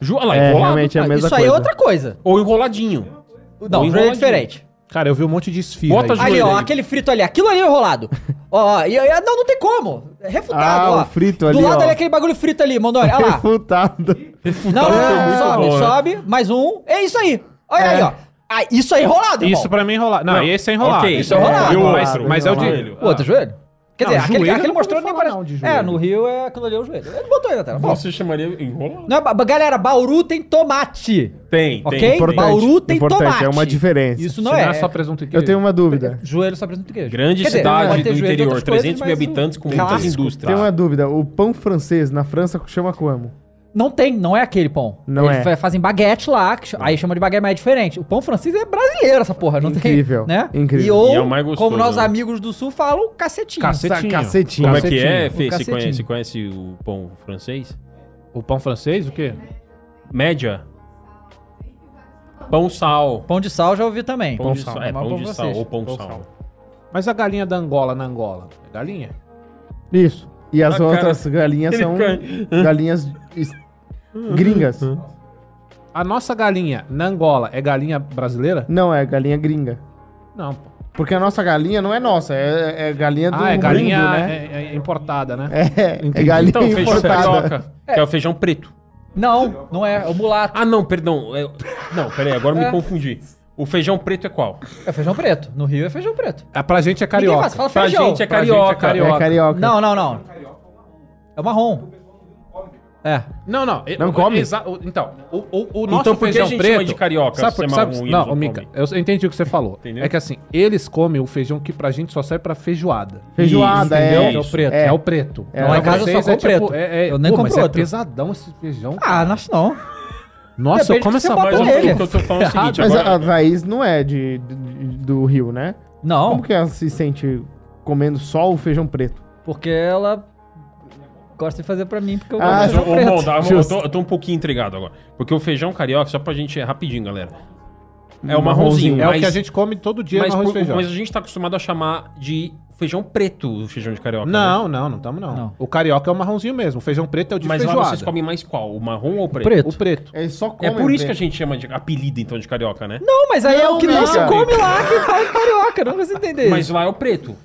Speaker 3: Jo... Olha lá,
Speaker 2: É,
Speaker 3: Ah, enrolado.
Speaker 2: realmente é a mesma
Speaker 1: Isso
Speaker 2: coisa.
Speaker 1: aí é outra coisa.
Speaker 3: Ou enroladinho.
Speaker 1: Não,
Speaker 3: Ou
Speaker 1: o joelho é
Speaker 3: enroladinho.
Speaker 1: diferente.
Speaker 4: Cara, eu vi um monte de esfirra
Speaker 3: Bota
Speaker 4: aí.
Speaker 3: joelho.
Speaker 1: Ali, ó,
Speaker 3: aí.
Speaker 1: aquele frito ali. Aquilo ali é enrolado. ó, e, e- não, não tem como. É refutado,
Speaker 2: Ah,
Speaker 1: ó.
Speaker 2: o frito
Speaker 1: Do
Speaker 2: ali,
Speaker 1: lado
Speaker 2: ó.
Speaker 1: ali, é aquele bagulho frito ali, Mondoni. Olha lá.
Speaker 2: Refutado.
Speaker 1: Não, não,
Speaker 3: Foi
Speaker 1: não,
Speaker 3: muito
Speaker 1: sobe,
Speaker 3: bom, né?
Speaker 1: sobe, mais um. É isso aí. Olha
Speaker 2: É.
Speaker 1: aí, ó. Ah, isso aí é enrolado, irmão.
Speaker 4: Isso pra mim é enrolar. Não,
Speaker 3: Não,
Speaker 4: esse é enrolar.
Speaker 3: ok,
Speaker 1: isso é enrolado.
Speaker 4: E o outro?
Speaker 2: Enrolado,
Speaker 4: Mas é o de...
Speaker 3: enrolado.
Speaker 1: O outro joelho? Quer
Speaker 4: Não,
Speaker 1: dizer, aquele,
Speaker 4: joelho
Speaker 1: aquele
Speaker 4: eu não
Speaker 1: mostrou
Speaker 4: vou
Speaker 1: nem
Speaker 4: falar
Speaker 1: parece.
Speaker 4: não de
Speaker 1: é,
Speaker 4: joelho.
Speaker 1: no Rio é aquilo ali é o joelho. Ele botou aí na tela. Bom,
Speaker 3: Você chamaria enrolado?
Speaker 1: não é ba- galera, Bauru tem tomate.
Speaker 3: Tem,
Speaker 1: Ok?
Speaker 3: tem.
Speaker 2: Importante,
Speaker 1: Bauru tem
Speaker 2: importante,
Speaker 1: tomate.
Speaker 2: é uma diferença.
Speaker 1: Isso
Speaker 4: Não
Speaker 1: não é.
Speaker 4: é só presunto e
Speaker 2: Eu
Speaker 4: queijo.
Speaker 2: tenho uma dúvida.
Speaker 1: Joelho só presunto e queijo.
Speaker 3: Grande
Speaker 1: Quer dizer,
Speaker 3: cidade
Speaker 1: pode ter
Speaker 3: do
Speaker 1: joelho de
Speaker 3: interior,
Speaker 1: outras coisas,
Speaker 3: 300 mil
Speaker 1: mas o-
Speaker 3: habitantes com muitas
Speaker 1: clássico.
Speaker 3: indústrias.
Speaker 2: Tenho uma dúvida. O pão francês na França chama como?
Speaker 1: Não tem, não é aquele pão.
Speaker 2: Não é.
Speaker 1: fa- fazem baguete lá, que ch- aí chama de baguete, mas é diferente. O pão francês é brasileiro, essa porra, não
Speaker 2: Incrível,
Speaker 1: tem. Né?
Speaker 2: incrível.
Speaker 1: E ou,
Speaker 3: E é o mais gostoso,
Speaker 1: como nossos
Speaker 3: né?
Speaker 1: amigos do sul falam, cacetinho.
Speaker 4: Cacetinho.
Speaker 2: Cacetinho.
Speaker 3: Como é que é,
Speaker 4: um
Speaker 1: O
Speaker 3: Fê? Você
Speaker 1: cacetinho.
Speaker 3: conhece, conhece o pão francês?
Speaker 4: O pão francês, o quê?
Speaker 3: Média. Pão sal.
Speaker 1: Pão de sal já ouvi também.
Speaker 3: Pão, de sal. É,
Speaker 1: Mas
Speaker 3: pão de
Speaker 1: francês.
Speaker 3: sal ou pão,
Speaker 4: Pão
Speaker 3: sal.
Speaker 4: sal. Mas a galinha da Angola na Angola? É galinha?
Speaker 2: é? Isso. E as
Speaker 3: Ah, cara,
Speaker 2: outras galinhas
Speaker 3: ele
Speaker 2: são
Speaker 3: cai.
Speaker 2: galinhas es- gringas.
Speaker 4: A nossa galinha na Angola é galinha brasileira?
Speaker 2: Não, é galinha gringa.
Speaker 4: Não, pô.
Speaker 2: Porque a nossa galinha não é nossa, é, é galinha do
Speaker 4: Ah, é
Speaker 2: mundo,
Speaker 4: galinha
Speaker 2: né?
Speaker 4: é- é importada, né?
Speaker 2: É, é galinha
Speaker 3: Então, feijão
Speaker 2: importada.
Speaker 3: carioca, que é o feijão preto.
Speaker 1: Não, não é. É o mulato.
Speaker 3: Ah, não, perdão. é- Não, peraí, agora eu me
Speaker 1: É.
Speaker 3: confundi. O feijão preto é qual?
Speaker 1: É feijão preto. No Rio é feijão preto.
Speaker 4: É, pra gente é
Speaker 1: Ninguém
Speaker 4: carioca.
Speaker 1: faz, fala
Speaker 3: Pra
Speaker 1: feijão.
Speaker 3: gente é
Speaker 4: Pra gente é
Speaker 3: carioca.
Speaker 4: carioca.
Speaker 2: É carioca.
Speaker 1: Não, não, não. É marrom.
Speaker 4: É.
Speaker 3: Não, não.
Speaker 2: Não
Speaker 3: o-
Speaker 2: come?
Speaker 3: exa- o- Então, o, o, o nosso feijão
Speaker 4: gente
Speaker 3: preto...
Speaker 4: chama
Speaker 3: de carioca,
Speaker 4: Sabe, por,
Speaker 3: Samarão
Speaker 4: sabe,
Speaker 3: e
Speaker 4: não,
Speaker 3: eles
Speaker 4: ô, Mica,
Speaker 3: comem?
Speaker 4: eu entendi o que você falou.
Speaker 3: Entendeu?
Speaker 4: É que assim, eles comem o feijão que pra gente só serve pra feijoada.
Speaker 2: Feijoada,
Speaker 4: Entendeu?
Speaker 2: é.
Speaker 4: É o preto. É,
Speaker 2: É.
Speaker 4: o preto.
Speaker 2: É,
Speaker 4: Pra
Speaker 2: lá em
Speaker 1: casa eu só
Speaker 4: vocês
Speaker 1: como preto.
Speaker 4: é- é-
Speaker 1: Eu nem
Speaker 4: pô,
Speaker 1: compro
Speaker 4: mas é
Speaker 1: outro.
Speaker 4: pesadão esse feijão.
Speaker 1: Ah, não acho não.
Speaker 4: Nossa, eu
Speaker 1: depende do
Speaker 4: como
Speaker 1: que
Speaker 4: essa
Speaker 1: você um-
Speaker 4: porra.
Speaker 1: bota
Speaker 3: Mas
Speaker 1: nele.
Speaker 3: o que eu tô falando é o seguinte,
Speaker 2: Ah, Mas a, a
Speaker 3: agora...
Speaker 2: raiz não é de, de- do Rio, né?
Speaker 1: Não,
Speaker 2: Como que ela se sente comendo só o feijão preto?
Speaker 1: porque ela gosta de fazer pra mim, porque eu
Speaker 2: Ah,
Speaker 1: gosto de
Speaker 3: Mas, ô,
Speaker 1: feijão
Speaker 3: ô,
Speaker 1: preto.
Speaker 3: Ronda, eu,
Speaker 2: Justo.
Speaker 3: tô, eu tô um pouquinho intrigado agora. Porque o feijão carioca, só pra gente, é rapidinho, galera. É o
Speaker 2: marronzinho.
Speaker 3: marronzinho,
Speaker 4: É o
Speaker 3: mas-
Speaker 4: que a gente come todo dia
Speaker 3: mas,
Speaker 4: no arroz e
Speaker 3: por-
Speaker 4: feijão.
Speaker 3: mas a gente tá acostumado a chamar de feijão preto o feijão de carioca. né?
Speaker 4: Não, não, não estamos não.
Speaker 1: Não.
Speaker 4: O carioca é o marronzinho mesmo. O feijão preto é o de
Speaker 3: Mas lá
Speaker 4: feijoada.
Speaker 3: vocês comem mais qual? O marrom ou o preto?
Speaker 1: Preto.
Speaker 4: O preto.
Speaker 2: Eles só comem
Speaker 3: É por isso que a
Speaker 2: preto.
Speaker 3: gente chama de apelido, então, de carioca, né?
Speaker 1: Não, mas aí é o
Speaker 2: Não,
Speaker 1: que não
Speaker 2: não,
Speaker 1: se
Speaker 2: cara.
Speaker 1: come lá que faz carioca, não consigo entender.
Speaker 3: Mas lá é o preto.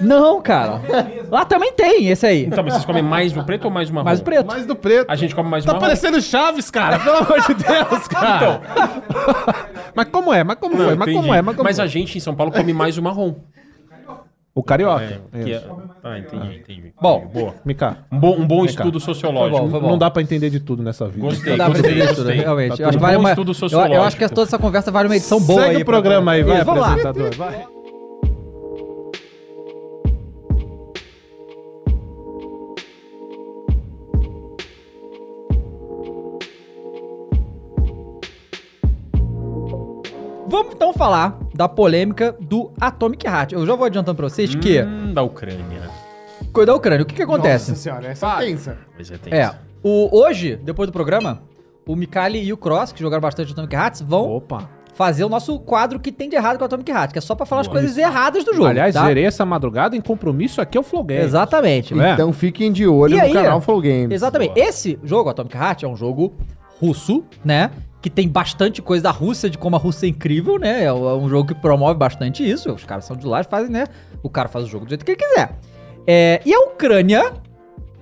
Speaker 1: Não, cara. Lá também tem esse aí.
Speaker 3: Então, mas vocês comem mais o preto ou mais o marrom?
Speaker 1: É, Mas o preto.
Speaker 4: Mais do preto.
Speaker 3: A gente come mais o
Speaker 4: Tá
Speaker 3: marrom.
Speaker 4: parecendo Chaves, cara. Pelo amor de Deus, cara. mas como é? Mas como
Speaker 3: Então. Não,
Speaker 4: foi? Mas
Speaker 3: entendi.
Speaker 4: como é? Mas como
Speaker 3: Mas
Speaker 4: foi?
Speaker 3: a gente em São Paulo come mais o marrom.
Speaker 4: O carioca.
Speaker 3: que
Speaker 4: Isso.
Speaker 3: é- Ah, entendi, entendi.
Speaker 1: Bom.
Speaker 3: boa.
Speaker 4: Mica,
Speaker 3: Um bom, um bom
Speaker 4: cá.
Speaker 3: estudo sociológico.
Speaker 1: Foi bom.
Speaker 4: não dá pra entender de tudo nessa vida.
Speaker 3: Gostei,
Speaker 1: Dá pra
Speaker 3: gostei,
Speaker 1: entender Tá tudo,
Speaker 3: gostei.
Speaker 1: realmente.
Speaker 4: Tá
Speaker 1: eu, acho
Speaker 4: tudo
Speaker 1: que vale
Speaker 3: bom
Speaker 1: uma...
Speaker 3: estudo
Speaker 1: eu- eu,
Speaker 3: sociológico.
Speaker 1: acho que é toda essa conversa vale uma edição boa aí.
Speaker 4: Segue o
Speaker 1: pra-
Speaker 4: programa aí, vai,
Speaker 1: Isso, vamos lá.
Speaker 4: apresentador. Vai.
Speaker 1: Vamos então falar da polêmica do Atomic Heart. Eu já vou adiantando pra vocês que...
Speaker 3: Hum, da Ucrânia.
Speaker 1: Coisa da Ucrânia, o que que acontece?
Speaker 2: Nossa senhora, essa é tensa.
Speaker 3: Mas é, tenso.
Speaker 1: É, o, hoje, depois do programa, o Mikali e o Cross, que jogaram bastante Atomic Hearts, vão
Speaker 4: Opa.
Speaker 1: fazer o nosso quadro que tem de errado com o Atomic Heart, que é só pra falar as
Speaker 3: Boa.
Speaker 1: coisas erradas do jogo.
Speaker 4: Aliás,
Speaker 1: tá?
Speaker 4: zerei essa madrugada em compromisso aqui é o Flowgame.
Speaker 1: Exatamente.
Speaker 4: É.
Speaker 2: Então fiquem de olho
Speaker 1: E
Speaker 2: no
Speaker 1: aí,
Speaker 2: canal Flow Games.
Speaker 1: Exatamente.
Speaker 3: Boa.
Speaker 1: Esse jogo, Atomic Heart, é um jogo russo, né? Que tem bastante coisa da Rússia, de como a Rússia é incrível, né? É um é um jogo que promove bastante isso. Os caras são de lá e fazem, né? O cara faz o jogo do jeito que ele quiser. É, e a Ucrânia,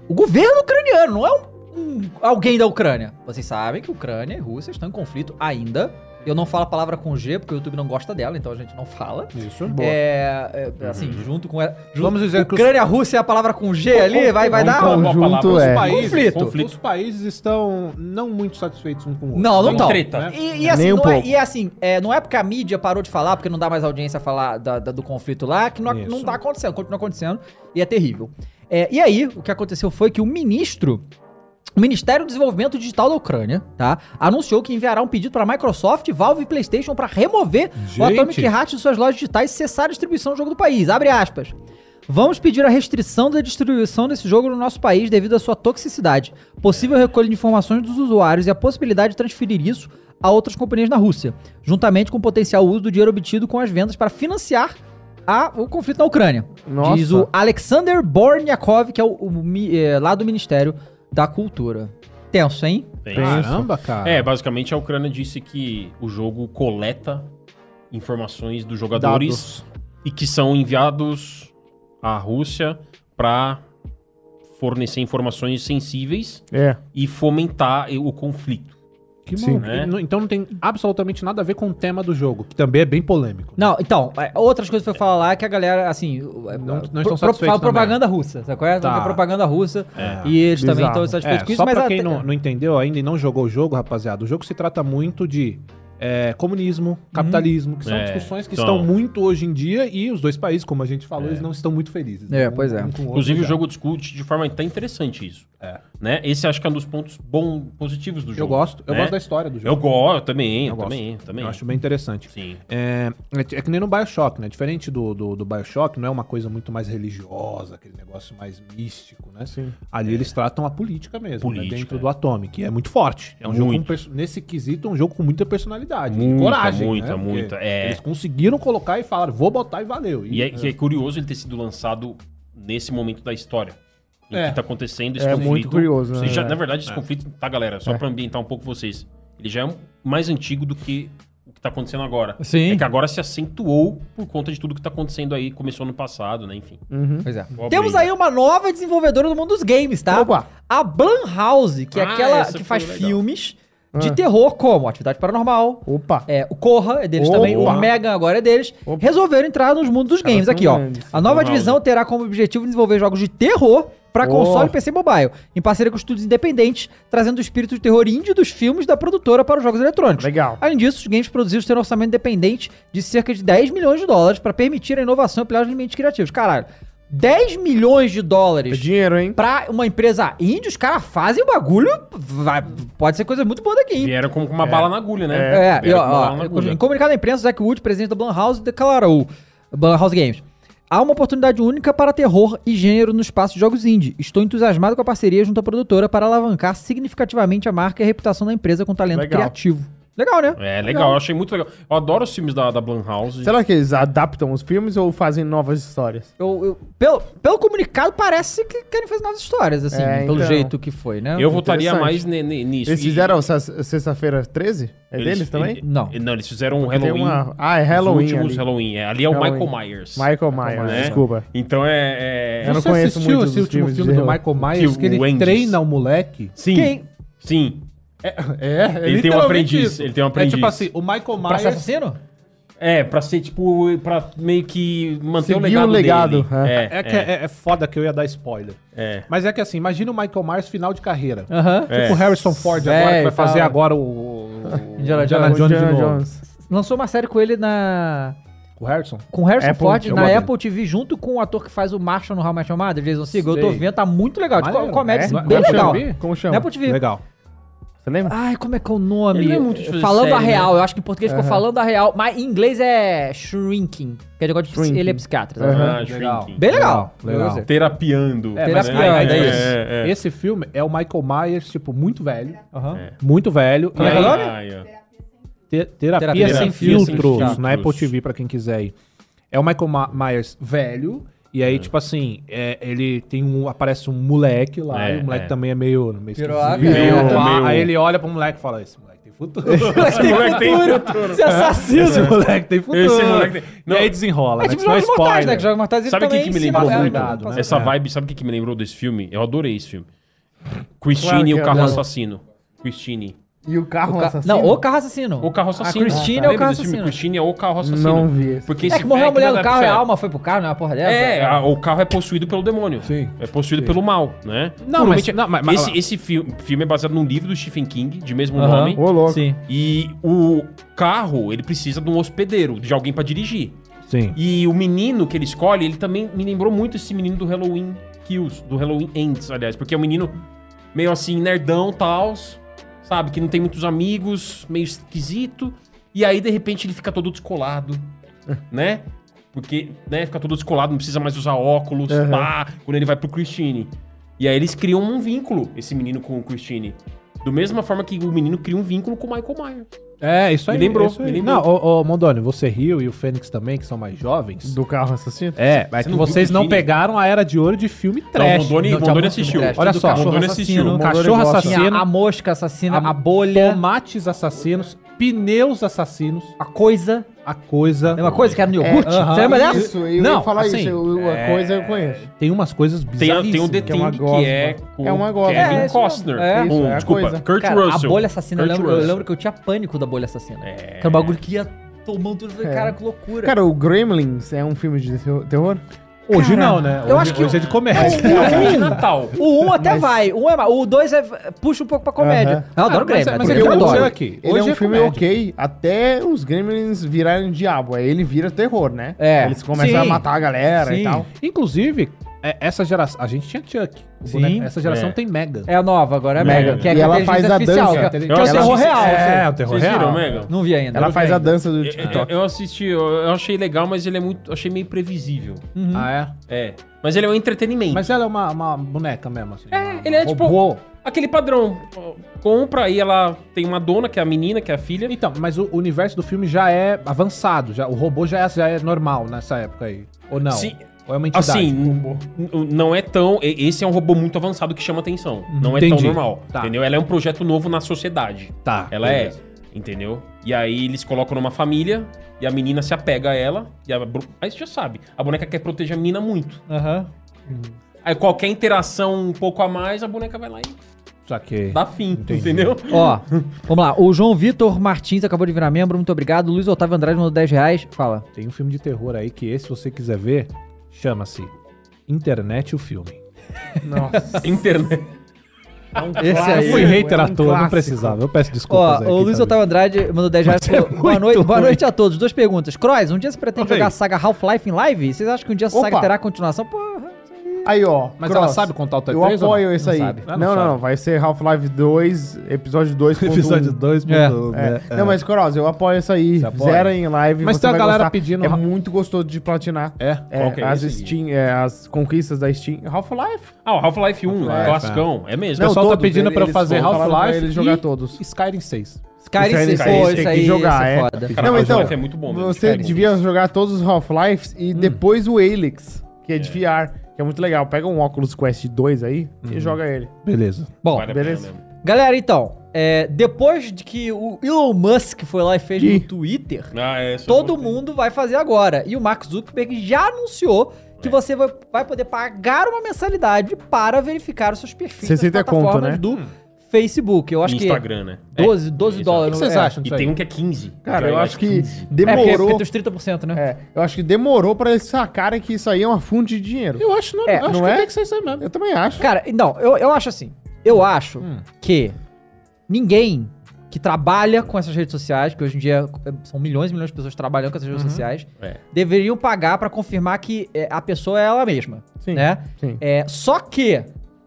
Speaker 1: o governo ucraniano, não é um, um- alguém da Ucrânia. Vocês sabem que Ucrânia e Rússia estão em conflito ainda. Eu não falo a palavra com G, porque o YouTube não gosta dela, então a gente não fala.
Speaker 4: Isso.
Speaker 1: É, é, assim, junto com... a- Junto,
Speaker 4: Uhum. Vamos dizer que os-
Speaker 1: Ucrânia, Rússia, é a palavra com G ali, vai, vai
Speaker 2: Vamos
Speaker 1: dar... um
Speaker 2: com-
Speaker 3: Uma boa
Speaker 2: Conjunto
Speaker 3: palavra.
Speaker 2: é-
Speaker 1: Conflito.
Speaker 3: Conflito.
Speaker 4: Os países estão não muito satisfeitos um com o outro.
Speaker 1: Não, não
Speaker 4: Né?
Speaker 1: tão.
Speaker 3: Treta.
Speaker 4: Né?
Speaker 1: E, e assim,
Speaker 2: Nem um
Speaker 1: não é,
Speaker 2: pouco.
Speaker 1: e assim, é, não é porque a mídia parou de falar, porque não dá mais audiência a falar da- da- do conflito lá, que não,
Speaker 4: Isso.
Speaker 1: não tá acontecendo, continua acontecendo, e é terrível. É, e aí, o que aconteceu foi que o ministro, o Ministério do Desenvolvimento Digital da Ucrânia, tá? Anunciou que enviará um pedido pra Microsoft, Valve e Playstation pra remover o
Speaker 4: Gente.
Speaker 1: Atomic Heart de suas lojas digitais e cessar a distribuição do jogo do país. Abre aspas. Vamos pedir a restrição da distribuição desse jogo no nosso país devido à sua toxicidade, possível recolha de informações dos usuários e a possibilidade de transferir isso a outras companhias na Rússia, juntamente com o potencial uso do dinheiro obtido com as vendas para financiar a- o conflito na Ucrânia.
Speaker 2: Nossa.
Speaker 1: Diz o Alexander Bornyakov, que é, o, o mi- é, lá do Ministério da Cultura. Tenso, hein?
Speaker 3: Tem.
Speaker 4: Caramba, cara.
Speaker 3: É, basicamente a Ucrânia disse que o jogo coleta informações dos jogadores e que são enviados à Rússia para fornecer informações sensíveis
Speaker 2: É.
Speaker 3: e fomentar o conflito.
Speaker 4: Que
Speaker 2: Sim.
Speaker 4: maluco.
Speaker 3: Né?
Speaker 4: Não- Então não tem absolutamente nada a ver com o tema do jogo, que também é bem polêmico.
Speaker 1: Não, então, é, outras coisas que eu fui falar lá é que a galera, assim,
Speaker 4: Não- não estão
Speaker 1: fala
Speaker 4: satisfeitos também.
Speaker 1: propaganda russa, sabe qual é?
Speaker 4: Tá.
Speaker 1: É propaganda russa e eles também
Speaker 2: bizarro.
Speaker 1: estão satisfeitos
Speaker 4: É,
Speaker 1: com isso,
Speaker 4: só
Speaker 1: mas
Speaker 4: pra
Speaker 1: a-
Speaker 4: quem não, não entendeu ainda e não jogou o jogo, rapaziada, o jogo se trata muito de é, comunismo, capitalismo, que são
Speaker 3: Uhum. É,
Speaker 4: discussões que
Speaker 3: então.
Speaker 4: estão muito hoje em dia e os dois países, como a gente falou, eles não estão muito felizes.
Speaker 1: É,
Speaker 4: Um-
Speaker 1: pois é.
Speaker 4: um com o outro
Speaker 3: É. Inclusive,
Speaker 4: já.
Speaker 3: o jogo discute de forma até interessante isso. Né? Esse acho que é um dos pontos bom, positivos do jogo.
Speaker 4: Eu gosto, eu
Speaker 3: né?
Speaker 4: gosto da história do jogo.
Speaker 3: Eu gosto, eu também, eu,
Speaker 4: Eu gosto.
Speaker 3: também, eu também.
Speaker 4: Eu acho bem interessante.
Speaker 3: Sim.
Speaker 4: É, é que- é que nem no Bioshock, né? Diferente do, do, do Bioshock, não é uma coisa muito mais religiosa, aquele negócio mais místico, né?
Speaker 2: Sim.
Speaker 4: Ali eles tratam a política mesmo,
Speaker 3: É. Política,
Speaker 4: né? dentro
Speaker 3: é.
Speaker 4: do Atomic. E é muito forte. É um jogo com
Speaker 3: Muito.
Speaker 4: perso- nesse quesito, é um jogo com muita personalidade,
Speaker 3: Muita,
Speaker 4: muita, coragem.
Speaker 3: muita,
Speaker 4: né? Porque
Speaker 3: muita, é.
Speaker 4: Eles conseguiram colocar e falaram, vou botar e valeu.
Speaker 3: E é, que é curioso ele ter sido lançado nesse momento da história. Em
Speaker 4: É.
Speaker 3: que tá acontecendo esse
Speaker 2: É
Speaker 3: conflito.
Speaker 2: muito curioso, né?
Speaker 3: Você já-
Speaker 2: É.
Speaker 3: na verdade, esse conflito, tá, galera?
Speaker 4: É.
Speaker 3: Só pra ambientar um pouco vocês. Ele já é um- mais antigo do que o que tá acontecendo agora.
Speaker 1: Sim.
Speaker 3: É que agora se acentuou por conta de tudo que tá acontecendo aí. Começou no passado, né? Enfim.
Speaker 2: Uhum.
Speaker 1: Pois é.
Speaker 3: Pobre.
Speaker 1: Temos aí uma nova desenvolvedora do mundo dos games, tá?
Speaker 2: Opa.
Speaker 1: A Blumhouse, que é
Speaker 3: Ah,
Speaker 1: aquela
Speaker 3: essa
Speaker 1: que
Speaker 3: foi
Speaker 1: faz
Speaker 3: legal.
Speaker 1: filmes de
Speaker 2: Ah.
Speaker 1: terror, como Atividade Paranormal,
Speaker 2: Opa.
Speaker 1: é, o Corra é deles
Speaker 2: Opa.
Speaker 1: também, o Megan agora é deles,
Speaker 2: Opa.
Speaker 1: resolveram entrar nos mundos dos games
Speaker 2: são
Speaker 1: aqui, ó.
Speaker 2: grandes.
Speaker 1: A nova
Speaker 3: Blumhouse.
Speaker 1: divisão terá como objetivo desenvolver jogos de terror para
Speaker 2: Oh.
Speaker 1: console, PC e mobile, em parceria com estúdios independentes, trazendo o espírito de terror indie dos filmes da produtora para os jogos eletrônicos.
Speaker 2: Legal.
Speaker 1: Além disso, os games produzidos têm um orçamento independente de cerca de 10 milhões de dólares para permitir a inovação e ampliar os limites criativos. Caralho, 10 milhões de
Speaker 2: É
Speaker 1: dólares
Speaker 2: dinheiro, hein?
Speaker 1: pra uma empresa índia, os caras fazem o bagulho, vai- pode ser coisa muito boa daqui, hein?
Speaker 3: Vieram como com uma bala na agulha, né?
Speaker 1: É, e,
Speaker 3: Vieram
Speaker 1: ó,
Speaker 3: com uma bala
Speaker 1: ó,
Speaker 3: na agulha.
Speaker 1: em comunicado à imprensa, Zack Wood, presidente da Blumhouse, declarou Blumhouse Games. Há uma oportunidade única para terror e gênero no espaço de jogos indie. Estou entusiasmado com a parceria junto à produtora para alavancar significativamente a marca e a reputação da empresa com talento
Speaker 2: Legal.
Speaker 1: criativo. Legal, né?
Speaker 3: É, legal, eu achei muito legal. Eu adoro os filmes da, da Blumhouse.
Speaker 2: Será que eles adaptam os filmes ou fazem novas histórias?
Speaker 1: Eu, eu- pelo, pelo comunicado, parece que querem fazer novas histórias, assim,
Speaker 2: É,
Speaker 1: pelo
Speaker 2: então.
Speaker 1: jeito que foi, né?
Speaker 3: Eu votaria
Speaker 2: Interessante.
Speaker 3: mais ne- ne- nisso.
Speaker 2: Eles
Speaker 3: E-
Speaker 2: fizeram essa- sexta-feira 13? É
Speaker 3: eles-
Speaker 2: deles também?
Speaker 1: Não.
Speaker 3: Não, eles fizeram um
Speaker 2: Tem
Speaker 3: Halloween.
Speaker 2: uma- Ah, é
Speaker 3: os
Speaker 2: Halloween.
Speaker 3: últimos
Speaker 2: Ali.
Speaker 3: Halloween. É, ali é o
Speaker 2: Halloween.
Speaker 3: Michael Myers.
Speaker 2: Michael Myers,
Speaker 3: Né?
Speaker 2: desculpa.
Speaker 3: Então é. é-
Speaker 2: Eu não
Speaker 4: Você
Speaker 2: conheço
Speaker 4: assistiu
Speaker 2: muito
Speaker 4: esse
Speaker 2: dos
Speaker 4: último
Speaker 2: filmes
Speaker 4: filme
Speaker 2: de
Speaker 4: do Michael Myers
Speaker 3: Que
Speaker 4: que ele
Speaker 3: o Wendy's.
Speaker 4: treina o moleque?
Speaker 3: Sim.
Speaker 1: Quem?
Speaker 3: Sim.
Speaker 4: É, é
Speaker 3: Ele tem um
Speaker 4: literalmente
Speaker 3: aprendiz,
Speaker 4: isso.
Speaker 3: ele tem um
Speaker 4: É tipo
Speaker 3: aprendiz.
Speaker 4: assim, o Michael
Speaker 1: Pra ser
Speaker 4: Myers
Speaker 1: assassino?
Speaker 3: É, pra ser tipo. Pra meio que manter
Speaker 2: Seguir
Speaker 3: o legado.
Speaker 2: o legado,
Speaker 3: Dele.
Speaker 2: é.
Speaker 4: É, que é. é foda que eu ia dar spoiler.
Speaker 3: É.
Speaker 4: Mas é que assim, imagina o Michael Myers final de carreira.
Speaker 1: Aham. então.
Speaker 3: É.
Speaker 4: Tipo o Harrison Ford
Speaker 2: É,
Speaker 4: agora, que
Speaker 2: e
Speaker 4: vai fazer
Speaker 2: tal.
Speaker 4: agora o. o-
Speaker 1: Indiana
Speaker 4: Indiana
Speaker 1: Jones.
Speaker 4: Jones, de novo.
Speaker 1: Lançou uma série com ele na.
Speaker 4: O Harrison?
Speaker 1: Com o Harrison
Speaker 2: Apple-
Speaker 1: Ford
Speaker 2: eu
Speaker 1: na
Speaker 2: botei.
Speaker 1: Apple TV, junto com o ator que faz o Marshall no How I Met Your Mother, Jason Segel. Eu tô
Speaker 4: Sei.
Speaker 1: vendo, tá muito legal. De co-
Speaker 4: Maneiro,
Speaker 1: comédia,
Speaker 4: é.
Speaker 1: assim,
Speaker 4: Na-
Speaker 1: bem
Speaker 4: na
Speaker 1: legal.
Speaker 4: Apple TV?
Speaker 2: Como
Speaker 1: Na
Speaker 2: chama?
Speaker 1: Apple TV.
Speaker 4: Legal.
Speaker 2: Você lembra?
Speaker 1: Ai, como é que é o nome?
Speaker 3: Ele não é muito de fazer
Speaker 1: falando a
Speaker 3: série, né?
Speaker 1: real, eu acho que em português ficou falando a real, mas em inglês é shrinking, que é negócio de psi-
Speaker 2: Shrinking.
Speaker 1: ele é psiquiatra. sabe?
Speaker 2: Aham.
Speaker 3: Ah,
Speaker 4: Legal.
Speaker 3: shrinking.
Speaker 1: Bem legal.
Speaker 4: Legal.
Speaker 1: Eu gostei.
Speaker 3: Terapiando.
Speaker 4: É, mas
Speaker 1: Terapia,
Speaker 4: aí-
Speaker 1: ainda
Speaker 4: aí-
Speaker 1: é
Speaker 4: esse,
Speaker 3: isso. É, é.
Speaker 4: esse filme é o Michael Myers, tipo, muito velho.
Speaker 1: Aham.
Speaker 4: Muito velho.
Speaker 1: Como é que é o
Speaker 4: aí-
Speaker 1: nome?
Speaker 3: Ai, ó.
Speaker 4: Te- terapia,
Speaker 1: Terapia
Speaker 4: sem,
Speaker 1: Sem
Speaker 4: filtros,
Speaker 3: Filtros.
Speaker 4: na Apple TV, pra quem quiser ir. É o Michael Ma- Myers velho. E aí, tipo assim, é, ele tem um. Aparece um moleque lá,
Speaker 3: É,
Speaker 4: e o moleque
Speaker 3: é.
Speaker 4: também é meio. meio
Speaker 1: Piroca,
Speaker 4: esquisito.
Speaker 1: é.
Speaker 4: Meio-
Speaker 3: Meio-
Speaker 4: Aí ele olha pro moleque e fala: Esse moleque tem futuro.
Speaker 1: Esse moleque tem futuro. Você assassina.
Speaker 4: Esse moleque tem futuro.
Speaker 3: Esse moleque tem-
Speaker 4: E aí desenrola.
Speaker 1: É
Speaker 4: né?
Speaker 1: tipo
Speaker 4: Isso não
Speaker 1: Jogos Mortais, né? Que Jogos Mortais ele
Speaker 3: Sabe o que,
Speaker 1: também
Speaker 3: que me
Speaker 1: ensina-
Speaker 3: lembrou
Speaker 1: é,
Speaker 3: muito?
Speaker 1: não, não, não.
Speaker 3: Essa vibe, sabe o que, que me lembrou desse filme? Eu adorei esse filme. Christine
Speaker 2: Claro que
Speaker 3: e o
Speaker 2: eu
Speaker 3: carro
Speaker 2: adoro.
Speaker 3: assassino. Christine.
Speaker 2: E É o carro
Speaker 1: Ca-
Speaker 2: assassino?
Speaker 1: Não, o carro assassino.
Speaker 3: O carro assassino.
Speaker 1: A Christine é o
Speaker 3: Lembra
Speaker 1: carro
Speaker 3: desse filme?
Speaker 1: assassino.
Speaker 3: Christine é o carro assassino.
Speaker 2: Não vi esse.
Speaker 3: Porque
Speaker 1: É que morreu a mulher no
Speaker 3: da
Speaker 1: carro e a
Speaker 3: época-
Speaker 1: alma foi pro carro, não é uma porra dessa?
Speaker 3: É, a- o carro é possuído pelo demônio.
Speaker 4: Sim.
Speaker 3: É possuído pelo mal, né?
Speaker 4: Não, mas-
Speaker 3: Provavelmente-
Speaker 4: não, mas- mas-
Speaker 3: esse esse filme, filme é baseado num livro do Stephen King, de mesmo
Speaker 1: Aham.
Speaker 3: nome.
Speaker 2: Ô, louco.
Speaker 1: Sim.
Speaker 3: E o carro, ele precisa de um hospedeiro, de alguém pra dirigir.
Speaker 4: Sim.
Speaker 3: E o menino que ele escolhe, ele também me lembrou muito esse menino do Halloween Kills, do Halloween Ends, aliás, porque é um menino meio assim, nerdão, tal, sabe, que não tem muitos amigos, meio esquisito, e aí de repente ele fica todo descolado, né? Porque, né, fica todo descolado, não precisa mais usar óculos,
Speaker 2: Aham.
Speaker 3: pá, quando ele vai pro Christine. E aí eles criam um vínculo, esse menino com o Christine. Do mesma forma que o menino cria um vínculo com o Michael Myers.
Speaker 4: É, isso aí.
Speaker 3: Me lembrou,
Speaker 4: isso aí.
Speaker 3: me lembrou.
Speaker 4: Não, ô, ô, Mondoni, você riu e o Fênix também, que são mais jovens.
Speaker 2: Do carro assassino?
Speaker 4: É, mas
Speaker 3: Você
Speaker 4: que
Speaker 3: não
Speaker 4: vocês
Speaker 3: viu
Speaker 4: não
Speaker 3: Virginia?
Speaker 4: pegaram a era de ouro de filme
Speaker 3: Não,
Speaker 4: trash.
Speaker 3: Mondoni,
Speaker 1: não,
Speaker 3: Mondoni
Speaker 1: tinha
Speaker 3: assistiu.
Speaker 1: muito trash.
Speaker 4: Olha
Speaker 1: Do
Speaker 4: só,
Speaker 1: cachorro
Speaker 3: Mondoni
Speaker 1: assassino.
Speaker 3: assistiu.
Speaker 4: cachorro
Speaker 2: gosta.
Speaker 1: Tinha
Speaker 4: assassino,
Speaker 1: a mosca assassina, a,
Speaker 4: a
Speaker 1: bolha,
Speaker 4: tomates assassinos, pneus assassinos,
Speaker 1: a coisa.
Speaker 4: a coisa.
Speaker 1: Lembra a coisa que era no
Speaker 2: É,
Speaker 1: iogurte?
Speaker 4: aham.
Speaker 1: Você lembra dessa?
Speaker 2: Isso, eu
Speaker 4: Não,
Speaker 2: ia falar
Speaker 4: assim,
Speaker 2: isso. eu- a coisa eu conheço.
Speaker 4: Tem umas coisas
Speaker 3: Tem, a-
Speaker 4: bizarras.
Speaker 3: tem um The
Speaker 2: que é uma
Speaker 3: Thing
Speaker 2: gosma.
Speaker 3: que é com
Speaker 2: É uma gosma.
Speaker 3: Kevin
Speaker 1: É, isso
Speaker 3: Costner.
Speaker 1: mesmo. É.
Speaker 2: Isso,
Speaker 3: com,
Speaker 2: é a
Speaker 3: desculpa,
Speaker 2: coisa.
Speaker 3: Kurt
Speaker 1: Cara,
Speaker 3: Russell.
Speaker 1: a bolha assassina, eu
Speaker 3: Kurt
Speaker 1: lembro, eu
Speaker 3: Russell.
Speaker 1: lembro que eu tinha pânico da bolha assassina.
Speaker 3: É.
Speaker 1: Que era um bagulho que ia tomando tudo. eu falei,
Speaker 2: É.
Speaker 1: Cara, que loucura.
Speaker 2: Cara, o Gremlins é um filme de terror- terror?
Speaker 1: Cara,
Speaker 4: Hoje não,
Speaker 1: eu
Speaker 4: né? Hoje,
Speaker 1: acho que
Speaker 4: hoje é de
Speaker 1: Mas,
Speaker 4: comédia.
Speaker 1: cara,
Speaker 3: É um filme de Natal.
Speaker 1: o 1 um até
Speaker 2: Mas-
Speaker 1: vai, o um é, ma- o 2 é, puxa um pouco pra comédia.
Speaker 2: Aham.
Speaker 1: Eu adoro
Speaker 4: Ah, mas
Speaker 1: Grêmio,
Speaker 4: é-
Speaker 1: né?
Speaker 4: mas
Speaker 1: Grêmio
Speaker 4: é
Speaker 1: eu
Speaker 4: que eu
Speaker 1: adoro.
Speaker 4: vou dizer aqui.
Speaker 2: Ele é
Speaker 4: Hoje
Speaker 2: um
Speaker 4: é
Speaker 2: filme
Speaker 4: comédia.
Speaker 2: ok, até os Gremlins virarem diabo. Aí ele vira terror, né?
Speaker 1: É.
Speaker 2: Eles começam
Speaker 1: Sim.
Speaker 2: a matar a galera
Speaker 1: Sim.
Speaker 2: e tal.
Speaker 4: Inclusive, é- essa geração. A gente tinha Chuck. o
Speaker 1: Sim.
Speaker 4: boneco- Essa geração
Speaker 3: É.
Speaker 4: tem Mega.
Speaker 1: É a nova agora, é
Speaker 3: É.
Speaker 1: Mega. Que é
Speaker 2: E ela
Speaker 1: inteligência
Speaker 2: faz a
Speaker 1: artificial,
Speaker 2: dança.
Speaker 1: Que é- que é
Speaker 3: Eu
Speaker 1: o
Speaker 3: acho
Speaker 1: terror
Speaker 3: que-
Speaker 1: real.
Speaker 4: É,
Speaker 1: assim.
Speaker 4: o terror
Speaker 3: Vocês
Speaker 4: real.
Speaker 3: viram, Megan?
Speaker 1: Não vi ainda.
Speaker 2: Ela
Speaker 1: não
Speaker 2: faz
Speaker 1: vi
Speaker 2: a
Speaker 1: ainda.
Speaker 2: dança do
Speaker 3: É,
Speaker 2: TikTok.
Speaker 3: Eu assisti, eu eu achei legal, mas ele é muito. Eu achei meio previsível.
Speaker 4: Ah, é?
Speaker 3: É. Mas ele é um entretenimento.
Speaker 4: Mas ela é uma, uma boneca mesmo, assim.
Speaker 3: É,
Speaker 4: uma-
Speaker 3: ele é
Speaker 4: uma
Speaker 3: tipo-
Speaker 4: robô.
Speaker 3: Aquele padrão. ó, Compra e ela tem uma dona, que é a menina, que é a filha.
Speaker 4: Então, mas o o universo do filme já é avançado, já, o robô já é, já é normal nessa época aí. Ou não?
Speaker 3: Sim.
Speaker 4: Ou é uma entidade?
Speaker 3: Assim,
Speaker 2: um
Speaker 3: n- n- não é tão. e- Esse é um robô muito avançado que chama atenção. Não é
Speaker 4: Entendi.
Speaker 3: tão normal.
Speaker 4: Tá.
Speaker 3: Entendeu? Ela é um projeto novo na sociedade.
Speaker 4: Tá,
Speaker 3: Ela
Speaker 4: beleza.
Speaker 3: é. Entendeu? E aí eles colocam numa família e a menina se apega a ela. E a, bro- aí você já sabe. A boneca quer proteger a menina muito.
Speaker 1: Aham.
Speaker 3: Aí qualquer interação um pouco a mais, a boneca vai lá e
Speaker 4: Saquei.
Speaker 3: dá fim. Entendeu?
Speaker 1: Ó, vamos lá. O João Vitor Martins acabou de virar membro, muito obrigado. Luiz Otávio Andrade mandou 10 reais. Fala.
Speaker 4: Tem um filme de terror aí que esse, se você quiser ver, chama-se Internet o Filme.
Speaker 2: é. Nossa.
Speaker 3: Internet.
Speaker 4: Esse aí. Eu fui
Speaker 2: é um
Speaker 4: hater à toa, não
Speaker 2: clássico.
Speaker 4: precisava. Eu peço desculpas tá
Speaker 1: Ó,
Speaker 4: aqui.
Speaker 1: o Luiz
Speaker 4: também.
Speaker 1: Otávio Andrade mandou 10 reais.
Speaker 4: Mas é
Speaker 1: falou, boa,
Speaker 4: muito
Speaker 1: noite, boa
Speaker 4: ruim.
Speaker 1: noite a todos. Duas perguntas. Crois, um dia você pretende
Speaker 2: Ok.
Speaker 1: jogar a saga Half-Life em live? Vocês acham que um dia essa saga
Speaker 2: Opa.
Speaker 1: terá continuação? Porra.
Speaker 2: Aí, ó.
Speaker 4: Mas ela sabe contar o Toy
Speaker 2: Eu
Speaker 4: 3 ou não?
Speaker 2: apoio isso
Speaker 4: Não
Speaker 2: aí.
Speaker 4: sabe.
Speaker 2: Não,
Speaker 4: Ela
Speaker 2: não,
Speaker 4: não sabe.
Speaker 2: não. Vai ser Half-Life 2, episódio 2.
Speaker 4: Episódio 2.
Speaker 1: É.
Speaker 2: É. Não, mas Cross, eu apoio isso aí.
Speaker 4: Você apoia?
Speaker 2: Zera em live.
Speaker 4: Mas
Speaker 2: você
Speaker 4: tem a
Speaker 2: vai
Speaker 4: galera
Speaker 2: gostar.
Speaker 4: pedindo
Speaker 2: É
Speaker 4: Ra-
Speaker 2: muito gostoso de platinar.
Speaker 4: É?
Speaker 2: É,
Speaker 3: Qual que é
Speaker 2: as,
Speaker 3: esse, Gui?
Speaker 2: Steam, é, as conquistas da Steam. Half-Life.
Speaker 3: Ah, o Half-Life 1,
Speaker 2: Half-Life,
Speaker 3: classicão. É mesmo.
Speaker 4: O
Speaker 2: Não,
Speaker 4: pessoal tá
Speaker 2: todos,
Speaker 4: pedindo pra eu
Speaker 2: eles
Speaker 4: fazer
Speaker 2: falaram pra
Speaker 4: Half-Life
Speaker 2: eles jogar
Speaker 4: e
Speaker 2: todos.
Speaker 4: Skyrim 6.
Speaker 1: Skyrim,
Speaker 2: Isso aí,
Speaker 1: esse,
Speaker 2: isso
Speaker 1: pô,
Speaker 2: aí,
Speaker 1: isso
Speaker 2: tem
Speaker 1: aí,
Speaker 2: que
Speaker 1: isso
Speaker 2: jogar,
Speaker 1: é
Speaker 2: é.
Speaker 1: foda.
Speaker 3: Cara,
Speaker 2: não, então,
Speaker 3: Half-Life é muito bom mesmo.
Speaker 2: Você
Speaker 3: Skyrim.
Speaker 2: devia jogar todos os Half-Lifes e depois o Helix, que é de VR, que é muito legal. Pega um óculos Quest 2 aí e joga ele.
Speaker 4: Beleza.
Speaker 1: Bom,
Speaker 3: Vale a
Speaker 2: beleza.
Speaker 3: pena mesmo.
Speaker 1: galera, então, é, depois de que o Elon Musk foi lá e fez
Speaker 2: Ih.
Speaker 1: no Twitter,
Speaker 3: Ah, é, essa eu
Speaker 1: todo
Speaker 3: gostei.
Speaker 1: mundo vai fazer agora. E o Mark Zuckerberg já anunciou que você vai, vai poder pagar uma mensalidade para verificar os seus perfis
Speaker 2: 60 é conto, né?
Speaker 1: do Facebook. Eu acho
Speaker 3: No Instagram, né?
Speaker 1: que 12, 12
Speaker 3: exato.
Speaker 4: O
Speaker 1: dólares.
Speaker 4: que vocês
Speaker 1: é.
Speaker 4: acham
Speaker 3: E
Speaker 4: disso
Speaker 3: tem
Speaker 4: aí?
Speaker 3: um que é 15.
Speaker 2: Cara,
Speaker 3: Tem um
Speaker 2: eu acho que
Speaker 3: 15.
Speaker 1: É, porque- porque
Speaker 2: demorou.
Speaker 1: tem os 30%, né?
Speaker 2: É, eu acho que demorou pra eles sacarem que isso aí é uma fonte de dinheiro.
Speaker 4: Eu acho, não,
Speaker 1: É,
Speaker 4: eu acho
Speaker 2: não
Speaker 4: que
Speaker 2: é?
Speaker 4: tem que ser isso aí mesmo.
Speaker 2: Eu também acho.
Speaker 1: Cara, não, eu, eu acho assim. Eu acho
Speaker 4: Hum.
Speaker 1: que ninguém que trabalha com essas redes sociais, que hoje em dia eh, são milhões e milhões de pessoas trabalhando com essas redes sociais,
Speaker 3: É.
Speaker 1: deveriam pagar pra confirmar que eh, a pessoa é ela mesma,
Speaker 2: Sim,
Speaker 1: né?
Speaker 2: sim.
Speaker 1: É, só que...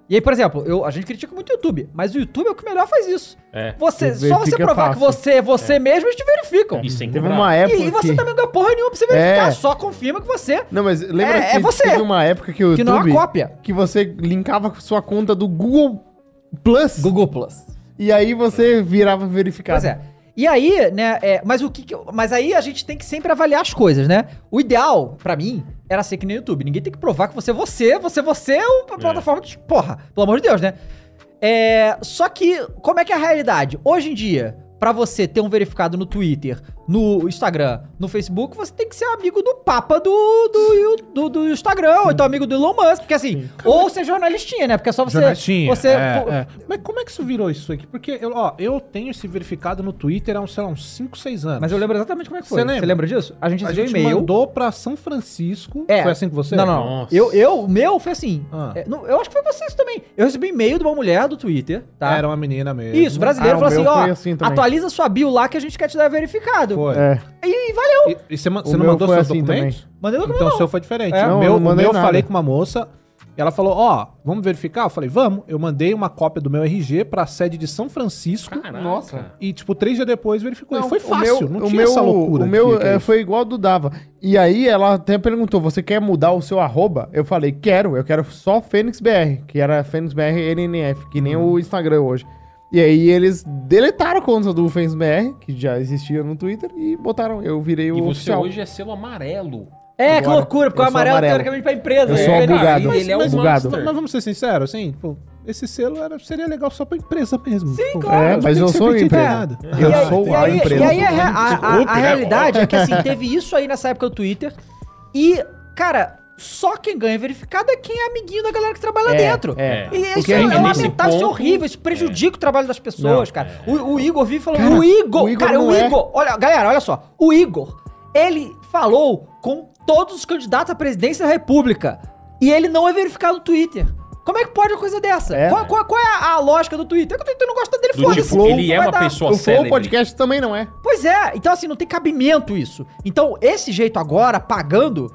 Speaker 1: E aí, por exemplo, eu, a gente critica muito o YouTube, mas o YouTube é o que melhor faz isso.
Speaker 3: É.
Speaker 1: Você,
Speaker 2: Ver-
Speaker 1: só você
Speaker 2: fica
Speaker 1: provar que
Speaker 2: fácil.
Speaker 1: você é você mesmo, eles te verificam.
Speaker 3: E sem
Speaker 2: Teve
Speaker 3: cobrar.
Speaker 2: uma época.
Speaker 1: e, e você
Speaker 2: que...
Speaker 1: também não ganha porra nenhuma pra você
Speaker 2: É.
Speaker 1: verificar, só confirma que você,
Speaker 2: Não, mas lembra
Speaker 1: É,
Speaker 2: que
Speaker 1: é você.
Speaker 2: teve uma época que o
Speaker 1: que
Speaker 2: YouTube
Speaker 1: não é uma cópia.
Speaker 2: que você linkava com sua conta do Google Plus
Speaker 1: Google Plus.
Speaker 2: e aí você virava verificado.
Speaker 1: Pois é. E aí, né, é, mas o que, que eu- mas aí a gente tem que sempre avaliar as coisas, né? O ideal, pra mim, era ser que nem o YouTube. Ninguém tem que provar que você é você, você é você, é uma plataforma de porra, pelo amor de Deus, né? É, só que como é que é a realidade? Hoje em dia, pra você ter um verificado no Twitter, no Instagram, no Facebook, você tem que ser amigo do papa do do, do, do Instagram, ou então amigo do Elon Musk, porque assim, ou ser jornalistinha, né? Porque é só você
Speaker 4: Jornalistinha,
Speaker 1: você
Speaker 4: é,
Speaker 1: pô,
Speaker 4: é. Mas como é que isso virou isso aqui? Porque, eu, ó, eu tenho esse verificado no Twitter há, uns, sei lá, uns 5, 6 anos.
Speaker 1: Mas eu lembro exatamente como é que
Speaker 4: Você
Speaker 1: foi.
Speaker 4: lembra?
Speaker 1: Você lembra disso? A gente
Speaker 4: A
Speaker 1: recebeu um
Speaker 4: gente
Speaker 1: e-mail.
Speaker 4: mandou pra São Francisco.
Speaker 1: É.
Speaker 4: Foi assim que você?
Speaker 1: Não, não.
Speaker 3: Nossa.
Speaker 1: Eu, eu, o meu foi assim.
Speaker 4: Ah.
Speaker 1: é, não, eu acho que foi com vocês também. Eu recebi um e-mail de uma mulher do Twitter, tá?
Speaker 4: Era uma menina mesmo.
Speaker 1: Isso, brasileiro
Speaker 2: Ah, o
Speaker 1: falou assim,
Speaker 2: meu
Speaker 1: ó,
Speaker 2: foi assim também.
Speaker 1: atualiza sua bio lá que a gente quer te dar verificado.
Speaker 4: Foi.
Speaker 2: É.
Speaker 1: E, e valeu.
Speaker 4: E, e você ma-
Speaker 2: O
Speaker 4: você não
Speaker 2: meu
Speaker 4: mandou
Speaker 2: foi
Speaker 4: seus
Speaker 2: assim
Speaker 4: documentos?
Speaker 1: Mandei o documento.
Speaker 4: Então o seu foi diferente.
Speaker 1: É.
Speaker 4: O
Speaker 2: Não,
Speaker 4: meu,
Speaker 2: não
Speaker 4: o
Speaker 2: mandei
Speaker 4: meu eu
Speaker 2: nada.
Speaker 4: falei com uma moça, ela falou, ó, vamos verificar? Eu falei, vamos. Eu mandei uma cópia do meu RG pra sede de São Francisco.
Speaker 3: Caraca.
Speaker 2: Nossa.
Speaker 4: E, tipo, três dias depois verificou.
Speaker 2: Não,
Speaker 4: e foi
Speaker 2: o meu-
Speaker 4: fácil, não
Speaker 2: o
Speaker 4: tinha
Speaker 2: meu,
Speaker 4: essa loucura.
Speaker 2: O
Speaker 4: de
Speaker 2: meu
Speaker 4: que é
Speaker 2: eh,
Speaker 4: isso.
Speaker 2: foi igual ao do Dava. E aí ela até perguntou: você quer mudar o seu arroba? Eu falei, quero, eu quero só Fênix BR, que era Fênix BR NNF, que nem o Instagram hoje. E aí eles deletaram a conta do Fênix BR, que já existia no Twitter, e botaram. Eu virei o
Speaker 3: E você
Speaker 2: oficial.
Speaker 3: hoje é selo amarelo.
Speaker 1: É, que
Speaker 2: Agora,
Speaker 1: loucura, porque o
Speaker 2: eu sou
Speaker 1: amarelo,
Speaker 2: amarelo.
Speaker 1: teoricamente pra empresa.
Speaker 2: Eu
Speaker 1: né?
Speaker 2: sou
Speaker 1: Ele-
Speaker 2: bugado.
Speaker 1: ele- ele é um-
Speaker 2: Mas- bugado.
Speaker 4: Então, Mas, vamos ser sinceros, assim, pô, esse selo era, seria legal só pra empresa mesmo. Tipo, Sim,
Speaker 1: claro.
Speaker 2: É, mas eu sou a empresa.
Speaker 1: E
Speaker 2: Eu
Speaker 1: aí-
Speaker 2: sou
Speaker 1: e
Speaker 2: a
Speaker 1: aí-
Speaker 2: empresa.
Speaker 1: E aí é a, a- a- a
Speaker 3: Desculpe, né?
Speaker 1: realidade é que assim, teve isso aí nessa época do Twitter. E, cara, só quem ganha verificado é quem é amiguinho da galera que trabalha
Speaker 2: É,
Speaker 1: dentro.
Speaker 2: é.
Speaker 1: E
Speaker 2: O
Speaker 1: isso
Speaker 2: que
Speaker 1: é,
Speaker 2: a
Speaker 1: é
Speaker 2: gente-
Speaker 1: lamentável, isso é
Speaker 3: nesse
Speaker 1: horrível,
Speaker 3: ponto-
Speaker 1: isso prejudica o trabalho das pessoas,
Speaker 3: Não, É.
Speaker 1: cara. O, o Igor vive e falou,
Speaker 2: Cara,
Speaker 1: o Igor,
Speaker 2: o Igor
Speaker 1: cara, o
Speaker 2: não é.
Speaker 1: Igor, olha, galera, olha só, o Igor, ele falou com todos os candidatos à presidência da república e ele não é verificado no Twitter. Como é que pode uma coisa dessa?
Speaker 2: É.
Speaker 1: Qual, qual- qual é a, a lógica do Twitter? É que o Twitter não gosta dele,
Speaker 3: Do
Speaker 1: foda-se.
Speaker 3: tipo, ele
Speaker 1: não
Speaker 3: é
Speaker 1: vai
Speaker 3: uma
Speaker 1: dar-
Speaker 3: pessoa
Speaker 2: o Flow
Speaker 3: célebre.
Speaker 2: Podcast também não é.
Speaker 1: Pois é, então assim, não tem cabimento isso. Então, esse jeito agora, pagando,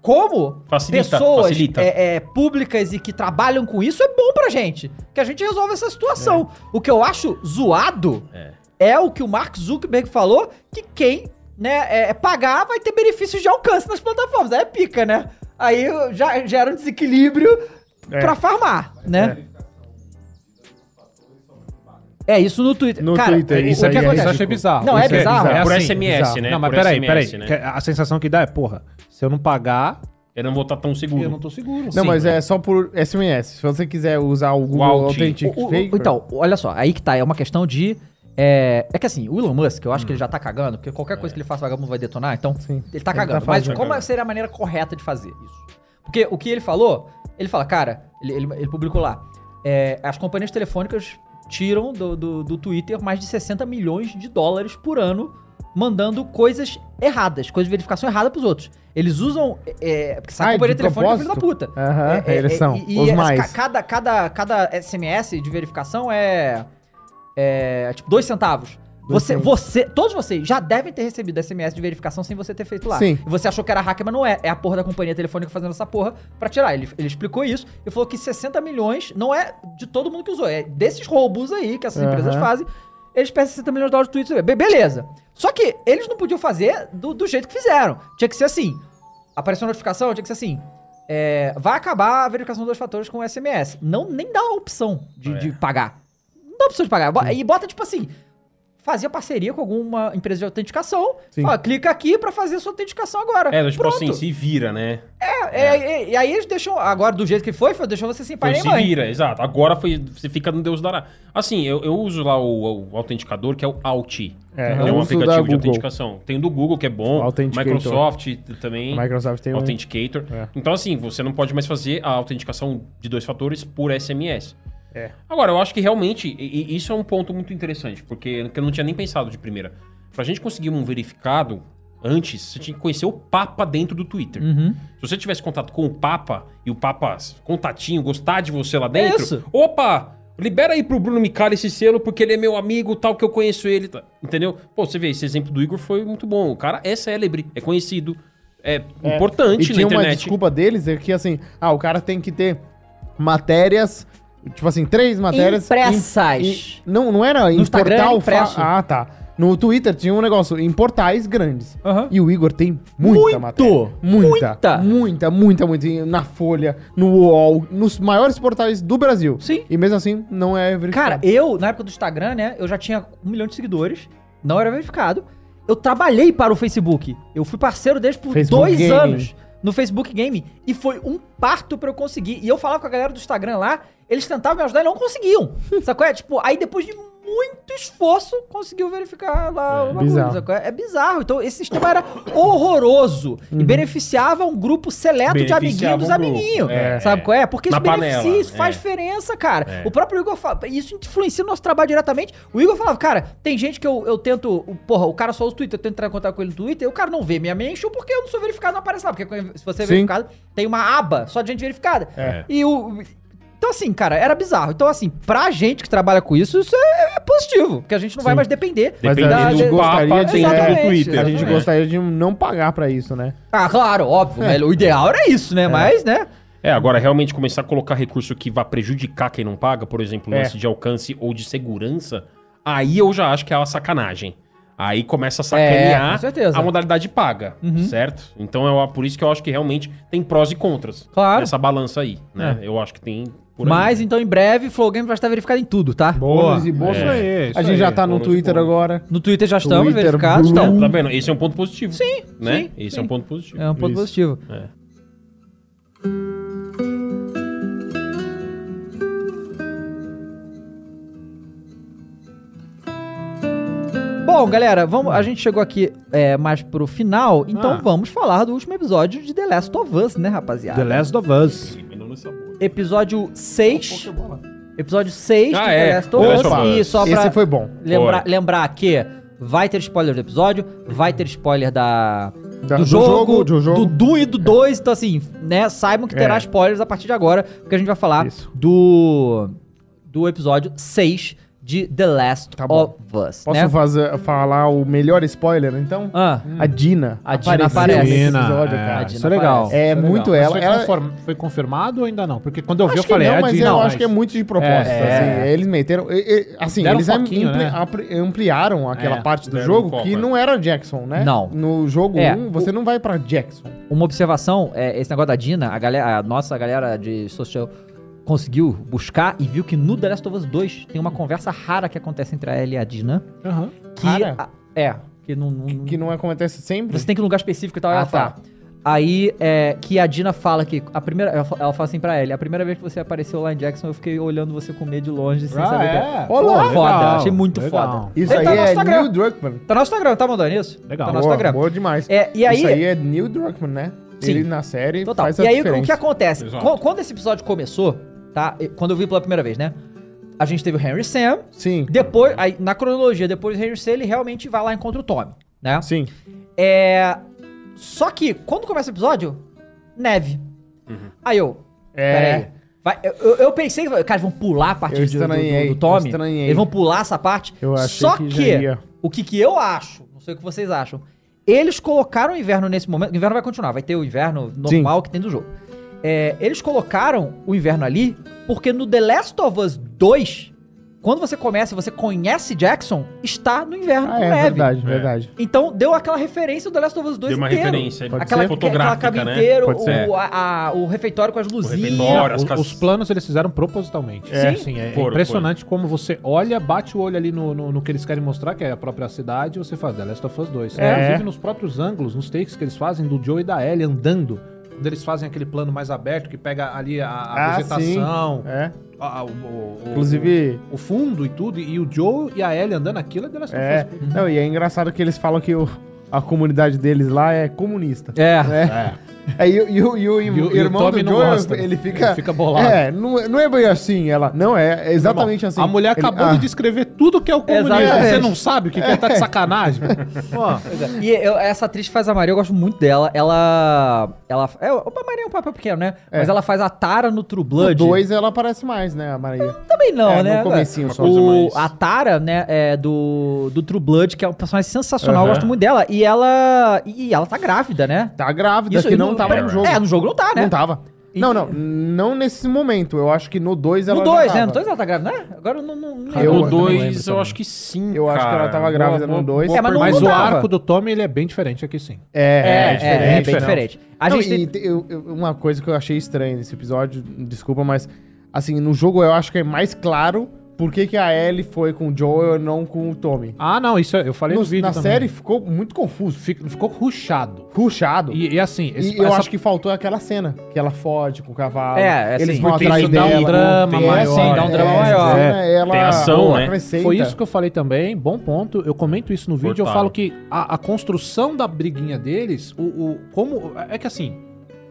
Speaker 1: como
Speaker 3: Facilita,
Speaker 1: pessoas
Speaker 3: facilita.
Speaker 1: é, é, públicas e que trabalham com isso, é bom pra gente. Que a gente resolve essa situação. O que eu acho zoado
Speaker 3: É.
Speaker 1: é o que o Mark Zuckerberg falou, que quem né, é, pagar vai ter benefícios de alcance nas plataformas. Aí é pica, né? Aí já gera um desequilíbrio
Speaker 2: É.
Speaker 1: pra farmar, né? É isso no Twitter.
Speaker 2: No Twitter,
Speaker 1: o-
Speaker 2: isso
Speaker 1: o
Speaker 2: aí
Speaker 1: que
Speaker 2: é
Speaker 1: acontece?
Speaker 2: ridículo.
Speaker 4: bizarro.
Speaker 1: Não, é
Speaker 4: Isso
Speaker 1: bizarro.
Speaker 3: Por
Speaker 4: assim,
Speaker 3: SMS, né?
Speaker 4: Não, mas
Speaker 3: Por
Speaker 4: peraí,
Speaker 3: SMS,
Speaker 4: peraí.
Speaker 3: né?
Speaker 4: que A sensação que dá é, porra, se eu não pagar, né?
Speaker 3: Eu não vou estar tão seguro.
Speaker 4: eu não tô seguro.
Speaker 2: Não,
Speaker 3: Sim. né?
Speaker 2: mas é só por SMS. Se você quiser usar o Google
Speaker 3: Alt.
Speaker 2: Authentic
Speaker 1: O- o-
Speaker 2: Fake.
Speaker 1: Então, olha só, aí que tá, é uma questão de. É, é que assim, o Elon Musk, eu acho que ele já tá cagando, porque qualquer coisa que ele faça, o vagabundo vai detonar, então
Speaker 2: Sim.
Speaker 1: ele tá
Speaker 2: Ele
Speaker 1: cagando.
Speaker 2: tá
Speaker 1: Mas
Speaker 2: fazendo.
Speaker 1: como seria a maneira correta de fazer isso? Porque o que ele falou, ele fala, cara, ele, ele- ele publicou lá, é, as companhias telefônicas tiram do, do, do Twitter mais de 60 milhões de dólares por ano mandando coisas erradas, coisas de verificação errada pros outros. Eles usam. É, porque essa
Speaker 2: Ah,
Speaker 1: companhia
Speaker 2: de
Speaker 1: telefônica é filho da
Speaker 2: propósito?
Speaker 1: puta.
Speaker 2: Aham, É, eles são
Speaker 1: E, e
Speaker 2: os
Speaker 1: essa-
Speaker 2: mais.
Speaker 1: ca- Cada, cada, cada SMS de verificação é. É. Tipo, dois centavos.
Speaker 2: Dois
Speaker 1: Você,
Speaker 2: centavos.
Speaker 1: você, todos vocês já devem ter recebido SMS de verificação sem você ter feito lá.
Speaker 2: Sim.
Speaker 1: E você achou que era hacker, mas não é. É a porra da companhia telefônica fazendo essa porra pra tirar. Ele, ele explicou isso e falou que 60 milhões não é de todo mundo que usou, é desses roubos aí que essas
Speaker 2: Aham.
Speaker 1: empresas fazem. Eles pedem 60 milhões de dólares de tweets. Be- Beleza. Só que eles não podiam fazer do, do jeito que fizeram. Tinha que ser assim. Apareceu uma notificação, tinha que ser assim. é, vai acabar a verificação dos dois fatores com SMS. Não, nem dá a opção de,
Speaker 3: É.
Speaker 1: de pagar. Não dá a opção de pagar. Bo- E bota, tipo assim, fazia parceria com alguma empresa de autenticação.
Speaker 2: Sim.
Speaker 1: Fala, clica aqui pra fazer sua autenticação agora.
Speaker 3: É, tipo
Speaker 1: Pronto.
Speaker 3: assim, se vira, né?
Speaker 1: É, é, é, e aí eles deixam, agora do jeito que foi, foi deixou você sem pai nem
Speaker 3: Foi se
Speaker 1: mãe.
Speaker 3: vira, exato. Agora foi, você fica no Deus dará. Assim, eu, eu uso lá o, o autenticador, que é o Alt.
Speaker 2: É, eu
Speaker 3: um
Speaker 2: uso da
Speaker 3: aplicativo de
Speaker 2: Google.
Speaker 3: autenticação. Tem o do Google, que é bom.
Speaker 2: Authenticator.
Speaker 3: Microsoft também.
Speaker 2: A Microsoft tem um...
Speaker 3: Authenticator.
Speaker 2: É.
Speaker 3: Então, assim, você não pode mais fazer a autenticação de dois fatores por SMS.
Speaker 2: É.
Speaker 3: Agora, eu acho que realmente, e- e isso é um ponto muito interessante, porque eu não tinha nem pensado de primeira. Pra gente conseguir um verificado antes, você tinha que conhecer o Papa dentro do Twitter.
Speaker 2: Uhum.
Speaker 3: Se você tivesse contato com o Papa e o Papa contatinho gostar de você lá dentro,
Speaker 1: isso.
Speaker 3: opa, libera aí pro Bruno Micali esse selo porque ele é meu amigo, tal que eu conheço ele, tá? entendeu? Pô, você vê, esse exemplo do Igor foi muito bom. O cara é célebre, é conhecido, é,
Speaker 2: E
Speaker 3: importante na
Speaker 2: tinha uma
Speaker 3: internet.
Speaker 2: desculpa deles, é que assim, ah, o cara tem que ter matérias, tipo assim, três matérias...
Speaker 1: Impressas.
Speaker 2: em- em- não, não era em
Speaker 1: Instagram era
Speaker 2: portal... fa-
Speaker 1: impresso.
Speaker 2: Ah, tá. No Twitter tinha um negócio em portais grandes.
Speaker 1: Aham.
Speaker 2: E o Igor tem muita
Speaker 4: Muito!
Speaker 2: matéria.
Speaker 1: Muita!
Speaker 2: Muita! Muita, muita, muita. E Na Folha, no UOL, nos maiores portais do Brasil.
Speaker 1: Sim.
Speaker 2: E mesmo assim, não é
Speaker 1: Cara,
Speaker 2: verificado.
Speaker 1: eu, na época do Instagram, né, eu já tinha um milhão de seguidores, não era verificado. Eu trabalhei para o Facebook. Eu fui parceiro deles por
Speaker 2: Facebook
Speaker 1: dois
Speaker 2: Gaming.
Speaker 1: anos no Facebook Game e foi um parto pra eu conseguir. E eu falava com a galera do Instagram lá, eles tentavam me ajudar e não conseguiam. Sacou? É tipo, aí depois de muito esforço, conseguiu verificar lá o bagulho,
Speaker 2: bizarro.
Speaker 1: sacou? É bizarro. Então, esse sistema era horroroso e
Speaker 2: Uhum.
Speaker 1: beneficiava um grupo seleto de amiguinhos
Speaker 3: Beneficiava
Speaker 1: dos
Speaker 3: um grupo.
Speaker 1: amiguinhos.
Speaker 3: É,
Speaker 1: sabe
Speaker 3: é.
Speaker 1: qual é? Porque
Speaker 3: Na
Speaker 1: isso beneficia,
Speaker 3: panela,
Speaker 1: isso faz
Speaker 3: é.
Speaker 1: diferença, cara.
Speaker 3: É.
Speaker 1: O próprio Igor fala, isso influencia o nosso trabalho diretamente. O Igor falava, cara, tem gente que eu, eu tento, o- porra, o cara só usa o Twitter, eu tento entrar em contato com ele no Twitter, e o cara não vê minha mention porque eu não sou verificado, não aparece lá, porque se você é
Speaker 2: Sim.
Speaker 1: verificado, tem uma aba só de gente verificada.
Speaker 2: É.
Speaker 1: E o então assim, cara, era bizarro. Então assim, pra gente que trabalha com isso, isso é, é positivo, porque a gente não vai mais depender
Speaker 2: Mas a gente
Speaker 1: da-
Speaker 2: gostaria de...
Speaker 1: Exatamente.
Speaker 2: é, A gente
Speaker 1: Exatamente.
Speaker 2: gostaria de não pagar pra isso, né?
Speaker 1: Ah, claro, óbvio,
Speaker 2: É.
Speaker 1: né? O ideal era isso, né? Mas, né?
Speaker 3: É, agora realmente começar a colocar recurso que vá prejudicar quem não paga, por exemplo,
Speaker 2: É.
Speaker 3: lance de alcance ou de segurança, aí eu já acho que é uma sacanagem. Aí começa a
Speaker 1: É, com
Speaker 3: sacanear
Speaker 1: certeza.
Speaker 3: a modalidade paga, certo? Então é por isso que eu acho que realmente tem prós e contras
Speaker 1: Claro.
Speaker 3: nessa balança aí, né? Eu acho que tem por aí.
Speaker 1: Mas então em breve Flow Games vai estar verificado em tudo, tá?
Speaker 4: Boa.
Speaker 2: é,
Speaker 4: É.
Speaker 2: Bônus e bolsa
Speaker 4: Isso aí, isso
Speaker 2: a gente já
Speaker 4: aí.
Speaker 2: tá no
Speaker 3: Bônus e
Speaker 2: Twitter
Speaker 3: bônus.
Speaker 2: agora.
Speaker 1: No Twitter já estamos
Speaker 2: Twitter,
Speaker 1: verificados,
Speaker 2: Blue.
Speaker 1: então.
Speaker 3: Tá vendo? Esse é um ponto positivo. Sim, né?
Speaker 1: sim,
Speaker 3: Esse
Speaker 1: sim.
Speaker 3: é um ponto positivo.
Speaker 1: É um ponto
Speaker 2: Isso.
Speaker 1: positivo.
Speaker 3: É.
Speaker 1: Bom, galera, vamos,
Speaker 3: Ah.
Speaker 1: a gente chegou aqui é, mais pro final, então
Speaker 4: Ah.
Speaker 1: vamos falar do último episódio de The Last of Us, né, rapaziada?
Speaker 4: The Last of Us.
Speaker 1: Episódio 6. Episódio 6
Speaker 3: Ah,
Speaker 1: de
Speaker 3: é.
Speaker 1: The Last of
Speaker 3: The
Speaker 1: Us.
Speaker 3: Last of
Speaker 1: E
Speaker 3: Us.
Speaker 1: só pra
Speaker 2: Esse foi bom.
Speaker 1: lembrar,
Speaker 3: Foi.
Speaker 1: lembrar que vai ter spoiler do episódio, vai ter spoiler da,
Speaker 2: Da-
Speaker 1: do, jogo,
Speaker 2: Tá, do jogo.
Speaker 1: do 1 e do 2. Então, assim, né? Saibam que terá
Speaker 2: É.
Speaker 1: spoilers a partir de agora, porque a gente vai falar
Speaker 2: Isso.
Speaker 1: do, do episódio 6 de The Last
Speaker 2: Tá bom.
Speaker 1: of Us.
Speaker 2: Posso
Speaker 1: né?
Speaker 2: fazer, falar o melhor spoiler, então?
Speaker 1: Ah,
Speaker 2: A Dina.
Speaker 1: A Dina
Speaker 2: apareceu
Speaker 1: aparece.
Speaker 2: nesse
Speaker 4: Dina,
Speaker 2: episódio,
Speaker 4: é,
Speaker 2: cara.
Speaker 1: Dina
Speaker 4: Isso é legal.
Speaker 1: aparece.
Speaker 2: É
Speaker 4: Isso
Speaker 2: muito
Speaker 4: Mas
Speaker 2: ela,
Speaker 4: Foi,
Speaker 2: ela-
Speaker 4: conform- foi confirmado ou ainda não? Porque quando eu vi, eu
Speaker 2: Acho que
Speaker 4: falei,
Speaker 2: não,
Speaker 4: é
Speaker 2: mas
Speaker 4: de-
Speaker 2: eu
Speaker 4: não,
Speaker 2: acho que é muito de propósito.
Speaker 4: É.
Speaker 2: assim. eles meteram. e- e- assim,
Speaker 4: Deram
Speaker 2: eles
Speaker 4: um pouquinho,
Speaker 2: ampli-
Speaker 4: né?
Speaker 2: apri- ampliaram aquela
Speaker 4: É,
Speaker 2: parte do
Speaker 3: deram um
Speaker 2: jogo
Speaker 3: pouco,
Speaker 2: que
Speaker 3: é.
Speaker 2: não era Jackson, né?
Speaker 1: Não.
Speaker 2: No jogo 1,
Speaker 1: É,
Speaker 2: você não vai pra Jackson.
Speaker 1: uma observação, é, esse negócio da Dina, a, galera, a nossa galera de social conseguiu buscar e viu que no The Last of Us 2 tem uma conversa rara que acontece entre ela e a Dina.
Speaker 4: Aham.
Speaker 1: Que
Speaker 2: Rara?
Speaker 1: a- é, que não, não-
Speaker 2: Que não acontece sempre.
Speaker 1: Você tem que ir num lugar específico e tal,
Speaker 2: Ah,
Speaker 1: ela
Speaker 2: tá.
Speaker 1: fala. Aí, é, que a Dina fala que a primeira, ela fa- ela fala assim pra ele, a primeira vez que você apareceu lá em Jackson, eu fiquei olhando você comer de longe assim, sem
Speaker 4: Ah,
Speaker 1: saber o que
Speaker 4: é.
Speaker 2: Olá.
Speaker 4: Legal,
Speaker 1: Foda, achei muito
Speaker 4: legal.
Speaker 1: foda.
Speaker 2: Isso
Speaker 1: Ele
Speaker 2: aí
Speaker 1: tá no
Speaker 2: é
Speaker 1: Instagram.
Speaker 2: Neil Druckmann.
Speaker 1: Tá no Instagram, tá mandando isso?
Speaker 4: Legal.
Speaker 1: Tá no
Speaker 4: Nosso
Speaker 2: Boa,
Speaker 1: Instagram.
Speaker 2: boa demais.
Speaker 1: É, e aí,
Speaker 2: Isso aí é Neil Druckmann, né?
Speaker 1: Sim.
Speaker 2: Ele na série
Speaker 1: Total.
Speaker 2: faz a
Speaker 1: e aí, o que
Speaker 2: diferença.
Speaker 1: acontece?
Speaker 3: Exato.
Speaker 1: Qu- Quando esse episódio começou, tá? E- Quando eu vi pela primeira vez, né? A gente teve o Henry Sam,
Speaker 2: Sim.
Speaker 1: depois, aí, na cronologia, depois do Henry Sam, ele realmente vai lá e encontra o Tommy, né?
Speaker 2: Sim.
Speaker 1: É. Só que, quando começa o episódio, neve. Aí eu.
Speaker 2: É.
Speaker 1: Peraí. Vai, eu- eu, eu pensei que, cara, vão pular a parte
Speaker 2: Eu
Speaker 1: do, do,
Speaker 2: estranhei,
Speaker 1: do, do Tommy.
Speaker 2: eu estranhei.
Speaker 1: Eles vão pular essa parte.
Speaker 2: Eu achei
Speaker 1: Só
Speaker 2: que
Speaker 1: que, é
Speaker 2: já ia.
Speaker 1: o que, que eu acho, não sei o que vocês acham. Eles colocaram o inverno nesse momento. O inverno vai continuar, vai ter o inverno normal que tem do jogo. É, eles colocaram o inverno ali porque no The Last of Us 2, quando você começa e você conhece Jackson, está no inverno
Speaker 2: Ah,
Speaker 1: com
Speaker 2: é,
Speaker 1: neve.
Speaker 2: verdade,
Speaker 3: É.
Speaker 2: verdade.
Speaker 1: Então deu aquela referência do The Last of Us 2
Speaker 3: Deu uma
Speaker 1: inteiro.
Speaker 3: referência
Speaker 2: Pode
Speaker 1: Aquela,
Speaker 2: ser?
Speaker 1: aquela
Speaker 3: fotográfica,
Speaker 1: cama
Speaker 3: né?
Speaker 1: inteira,
Speaker 3: Pode ser.
Speaker 1: o, a- a- o refeitório com as luzinhas.
Speaker 3: refeitório. As
Speaker 4: Os,
Speaker 3: casas-
Speaker 4: os planos eles fizeram propositalmente.
Speaker 1: É.
Speaker 4: Sim, é
Speaker 3: Foram,
Speaker 4: impressionante como você olha, bate o olho ali no, no, no que eles querem mostrar, que é a própria cidade, e você faz The Last of Us 2.
Speaker 2: É.
Speaker 4: Inclusive nos próprios ângulos, nos takes que eles fazem do Joe e da Ellie andando. Quando eles fazem aquele plano mais aberto que pega ali a, a
Speaker 2: Ah,
Speaker 4: vegetação,
Speaker 2: É.
Speaker 4: a- a- o, o- o-
Speaker 2: Inclusive.
Speaker 4: o fundo e tudo, e o Joe e a Ellie andando aquilo é The Last
Speaker 2: É.
Speaker 4: of Us.
Speaker 1: Uhum.
Speaker 2: Não, e é engraçado que eles falam que o- a comunidade deles lá é comunista.
Speaker 1: É.
Speaker 2: É. Aí e, o- e o- e o
Speaker 4: E o- e o
Speaker 2: irmão
Speaker 4: Tommy
Speaker 2: do
Speaker 4: não gosta. né?
Speaker 2: Joe, ele fica.
Speaker 4: Ele fica bolado.
Speaker 2: É, não, é- não é bem assim ela. Não, é, é exatamente
Speaker 4: Irmão,
Speaker 2: assim.
Speaker 4: Tá A mulher
Speaker 2: Ele-
Speaker 4: acabou
Speaker 2: ah,
Speaker 4: de descrever tudo que é o comunismo.
Speaker 1: Exatamente.
Speaker 4: Você não sabe o que, que é, tá de sacanagem. Pô,
Speaker 1: E eu- essa atriz que faz a Maria, eu gosto muito dela. Ela. ela é, a Maria é um papel pequeno, né?
Speaker 2: É.
Speaker 1: Mas ela faz a Tara no True
Speaker 2: No
Speaker 1: Blood.
Speaker 2: 2 ela aparece mais, né, a Maria?
Speaker 1: Também não,
Speaker 2: É, no
Speaker 1: né?
Speaker 2: comecinho só.
Speaker 1: o,
Speaker 3: Coisa mais-
Speaker 1: a Tara, né, é do, do True Blood, que é um personagem sensacional, eu
Speaker 3: Aham.
Speaker 1: gosto muito dela. E ela. E ela tá grávida, né?
Speaker 2: Tá grávida, que não tava no jogo.
Speaker 1: É, no jogo não tá, né?
Speaker 2: Não tava.
Speaker 1: E-
Speaker 2: Não, não, não nesse momento. Eu acho que no 2 ela
Speaker 1: No
Speaker 2: já
Speaker 1: 2, né?
Speaker 2: tava.
Speaker 1: No 2 ela tá grávida, né? Agora eu não. não, não
Speaker 2: Eu-
Speaker 1: lembro.
Speaker 3: no
Speaker 2: também lembro
Speaker 3: 2, eu
Speaker 2: também.
Speaker 3: acho que sim.
Speaker 2: Eu acho que
Speaker 3: cara.
Speaker 2: ela tava grávida
Speaker 3: Boa-
Speaker 2: no 2.
Speaker 3: boa-
Speaker 1: É, mas não-
Speaker 4: Mas o
Speaker 1: dava.
Speaker 4: arco do Tommy ele é bem diferente aqui, sim.
Speaker 1: É, é,
Speaker 2: É,
Speaker 1: é, bem diferente. A
Speaker 2: Não,
Speaker 1: gente tem-
Speaker 2: e te- eu- eu- uma coisa que eu achei estranha nesse episódio, desculpa, mas assim, no jogo eu acho que é mais claro por que, que a Ellie foi com o Joel e não com o Tommy.
Speaker 4: Ah, não, isso eu falei
Speaker 2: No-
Speaker 4: no, vídeo
Speaker 2: na
Speaker 4: também.
Speaker 2: série ficou muito confuso,
Speaker 4: Fic- ficou ruchado.
Speaker 2: ruchado. E,
Speaker 4: E, e assim,
Speaker 2: eu acho que faltou aquela cena que ela foge com o cavalo.
Speaker 1: É, é
Speaker 2: eles
Speaker 1: sim.
Speaker 2: vão
Speaker 4: Porque
Speaker 2: atrás
Speaker 4: isso dá um
Speaker 2: dela. assim,
Speaker 4: drama
Speaker 2: tem-
Speaker 4: maior,
Speaker 2: sim,
Speaker 4: dá um
Speaker 1: drama
Speaker 2: essa
Speaker 1: maior.
Speaker 2: cena, ela,
Speaker 3: Tem ação,
Speaker 2: ela
Speaker 3: né?
Speaker 2: acrescenta.
Speaker 4: foi isso que eu falei também, bom ponto. Eu comento isso no vídeo, eu
Speaker 3: Cortaram.
Speaker 4: falo que a, a construção da briguinha deles, o, o- como é que assim,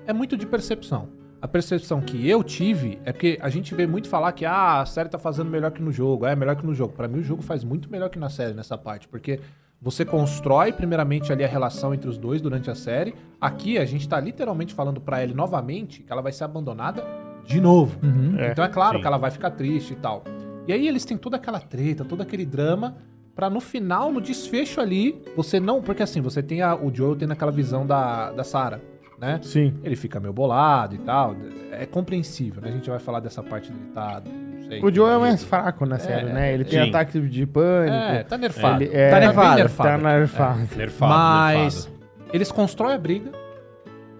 Speaker 4: é muito de percepção. A percepção que eu tive é porque a gente vê muito falar que ah, a série tá fazendo melhor que no jogo, é melhor que no jogo. Pra mim o jogo faz muito melhor que na série nessa parte, porque você constrói primeiramente ali a relação entre os dois durante a série. Aqui a gente tá literalmente falando pra ele novamente que ela vai ser abandonada de novo.
Speaker 1: Uhum.
Speaker 2: É,
Speaker 4: Então é claro
Speaker 3: sim.
Speaker 4: que ela vai ficar triste e tal. E aí eles têm toda aquela treta, todo aquele drama, pra no final, no desfecho ali, você não. Porque assim, você tem a, o Joel tendo aquela visão da, da Sarah, né?
Speaker 2: Sim.
Speaker 4: Ele fica meio bolado e tal. É compreensível, né? A gente vai falar dessa parte dele tá. Não sei,
Speaker 2: O Joel é
Speaker 4: meio-
Speaker 2: mais fraco na série, né? Ele tem
Speaker 3: sim.
Speaker 2: ataque de pânico.
Speaker 4: É, tá nerfado.
Speaker 2: Ele é-
Speaker 1: Tá
Speaker 4: bem
Speaker 1: nerfado,
Speaker 2: Tá
Speaker 4: aqui.
Speaker 2: nerfado.
Speaker 3: Nerfado,
Speaker 4: Mas
Speaker 3: nerfado.
Speaker 4: eles constroem a briga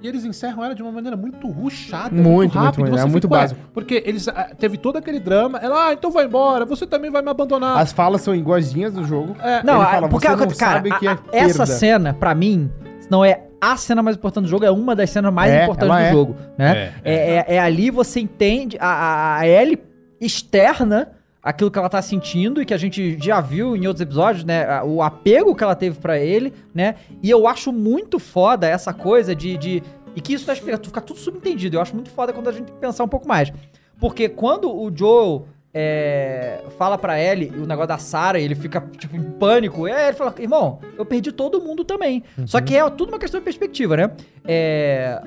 Speaker 4: e eles encerram ela de uma maneira muito ruchada,
Speaker 2: Muito, muito, muito,
Speaker 4: Você
Speaker 2: é muito
Speaker 4: fica, "Ué",
Speaker 2: básico.
Speaker 4: Porque eles ah, teve todo aquele drama. Ela, ah, então vai embora, você também vai me abandonar.
Speaker 2: As falas são iguaizinhas do jogo.
Speaker 4: É,
Speaker 1: Não,
Speaker 2: Ele
Speaker 1: a-
Speaker 2: fala,
Speaker 1: porque
Speaker 2: "Você
Speaker 1: a-
Speaker 2: não
Speaker 1: cara,
Speaker 2: sabe que
Speaker 1: a-
Speaker 2: é
Speaker 1: a- essa
Speaker 2: perda."
Speaker 1: cena, pra mim, não é a cena mais importante do jogo, é uma das cenas mais
Speaker 2: É,
Speaker 1: importantes do
Speaker 2: ela é.
Speaker 1: jogo, né? É,
Speaker 3: É,
Speaker 1: é- é ali você entende a, a, a Ellie externa aquilo que ela tá sentindo e que a gente já viu em outros episódios, né? A- O apego que ela teve pra ele, né? E eu acho muito foda essa coisa de. de e que isso tá explicado, fica tudo subentendido. Eu acho muito foda quando a gente tem que pensar um pouco mais. Porque quando o Joel é, fala pra Ellie o negócio da Sarah, e ele fica, tipo, em pânico. É, ele fala, irmão, eu perdi todo mundo também.
Speaker 2: Uhum.
Speaker 1: Só que é tudo uma questão de perspectiva, né? É,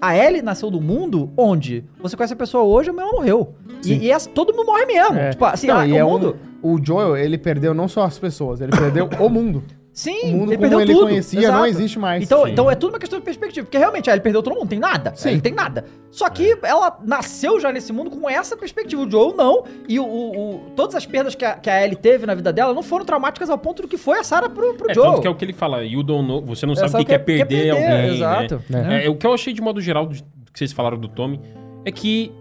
Speaker 1: a Ellie nasceu do mundo onde você conhece a pessoa hoje, mas ela morreu. E, e essa- todo mundo morre mesmo.
Speaker 2: É.
Speaker 1: Tipo, assim,
Speaker 2: Não,
Speaker 1: a-
Speaker 2: e
Speaker 1: o
Speaker 2: é um-
Speaker 1: mundo...
Speaker 2: O Joel, ele perdeu não só as pessoas, ele perdeu o mundo.
Speaker 1: Sim,
Speaker 2: O um mundo
Speaker 1: ele
Speaker 2: como
Speaker 1: perdeu
Speaker 2: ele
Speaker 1: tudo.
Speaker 2: conhecia
Speaker 1: exato.
Speaker 2: não existe mais.
Speaker 1: Então,
Speaker 3: Sim.
Speaker 1: então é tudo uma questão de perspectiva, porque realmente ah, ele perdeu todo mundo, tem nada. Sim. É. Ele tem nada. Só que ela nasceu já nesse mundo com essa perspectiva. O Joel não. E o, o- o- todas as perdas que a, que a Ellie teve na vida dela não foram traumáticas ao ponto do que foi a Sarah pro, pro É
Speaker 3: É,
Speaker 1: Joel.
Speaker 3: tanto que é o que ele fala, you don't know, você não
Speaker 1: Ela
Speaker 3: sabe o que, quer perder, alguém, né?
Speaker 1: Exato. né?
Speaker 3: É, o que eu achei de modo geral de- que vocês falaram do Tommy é que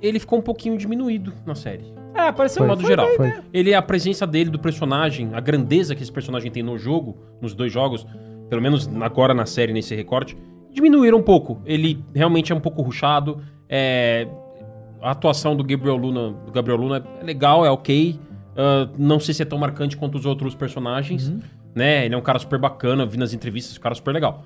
Speaker 3: ele ficou um pouquinho diminuído na série.
Speaker 1: É, pareceu
Speaker 3: De modo geral.
Speaker 2: foi.
Speaker 3: Ele, é a presença dele, do personagem, a grandeza que esse personagem tem no jogo, nos dois jogos, pelo menos agora na série, nesse recorte, diminuíram um pouco. Ele realmente é um pouco ruchado. é, a atuação do Gabriel Luna, do Gabriel Luna é legal, é ok. ah, não sei se é tão marcante quanto os outros personagens.
Speaker 4: Uhum.
Speaker 3: Né? Ele é um cara super bacana, vi nas entrevistas, um cara super legal.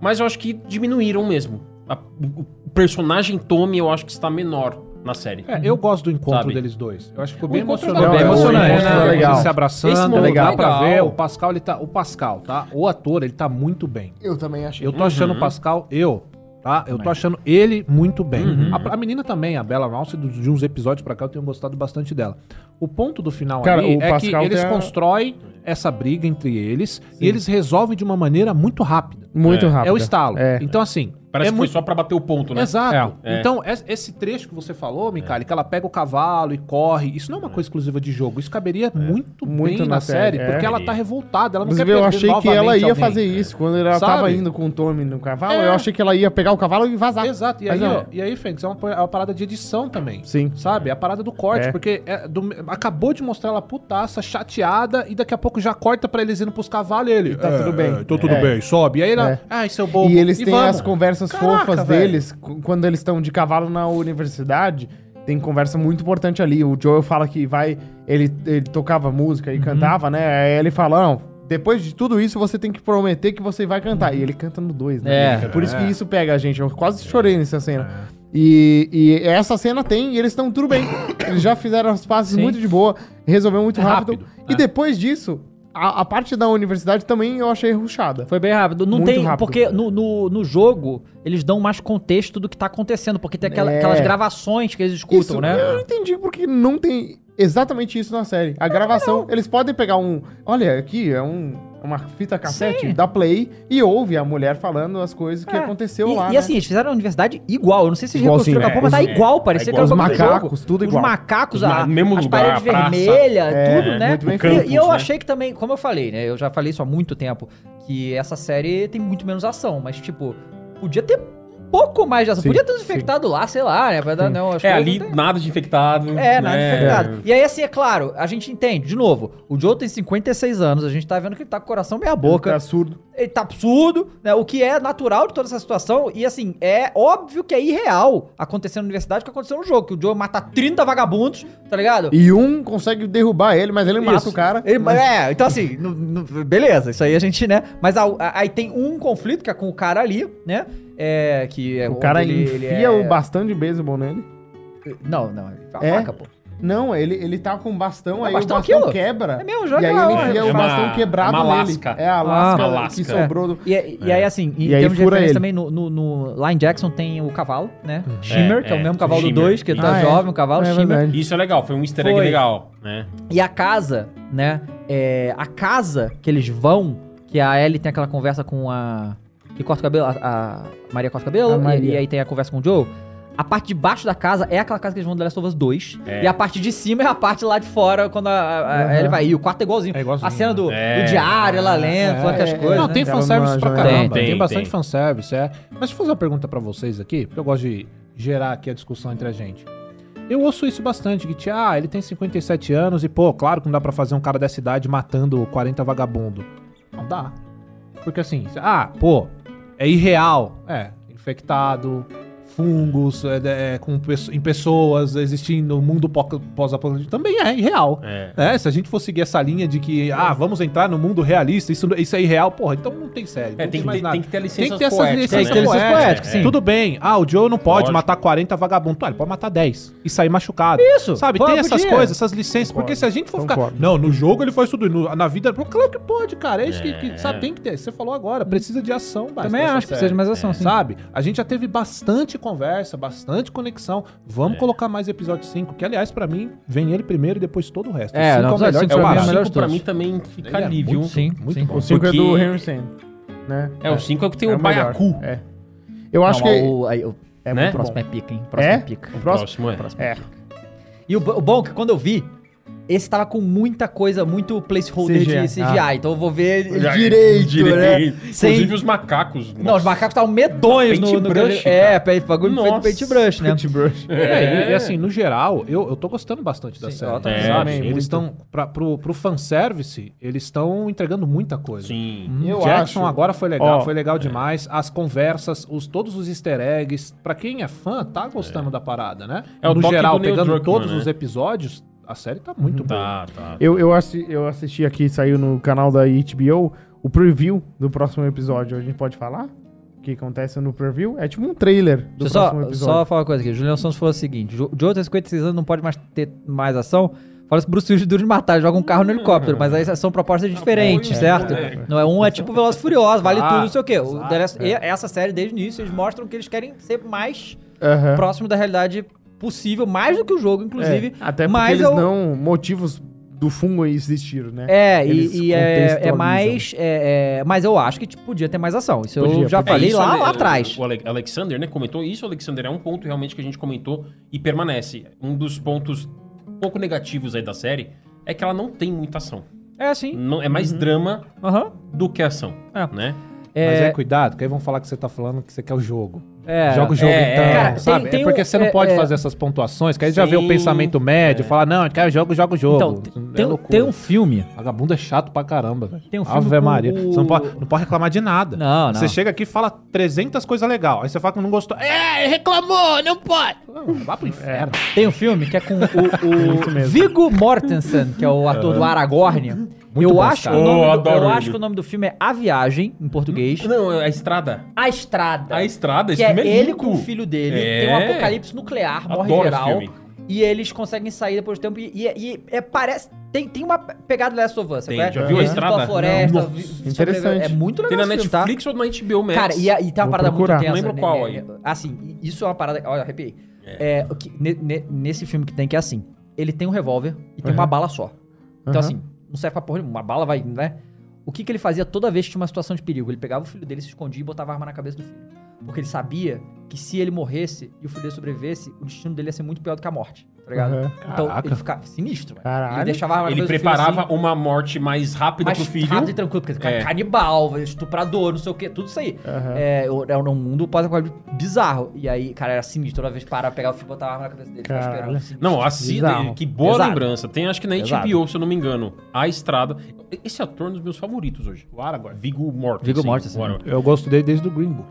Speaker 3: Mas eu acho que diminuíram mesmo. A- o o personagem Tommy eu acho que está menor na série.
Speaker 4: É, eu gosto do encontro
Speaker 3: Sabe?
Speaker 4: deles dois. Eu acho que ficou
Speaker 3: O
Speaker 4: bem
Speaker 3: encontro
Speaker 4: emocionante.
Speaker 3: tá bem
Speaker 4: É,
Speaker 2: emocionante,
Speaker 4: o encontro
Speaker 2: né?
Speaker 4: tá
Speaker 2: Legal. é
Speaker 4: Se
Speaker 3: Esse
Speaker 4: abraçando,
Speaker 3: momento
Speaker 4: dá
Speaker 3: tá
Speaker 4: pra
Speaker 3: legal.
Speaker 4: ver. O Pascal, ele tá. O Pascal, tá? O ator, ele tá muito bem.
Speaker 2: Eu também achei.
Speaker 4: Eu tô achando
Speaker 2: Uhum.
Speaker 4: o Pascal, eu, tá? Eu tô achando ele muito bem.
Speaker 3: Uhum.
Speaker 4: A, a menina também, a Bella Ramsey, dos- de uns episódios pra cá, eu tenho gostado bastante dela. O ponto do final
Speaker 2: Cara,
Speaker 4: ali
Speaker 2: o
Speaker 4: é que
Speaker 2: Pascal
Speaker 4: eles
Speaker 2: tem a-
Speaker 4: constroem essa briga entre eles e eles resolvem de uma maneira muito rápida.
Speaker 2: Muito
Speaker 3: É.
Speaker 2: rápido.
Speaker 4: É o estalo.
Speaker 2: É.
Speaker 4: Então, assim.
Speaker 3: Parece
Speaker 4: é
Speaker 3: que foi
Speaker 4: muito...
Speaker 3: só pra bater o ponto, né?
Speaker 4: Exato.
Speaker 3: É.
Speaker 4: Então, es- esse trecho que você falou, Micali, que ela pega o cavalo e corre, isso não é uma coisa exclusiva de jogo. Isso caberia
Speaker 3: É.
Speaker 4: muito,
Speaker 2: Muito
Speaker 4: bem na,
Speaker 2: na série,
Speaker 4: série,
Speaker 2: é.
Speaker 4: porque ela tá
Speaker 3: Caberia.
Speaker 4: revoltada. Ela não
Speaker 2: Inclusive,
Speaker 4: quer
Speaker 2: eu
Speaker 4: perder
Speaker 2: achei que ela
Speaker 4: novamente
Speaker 2: ia
Speaker 4: alguém.
Speaker 2: fazer isso. Quando ela
Speaker 4: Sabe?
Speaker 2: tava indo com o Tommy no cavalo,
Speaker 4: É.
Speaker 2: eu achei que ela ia pegar o cavalo e vazar.
Speaker 4: Exato. E aí,
Speaker 2: Mas não.
Speaker 4: ó, e aí, Fênix, é uma, po- é uma parada de edição também.
Speaker 2: Sim.
Speaker 4: Sabe? É a parada do corte,
Speaker 2: É.
Speaker 4: porque é do- acabou de mostrar ela putaça, chateada, e daqui a pouco já corta pra eles indo pros cavalos e ele.
Speaker 2: tá tudo bem."
Speaker 4: Tô tudo
Speaker 2: É.
Speaker 4: bem, sobe. E aí ela.
Speaker 2: É.
Speaker 4: Ai, seu bobo.
Speaker 2: E eles têm
Speaker 4: vamos.
Speaker 2: as conversas
Speaker 4: Caraca,
Speaker 2: fofas
Speaker 4: velho.
Speaker 2: deles cu- quando eles estão de cavalo na universidade. Tem conversa muito importante ali. O Joel fala que vai. Ele, ele tocava música e cantava, né? Aí ele fala: não, depois de tudo isso, você tem que prometer que você vai cantar. E ele canta no 2, né?
Speaker 1: É.
Speaker 2: Por isso que isso pega a gente. Eu quase chorei nessa cena. E, e essa cena tem, e eles estão tudo bem. Eles já fizeram as passes
Speaker 4: Sim.
Speaker 2: muito de boa, resolveu muito
Speaker 3: É
Speaker 2: rápido.
Speaker 3: rápido,
Speaker 2: e depois disso, a, a parte da universidade também eu achei ruchada.
Speaker 1: Foi bem rápido. Não
Speaker 2: Muito
Speaker 1: tem.
Speaker 2: rápido.
Speaker 1: Porque no, no, no jogo, eles dão mais contexto do que tá acontecendo, porque tem aquela-
Speaker 2: É.
Speaker 1: aquelas gravações que eles escutam,
Speaker 2: Isso,
Speaker 1: né?
Speaker 2: Eu não entendi porque não tem exatamente isso na série. A gravação, eles podem pegar um. Olha, aqui é um. Uma fita cassete
Speaker 1: Sim.
Speaker 2: da Play e ouve a mulher falando as coisas que
Speaker 1: É.
Speaker 2: aconteceu
Speaker 1: e,
Speaker 2: lá.
Speaker 1: e
Speaker 2: né?
Speaker 1: assim, eles fizeram a universidade igual. Eu não sei se eles
Speaker 2: Igualzinho,
Speaker 1: reconstruíram a
Speaker 2: é.
Speaker 1: pouco, mas tá
Speaker 3: Os-
Speaker 1: igual.
Speaker 3: é,
Speaker 1: Parecia
Speaker 3: igual.
Speaker 1: que
Speaker 2: né? os
Speaker 1: era o bagulho do jogo.
Speaker 2: macacos, tudo igual.
Speaker 1: Os macacos,
Speaker 3: Os ma-
Speaker 1: a,
Speaker 3: mesmo
Speaker 1: as
Speaker 3: lugar,
Speaker 1: paredes
Speaker 3: a praça.
Speaker 1: vermelhas,
Speaker 2: É,
Speaker 1: tudo, né?
Speaker 2: muito bem
Speaker 1: E-
Speaker 3: feito.
Speaker 1: e eu
Speaker 3: Campos, né?
Speaker 1: achei que também, como eu falei, né? Eu já falei isso há muito tempo, que essa série tem muito menos ação, mas, tipo, podia ter um pouco mais de ação.
Speaker 2: Sim,
Speaker 1: podia ter uns
Speaker 2: sim.
Speaker 1: infectados lá, sei lá, né? Vai dar- Não, acho
Speaker 3: É,
Speaker 1: que
Speaker 3: ali
Speaker 1: não tem-
Speaker 3: nada de infectado.
Speaker 1: É, nada
Speaker 3: né?
Speaker 1: infectado. E aí, assim, é claro, a gente entende, de novo, o Joe tem 56 anos, a gente tá vendo que ele tá com o coração meia boca,
Speaker 2: Tá surdo.
Speaker 1: ele tá absurdo, né? O que é natural de toda essa situação. E assim, é óbvio que é irreal acontecer na universidade o que aconteceu no jogo. Que o Joe mata 30 vagabundos, tá ligado?
Speaker 2: E um consegue derrubar ele, mas ele mata
Speaker 1: Isso.
Speaker 2: o cara.
Speaker 1: Ele-
Speaker 2: mas...
Speaker 1: É, então assim, no- no- beleza, isso aí a gente, né? Mas a- a- aí tem um conflito que é com o cara ali, né? É, que é
Speaker 2: O cara
Speaker 1: onde ele- ele é-
Speaker 2: enfia o bastão de beisebol nele.
Speaker 1: Não, não, ele tá
Speaker 2: É?
Speaker 1: faca, pô.
Speaker 2: Não, ele, ele tá com um bastão, aí
Speaker 1: É bastão
Speaker 2: o bastão
Speaker 1: aquilo?
Speaker 2: quebra.
Speaker 1: É mesmo, joga
Speaker 2: e aí
Speaker 1: lá,
Speaker 2: ele
Speaker 1: ué.
Speaker 2: enfia
Speaker 3: É
Speaker 2: o
Speaker 3: uma-
Speaker 2: bastão quebrado
Speaker 3: uma
Speaker 2: nele.
Speaker 3: lasca.
Speaker 2: É a lasca,
Speaker 1: Ah, uma É.
Speaker 3: lasca.
Speaker 2: que sobrou do...
Speaker 1: E, e aí, assim, em
Speaker 2: É. E aí
Speaker 1: termos de
Speaker 2: fura
Speaker 1: referência
Speaker 2: ele.
Speaker 1: também, no, no, no- lá em Jackson tem o cavalo, né? Shimmer, que é o
Speaker 3: é,
Speaker 1: mesmo cavalo
Speaker 3: Shimmer.
Speaker 1: do 2, que tá
Speaker 2: Ah, é.
Speaker 1: jovem, o cavalo,
Speaker 2: É
Speaker 1: Shimmer.
Speaker 2: verdade.
Speaker 3: Isso é legal, foi um easter egg
Speaker 1: Foi.
Speaker 3: legal, né?
Speaker 1: E a casa, né? É, a casa que eles vão, que a Ellie tem aquela conversa com a. Que corta o cabelo? A, a Maria corta o
Speaker 2: A
Speaker 1: cabelo, e,
Speaker 2: Maria.
Speaker 1: e aí tem a conversa com o Joe. A parte de baixo da casa é aquela casa que eles vão do The Last of Us 2.
Speaker 3: É.
Speaker 1: E a parte de cima é a parte lá de fora, quando a, a- a
Speaker 2: Uhum.
Speaker 1: Ellie vai. E o quarto é igualzinho.
Speaker 4: É igualzinho,
Speaker 1: a cena do,
Speaker 3: né?
Speaker 1: do diário, ela lendo,
Speaker 2: É,
Speaker 1: falando que as
Speaker 2: é,
Speaker 1: coisas.
Speaker 4: Não,
Speaker 1: né?
Speaker 4: tem
Speaker 2: Ela
Speaker 4: fanservice
Speaker 2: manja,
Speaker 4: pra
Speaker 2: né?
Speaker 4: caramba. Tem,
Speaker 3: Tem, tem,
Speaker 4: bastante
Speaker 3: tem.
Speaker 4: fanservice, é. Mas deixa eu fazer uma pergunta pra vocês aqui, porque eu gosto de gerar aqui a discussão entre a gente. Eu ouço isso bastante, que, ah, ele tem 57 anos e, pô, claro que não dá pra fazer um cara dessa idade matando 40 vagabundo. Não dá. Porque assim, ah, pô, é irreal. É, infectado, fungos, é, é, com, pesso- em pessoas existindo, mundo pó- pós-apocalíptico também é irreal.
Speaker 3: É.
Speaker 4: É, se a gente for seguir essa linha de que, ah, vamos entrar no mundo realista, isso, isso é irreal, porra, então não tem série.
Speaker 3: É,
Speaker 4: não
Speaker 3: tem, que
Speaker 4: mais
Speaker 3: ter,
Speaker 4: nada.
Speaker 3: tem que ter né? a licença
Speaker 4: Tem que ter essas
Speaker 3: poética,
Speaker 4: licenças
Speaker 1: Tem que ter licenças
Speaker 4: poéticas,
Speaker 1: poéticas, sim.
Speaker 4: Tudo bem. Ah, o Joe não pode
Speaker 3: Lógico.
Speaker 4: matar 40 vagabundos. Ah, ele pode matar 10 e sair machucado.
Speaker 1: Isso,
Speaker 4: Sabe,
Speaker 1: pô,
Speaker 4: tem essas
Speaker 1: podia.
Speaker 4: coisas, essas licenças. Porque se a gente for
Speaker 2: Concordo.
Speaker 4: ficar. Não, no jogo ele faz tudo. e no- na vida. Pô, Claro que pode, cara. É isso que, que,
Speaker 3: É.
Speaker 4: sabe, tem que ter. Você falou agora, precisa de ação, é. mais
Speaker 1: Também
Speaker 4: nessa
Speaker 1: acho que
Speaker 4: série.
Speaker 1: precisa de mais ação, sim.
Speaker 4: Sabe? A gente já teve bastante conversa, bastante conexão. Vamos colocar mais episódio 5, que aliás, pra mim, vem ele primeiro e depois todo o resto.
Speaker 1: É, não,
Speaker 4: O cinco é o melhor
Speaker 1: episódio
Speaker 4: que
Speaker 3: É,
Speaker 1: cinco
Speaker 4: eu
Speaker 1: pra mim
Speaker 3: o
Speaker 1: é o
Speaker 4: acho.
Speaker 1: melhor
Speaker 3: 5
Speaker 1: dos
Speaker 3: pra
Speaker 1: todos.
Speaker 3: mim também fica
Speaker 4: Ele é
Speaker 3: ali, viu?
Speaker 4: muito-
Speaker 1: Sim,
Speaker 4: muito
Speaker 1: sim.
Speaker 4: bom.
Speaker 2: O 5 é do
Speaker 3: Porque-
Speaker 2: Henry Sand, né?
Speaker 3: É, o 5 é o que tem
Speaker 2: É
Speaker 3: o
Speaker 2: o melhor.
Speaker 3: baiacu.
Speaker 2: É. Eu acho
Speaker 1: Não,
Speaker 2: que
Speaker 1: o- aí, o
Speaker 2: é
Speaker 3: né?
Speaker 2: muito bom.
Speaker 1: próximo é pica, hein? O próximo é,
Speaker 2: É?
Speaker 1: pica.
Speaker 2: O próximo?
Speaker 3: Próximo, é.
Speaker 2: É.
Speaker 1: E o, bo- o bom é que quando eu vi, esse tava com muita coisa, muito placeholder
Speaker 2: CGI.
Speaker 1: de CGI. Então eu vou ver ele
Speaker 3: Já-
Speaker 1: direito, né?
Speaker 3: É, direito.
Speaker 1: Sem-
Speaker 3: Inclusive os macacos.
Speaker 1: Não, os macacos estavam medonhos tá um no, no...
Speaker 3: Paintbrush,
Speaker 1: É,
Speaker 3: cara.
Speaker 1: pe- bagulho feito
Speaker 3: Nossa.
Speaker 1: paintbrush, né?
Speaker 2: Paintbrush.
Speaker 4: É, e- e, assim, no geral, eu, eu tô gostando bastante da
Speaker 1: Sim,
Speaker 4: série.
Speaker 1: eu
Speaker 3: também.
Speaker 4: sabe?
Speaker 2: É, muito.
Speaker 4: eles estão. pra- Pro, pro fanservice, eles estão entregando muita coisa.
Speaker 3: Sim.
Speaker 2: Eu
Speaker 4: Jackson
Speaker 2: acho.
Speaker 4: agora foi
Speaker 2: Ó,
Speaker 4: legal, foi legal demais. As conversas, os, todos os easter eggs. Pra quem é fã, tá gostando da parada, né?
Speaker 3: É o
Speaker 4: no
Speaker 3: toque
Speaker 4: geral,
Speaker 3: do Neil
Speaker 4: pegando
Speaker 3: Druckmann,
Speaker 4: todos
Speaker 3: né?
Speaker 4: os episódios, a série tá muito boa.
Speaker 3: Tá, tá.
Speaker 2: Eu, eu, assi- eu assisti aqui, saiu no canal da HBO, o preview do próximo episódio. A gente pode falar? Que que acontece no preview. É tipo um trailer do
Speaker 1: Deixa eu
Speaker 2: próximo
Speaker 1: só,
Speaker 2: episódio.
Speaker 1: só falar uma coisa aqui. O Julian Santos falou o seguinte: "Jo- de outros 56 anos não pode mais ter mais ação. Fala se Bruce Willis duro de matar, joga um carro no helicóptero, mas aí são propostas diferentes, certo? Não é um é tipo Veloz e Furioso, vale tudo, não sei o quê. O The Last- e- Essa série, desde o início, eles mostram que eles querem ser mais
Speaker 2: Aham.
Speaker 1: próximo da realidade possível, mais do que o jogo, inclusive.
Speaker 2: É, até porque
Speaker 1: mas
Speaker 2: eles
Speaker 1: eu-
Speaker 2: não. Motivos do fungo existiram, né?
Speaker 3: tá
Speaker 1: É,
Speaker 2: Eles
Speaker 1: e, e é- é,
Speaker 2: contextualizam.
Speaker 1: mais. é- é- mas eu acho que tipo, podia ter mais ação. Isso eu
Speaker 2: Podia,
Speaker 1: já
Speaker 2: podia.
Speaker 1: falei
Speaker 3: É isso,
Speaker 1: lá,
Speaker 3: Ale-
Speaker 1: lá atrás.
Speaker 3: O Ale- Alexander, né, comentou isso, Alexander, é um ponto realmente que a gente comentou e permanece. Um dos pontos um pouco negativos aí da série é que ela não tem muita ação.
Speaker 1: É, sim.
Speaker 3: Não, é mais drama
Speaker 1: Aham.
Speaker 3: do que ação,
Speaker 1: É.
Speaker 3: né?
Speaker 4: Mas
Speaker 1: É-
Speaker 4: é cuidado, que aí vão falar que você tá falando que você quer o jogo.
Speaker 1: É.
Speaker 4: Joga o jogo
Speaker 3: É,
Speaker 4: então,
Speaker 3: é. Cara,
Speaker 1: tem-
Speaker 4: sabe?
Speaker 1: tem
Speaker 4: é porque
Speaker 1: um-
Speaker 4: você não
Speaker 1: é,
Speaker 4: pode
Speaker 1: é.
Speaker 4: fazer essas pontuações, que aí já vê o
Speaker 3: Sim.
Speaker 4: pensamento médio, fala, não, quer o jogo, joga o jogo.
Speaker 1: Então, te-
Speaker 4: É
Speaker 1: tem, um-
Speaker 4: loucura.
Speaker 1: tem um filme.
Speaker 4: Vagabundo é chato pra caramba, velho.
Speaker 1: Tem um filme
Speaker 4: Ave
Speaker 1: com
Speaker 4: Maria.
Speaker 1: o-
Speaker 4: Você não pode, não pode reclamar de nada.
Speaker 1: Não, não.
Speaker 4: Você chega aqui e fala 300 coisas legais. Aí você fala que não gostou. É, reclamou, não pode. Não, Vá pro inferno.
Speaker 1: Tem um filme que é com o, o
Speaker 2: mesmo.
Speaker 1: Vigo Mortensen, que é o ator do Aragorn. eu,
Speaker 4: bom,
Speaker 1: acho que
Speaker 4: cara.
Speaker 1: o nome
Speaker 3: Oh,
Speaker 1: do,
Speaker 3: adoro
Speaker 1: eu
Speaker 3: ele.
Speaker 1: acho que o nome do filme é A Viagem, em português.
Speaker 3: Não, é a estrada.
Speaker 1: A Estrada.
Speaker 3: A estrada,
Speaker 1: que
Speaker 3: esse
Speaker 1: é
Speaker 3: filme é
Speaker 1: ele
Speaker 3: lindo.
Speaker 1: com o filho dele.
Speaker 3: É.
Speaker 1: Tem um apocalipse nuclear, morre
Speaker 3: Adoro
Speaker 1: geral.
Speaker 3: esse filme.
Speaker 1: E eles conseguem sair depois do tempo. E, e- e é- parece. Tem, tem uma pegada do Last of Us.
Speaker 3: Tem,
Speaker 1: sabe?
Speaker 3: já viu a
Speaker 1: Eles vão pra
Speaker 3: estrada?
Speaker 1: floresta.
Speaker 3: Não.
Speaker 1: vi-
Speaker 2: Interessante.
Speaker 1: É muito legal
Speaker 3: Tem na
Speaker 1: esse filme, tá?
Speaker 3: Netflix ou na HBO Max.
Speaker 1: Cara, e, a- e tem uma
Speaker 2: Vou
Speaker 1: parada
Speaker 2: procurar.
Speaker 1: muito tensa.
Speaker 3: Não lembro
Speaker 1: né,
Speaker 3: qual
Speaker 1: né,
Speaker 3: aí.
Speaker 1: né, Assim, isso é uma parada... Olha, arrepiei. É, o que- ne- ne- nesse filme que tem que é assim. Ele tem um revólver e tem uma bala só. Então
Speaker 2: Uhum.
Speaker 1: assim, não serve pra porra nenhuma. Uma bala vai, né? O que, que ele fazia toda vez que tinha uma situação de perigo? Ele pegava o filho dele, se escondia e botava a arma na cabeça do filho. Porque ele sabia que se ele morresse e o filho dele sobrevivesse, o destino dele ia ser muito pior do que a morte. Tá ligado?
Speaker 2: Uhum.
Speaker 1: Então
Speaker 4: Caraca.
Speaker 1: ele ficava sinistro, velho. Ele
Speaker 2: Caralho.
Speaker 1: deixava a arma na
Speaker 3: ele
Speaker 1: cabeça do filho
Speaker 3: preparava
Speaker 1: assim,
Speaker 3: uma morte mais rápida
Speaker 1: mais
Speaker 3: pro filho.
Speaker 1: rápido e tranquilo, porque
Speaker 3: É.
Speaker 1: canibal, estuprador, não sei o que, tudo isso aí.
Speaker 2: Aham.
Speaker 1: É, eu- era um mundo pós-apocalíptico bizarro. E aí, cara, era sinistro. Toda vez que parava, pegava o fio, botava a arma na cabeça dele. ficava
Speaker 2: Caralho.
Speaker 1: esperando, sinistro.
Speaker 3: Não, a Cida,
Speaker 2: Bizarro.
Speaker 3: que boa
Speaker 1: Pesado.
Speaker 3: lembrança. Tem, acho que na HBO,
Speaker 1: Pesado.
Speaker 3: se eu não me engano. A Estrada. Esse ator é um dos meus favoritos hoje.
Speaker 4: O Aragorn.
Speaker 3: Viggo Mortensen.
Speaker 1: Viggo Mortensen.
Speaker 3: Whatever.
Speaker 4: Eu gosto dele desde o Green Book.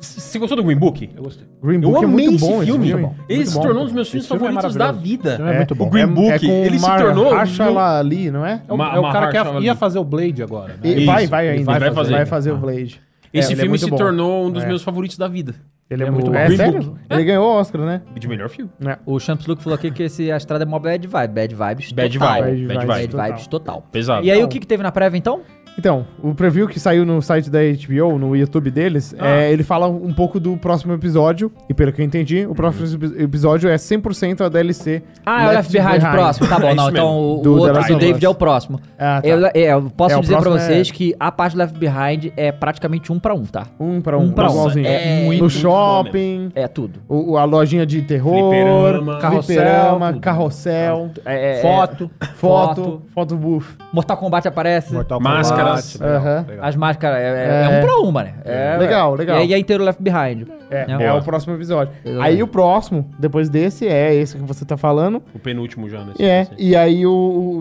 Speaker 3: C- Você gostou do Green Book?
Speaker 4: Eu gostei.
Speaker 2: Green
Speaker 3: Eu
Speaker 2: Book é
Speaker 3: amei
Speaker 2: muito
Speaker 3: esse
Speaker 2: bom esse
Speaker 3: filme.
Speaker 2: filme.
Speaker 3: Ele
Speaker 4: Muito
Speaker 3: se
Speaker 4: bom,
Speaker 3: tornou um
Speaker 4: muito
Speaker 3: dos meus
Speaker 4: bom.
Speaker 3: filmes
Speaker 4: Esse filme é
Speaker 3: favoritos da
Speaker 4: maravilhoso.
Speaker 3: vida.
Speaker 4: filme é muito bom.
Speaker 3: O Green
Speaker 2: É-
Speaker 3: Book,
Speaker 2: é com
Speaker 3: ele se
Speaker 2: Mar-
Speaker 3: tornou... um
Speaker 2: Mahershala Ali, não é?
Speaker 4: É o,
Speaker 3: Ma-
Speaker 4: é o cara que ia,
Speaker 3: Mahershala
Speaker 4: ia
Speaker 3: Ali.
Speaker 4: fazer o Blade agora, né?
Speaker 2: E-
Speaker 3: Isso,
Speaker 2: vai, vai
Speaker 4: ele
Speaker 2: ainda.
Speaker 4: vai
Speaker 3: fazer.
Speaker 2: Vai fazer o Blade. É,
Speaker 3: Esse
Speaker 2: ele é
Speaker 3: filme
Speaker 2: muito
Speaker 3: se
Speaker 2: bom.
Speaker 3: tornou um dos
Speaker 2: É.
Speaker 3: meus favoritos da vida.
Speaker 2: Ele é muito
Speaker 4: muito bom.
Speaker 2: bom. É
Speaker 3: Green
Speaker 2: sério?
Speaker 3: Book.
Speaker 2: Ele ganhou o Oscar, né?
Speaker 3: De melhor filme.
Speaker 1: O Champs Luke falou aqui que esse, a estrada é mó bad vibe. Bad vibes
Speaker 3: Bad
Speaker 1: total.
Speaker 2: Bad
Speaker 3: vibe, bad
Speaker 1: Bad
Speaker 3: vibe.
Speaker 2: vibe.
Speaker 1: vibes total.
Speaker 3: Pesado.
Speaker 1: E aí, o que, que teve na prévia, então?
Speaker 2: Então, o preview que saiu no site da HBO, no YouTube deles, é, ele fala um pouco do próximo episódio. E pelo que eu entendi, o próximo epi- episódio é 100% a DLC.
Speaker 1: Ah, é o Left
Speaker 2: Left
Speaker 1: Behind
Speaker 2: Behind.
Speaker 1: próximo. Tá bom,
Speaker 3: É
Speaker 1: não.
Speaker 3: isso
Speaker 1: Então, o,
Speaker 2: Do
Speaker 1: o
Speaker 2: The
Speaker 1: outro,
Speaker 2: Last
Speaker 1: o
Speaker 2: of
Speaker 1: David é
Speaker 2: Us.
Speaker 1: o próximo.
Speaker 2: Ah, tá.
Speaker 1: Eu, é, eu posso
Speaker 2: É, o
Speaker 1: dizer pra
Speaker 2: próximo é-
Speaker 1: vocês que a parte do Left Behind é praticamente um pra um, tá?
Speaker 2: Um pra um,
Speaker 1: Um pra um.
Speaker 2: igualzinho.
Speaker 1: É
Speaker 2: no
Speaker 3: muito, muito
Speaker 2: shopping,
Speaker 1: É tudo.
Speaker 2: o- o- a lojinha de terror,
Speaker 3: Fliperama.
Speaker 2: fliperama,
Speaker 4: Carrossel,
Speaker 2: carrossel,
Speaker 1: É, é,
Speaker 4: Foto.
Speaker 2: foto, foto booth.
Speaker 1: é- Mortal Kombat aparece.
Speaker 4: Mortal
Speaker 3: Máscaras.
Speaker 4: Kombat, legal,
Speaker 2: Aham.
Speaker 4: legal.
Speaker 1: As máscaras. É, é- é um
Speaker 2: É.
Speaker 1: pra uma, né? É,
Speaker 2: Legal, legal.
Speaker 1: E aí é inteiro Left Behind.
Speaker 2: É,
Speaker 1: Não.
Speaker 2: é
Speaker 1: Boa.
Speaker 2: o próximo episódio.
Speaker 1: Né? Exatamente.
Speaker 2: Aí o próximo, depois desse, é esse que você tá falando.
Speaker 3: O penúltimo já, né?
Speaker 2: E é, e aí o,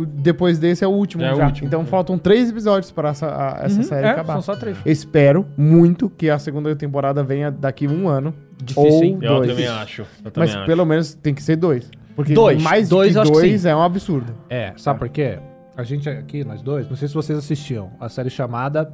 Speaker 2: o- depois desse é o último
Speaker 3: É o
Speaker 2: já.
Speaker 3: último,
Speaker 2: então
Speaker 3: é.
Speaker 2: faltam três episódios pra essa, a- essa série
Speaker 1: é,
Speaker 2: acabar.
Speaker 1: são só três.
Speaker 2: Espero muito que a segunda temporada venha daqui um ano.
Speaker 1: Difícil,
Speaker 2: ou
Speaker 1: hein?
Speaker 3: Eu
Speaker 2: dois.
Speaker 3: também acho. Eu também
Speaker 2: Mas
Speaker 3: acho.
Speaker 2: pelo menos tem que ser dois. Porque
Speaker 1: Dois.
Speaker 2: mais
Speaker 1: Dois,
Speaker 2: dois,
Speaker 1: eu
Speaker 2: que
Speaker 1: acho que
Speaker 2: dois é um absurdo.
Speaker 4: É, sabe por quê? A gente aqui, nós dois, não sei se vocês assistiam a série chamada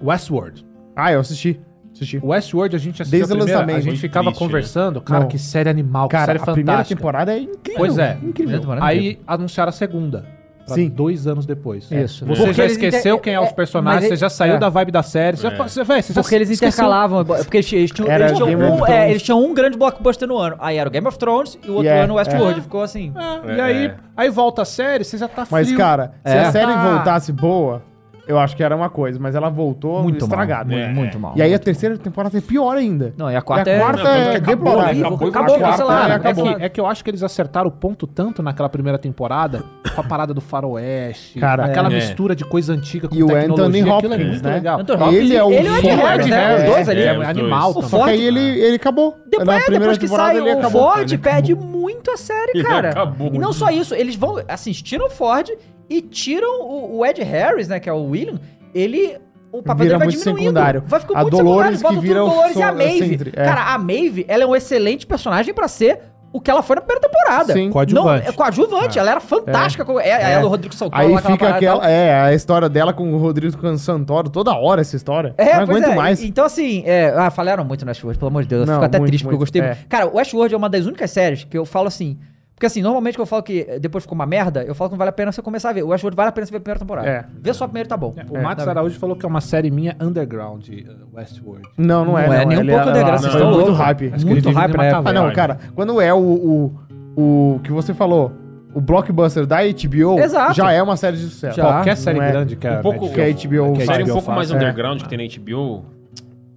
Speaker 4: Westworld.
Speaker 2: Ah, eu assisti. Assisti.
Speaker 4: Westworld a gente assistiu
Speaker 2: Desde
Speaker 4: a
Speaker 2: o
Speaker 4: primeira,
Speaker 2: lançamento.
Speaker 4: a gente
Speaker 3: Muito
Speaker 4: ficava
Speaker 3: triste, né?
Speaker 4: conversando, cara,
Speaker 2: Não.
Speaker 4: que série animal, que
Speaker 2: Cara,
Speaker 4: série
Speaker 2: a primeira
Speaker 4: fantástica.
Speaker 2: temporada é incrível.
Speaker 4: pois é.
Speaker 2: Incrível.
Speaker 4: Aí anunciaram a segunda. pra
Speaker 2: Sim.
Speaker 4: Dois anos depois.
Speaker 1: Isso,
Speaker 4: Você
Speaker 1: Porque
Speaker 4: já
Speaker 1: eles
Speaker 4: esqueceu
Speaker 1: inter-
Speaker 4: quem é os
Speaker 1: é,
Speaker 4: personagens,
Speaker 1: mas
Speaker 4: você
Speaker 1: ele-
Speaker 4: já saiu
Speaker 1: é.
Speaker 4: da vibe da série. Você
Speaker 3: É.
Speaker 4: já, você, véi, você já
Speaker 1: Porque eles
Speaker 4: esqueceu.
Speaker 1: intercalavam. é Porque eles, eles tinham,
Speaker 2: Era
Speaker 1: eles, tinham
Speaker 2: Game of
Speaker 1: um, é,
Speaker 2: Thrones.
Speaker 1: eles tinham um grande blockbuster no ano. Aí era o Game of Thrones e o outro
Speaker 2: Yeah,
Speaker 1: ano o Westworld. Ficou assim.
Speaker 4: É, e
Speaker 3: É,
Speaker 4: aí,
Speaker 3: é.
Speaker 4: aí volta a série, você já tá frio.
Speaker 2: Mas, cara, se
Speaker 1: É.
Speaker 2: a série
Speaker 4: Ah.
Speaker 2: voltasse boa, eu acho que era uma coisa. Mas ela voltou
Speaker 1: Muito
Speaker 2: estragada.
Speaker 1: mal.
Speaker 3: É.
Speaker 1: Muito mal.
Speaker 2: E aí a terceira temporada é pior ainda.
Speaker 1: Não, e a quarta
Speaker 2: E a
Speaker 1: é.
Speaker 2: quarta
Speaker 3: Não, tanto que
Speaker 2: é
Speaker 3: acabou,
Speaker 2: deplorável.
Speaker 3: né?
Speaker 1: Acabou,
Speaker 3: Acabou,
Speaker 1: cancelado.
Speaker 4: É,
Speaker 1: É
Speaker 4: acabou.
Speaker 1: que-
Speaker 4: É que eu acho que eles acertaram o ponto tanto naquela primeira temporada, com a parada do faroeste,
Speaker 2: Cara,
Speaker 4: aquela
Speaker 3: é.
Speaker 4: mistura de coisa antiga com
Speaker 2: E o
Speaker 4: tecnologia,
Speaker 2: Anthony
Speaker 4: aquilo é
Speaker 2: Hopkins,
Speaker 4: muito
Speaker 2: né?
Speaker 4: legal.
Speaker 1: Anthony Hopkins
Speaker 2: Ele é o
Speaker 1: ele e o Ed
Speaker 2: Ford,
Speaker 1: Harris, né?
Speaker 2: né?
Speaker 1: Os dois
Speaker 2: É,
Speaker 1: ali.
Speaker 4: Ele é,
Speaker 3: os
Speaker 4: animal
Speaker 1: dois.
Speaker 4: também.
Speaker 1: O
Speaker 2: Só
Speaker 1: Ford-
Speaker 2: que aí ele, ele acabou.
Speaker 1: Depois,
Speaker 2: Na
Speaker 1: é,
Speaker 2: primeira
Speaker 1: depois que
Speaker 2: temporada
Speaker 1: sai
Speaker 2: ele
Speaker 1: o
Speaker 2: acabou.
Speaker 1: Ford,
Speaker 3: Ele
Speaker 1: perde muito a série,
Speaker 3: Ele
Speaker 1: cara.
Speaker 3: acabou.
Speaker 1: E não só isso, eles vão. Assim, tiram o Ford e tiram o, o Ed Harris, né? Que é o William. Ele. O papel dele
Speaker 2: Vira
Speaker 1: vai
Speaker 2: muito
Speaker 1: diminuindo.
Speaker 2: secundário.
Speaker 1: Vai ficando
Speaker 2: A
Speaker 1: muito
Speaker 2: Dolores
Speaker 1: secundário.
Speaker 2: que vira
Speaker 1: tudo
Speaker 2: o
Speaker 1: Dolores e a
Speaker 2: so-
Speaker 1: Maeve.
Speaker 2: centri- é.
Speaker 1: Cara, a Maeve, ela é um excelente personagem pra ser. o que ela foi na primeira temporada.
Speaker 2: Sim. Ah.
Speaker 4: Coadjuvante.
Speaker 1: Não, é coadjuvante. Ela era fantástica. como- É, é. ela, o Rodrigo Santoro,
Speaker 2: Aí
Speaker 1: lá, aquela
Speaker 2: fica
Speaker 1: parada e tal.
Speaker 2: aquela. É, a história dela com o Rodrigo Santoro, toda hora essa história.
Speaker 1: É,
Speaker 2: não
Speaker 1: pois
Speaker 2: aguento
Speaker 1: é.
Speaker 2: mais.
Speaker 1: Então, assim, é, ah, falaram muito no Westworld, pelo amor de Deus. Eu
Speaker 2: Não,
Speaker 1: fico até
Speaker 2: muito,
Speaker 1: triste porque eu
Speaker 2: muito,
Speaker 1: gostei.
Speaker 2: é.
Speaker 1: Cara, o Westworld é uma das únicas séries que eu falo assim. Porque assim, normalmente que eu falo que eh, depois ficou uma merda, eu falo que não vale a pena você começar a ver. O Westworld vale a pena você ver a primeira temporada.
Speaker 2: É.
Speaker 1: Vê só a primeira e tá bom.
Speaker 4: O Matos Araújo falou que é uma série minha underground, uh, Westworld.
Speaker 2: Não, não é.
Speaker 1: Não é nem um
Speaker 2: Ele-
Speaker 1: pouco
Speaker 2: ela-
Speaker 1: underground,
Speaker 2: ela
Speaker 1: vocês
Speaker 2: foi
Speaker 1: estão
Speaker 2: muito
Speaker 1: loucos.
Speaker 2: hype.
Speaker 4: Acho que
Speaker 1: Muito
Speaker 4: ele vive
Speaker 1: hype
Speaker 4: numa
Speaker 1: na
Speaker 4: caverna.
Speaker 2: Ah, não,
Speaker 3: Verdade.
Speaker 2: cara, quando é o, o, o que você falou, o blockbuster da HBO,
Speaker 1: Exato.
Speaker 2: já é uma série de sucesso.
Speaker 1: Já.
Speaker 4: Qualquer
Speaker 2: Não
Speaker 4: série
Speaker 2: é.
Speaker 4: grande que a
Speaker 3: Um pouco-
Speaker 2: Que a HBO
Speaker 4: que a
Speaker 3: série um
Speaker 4: HBO
Speaker 3: pouco
Speaker 4: faz,
Speaker 3: mais
Speaker 4: é.
Speaker 3: underground que tem na HBO,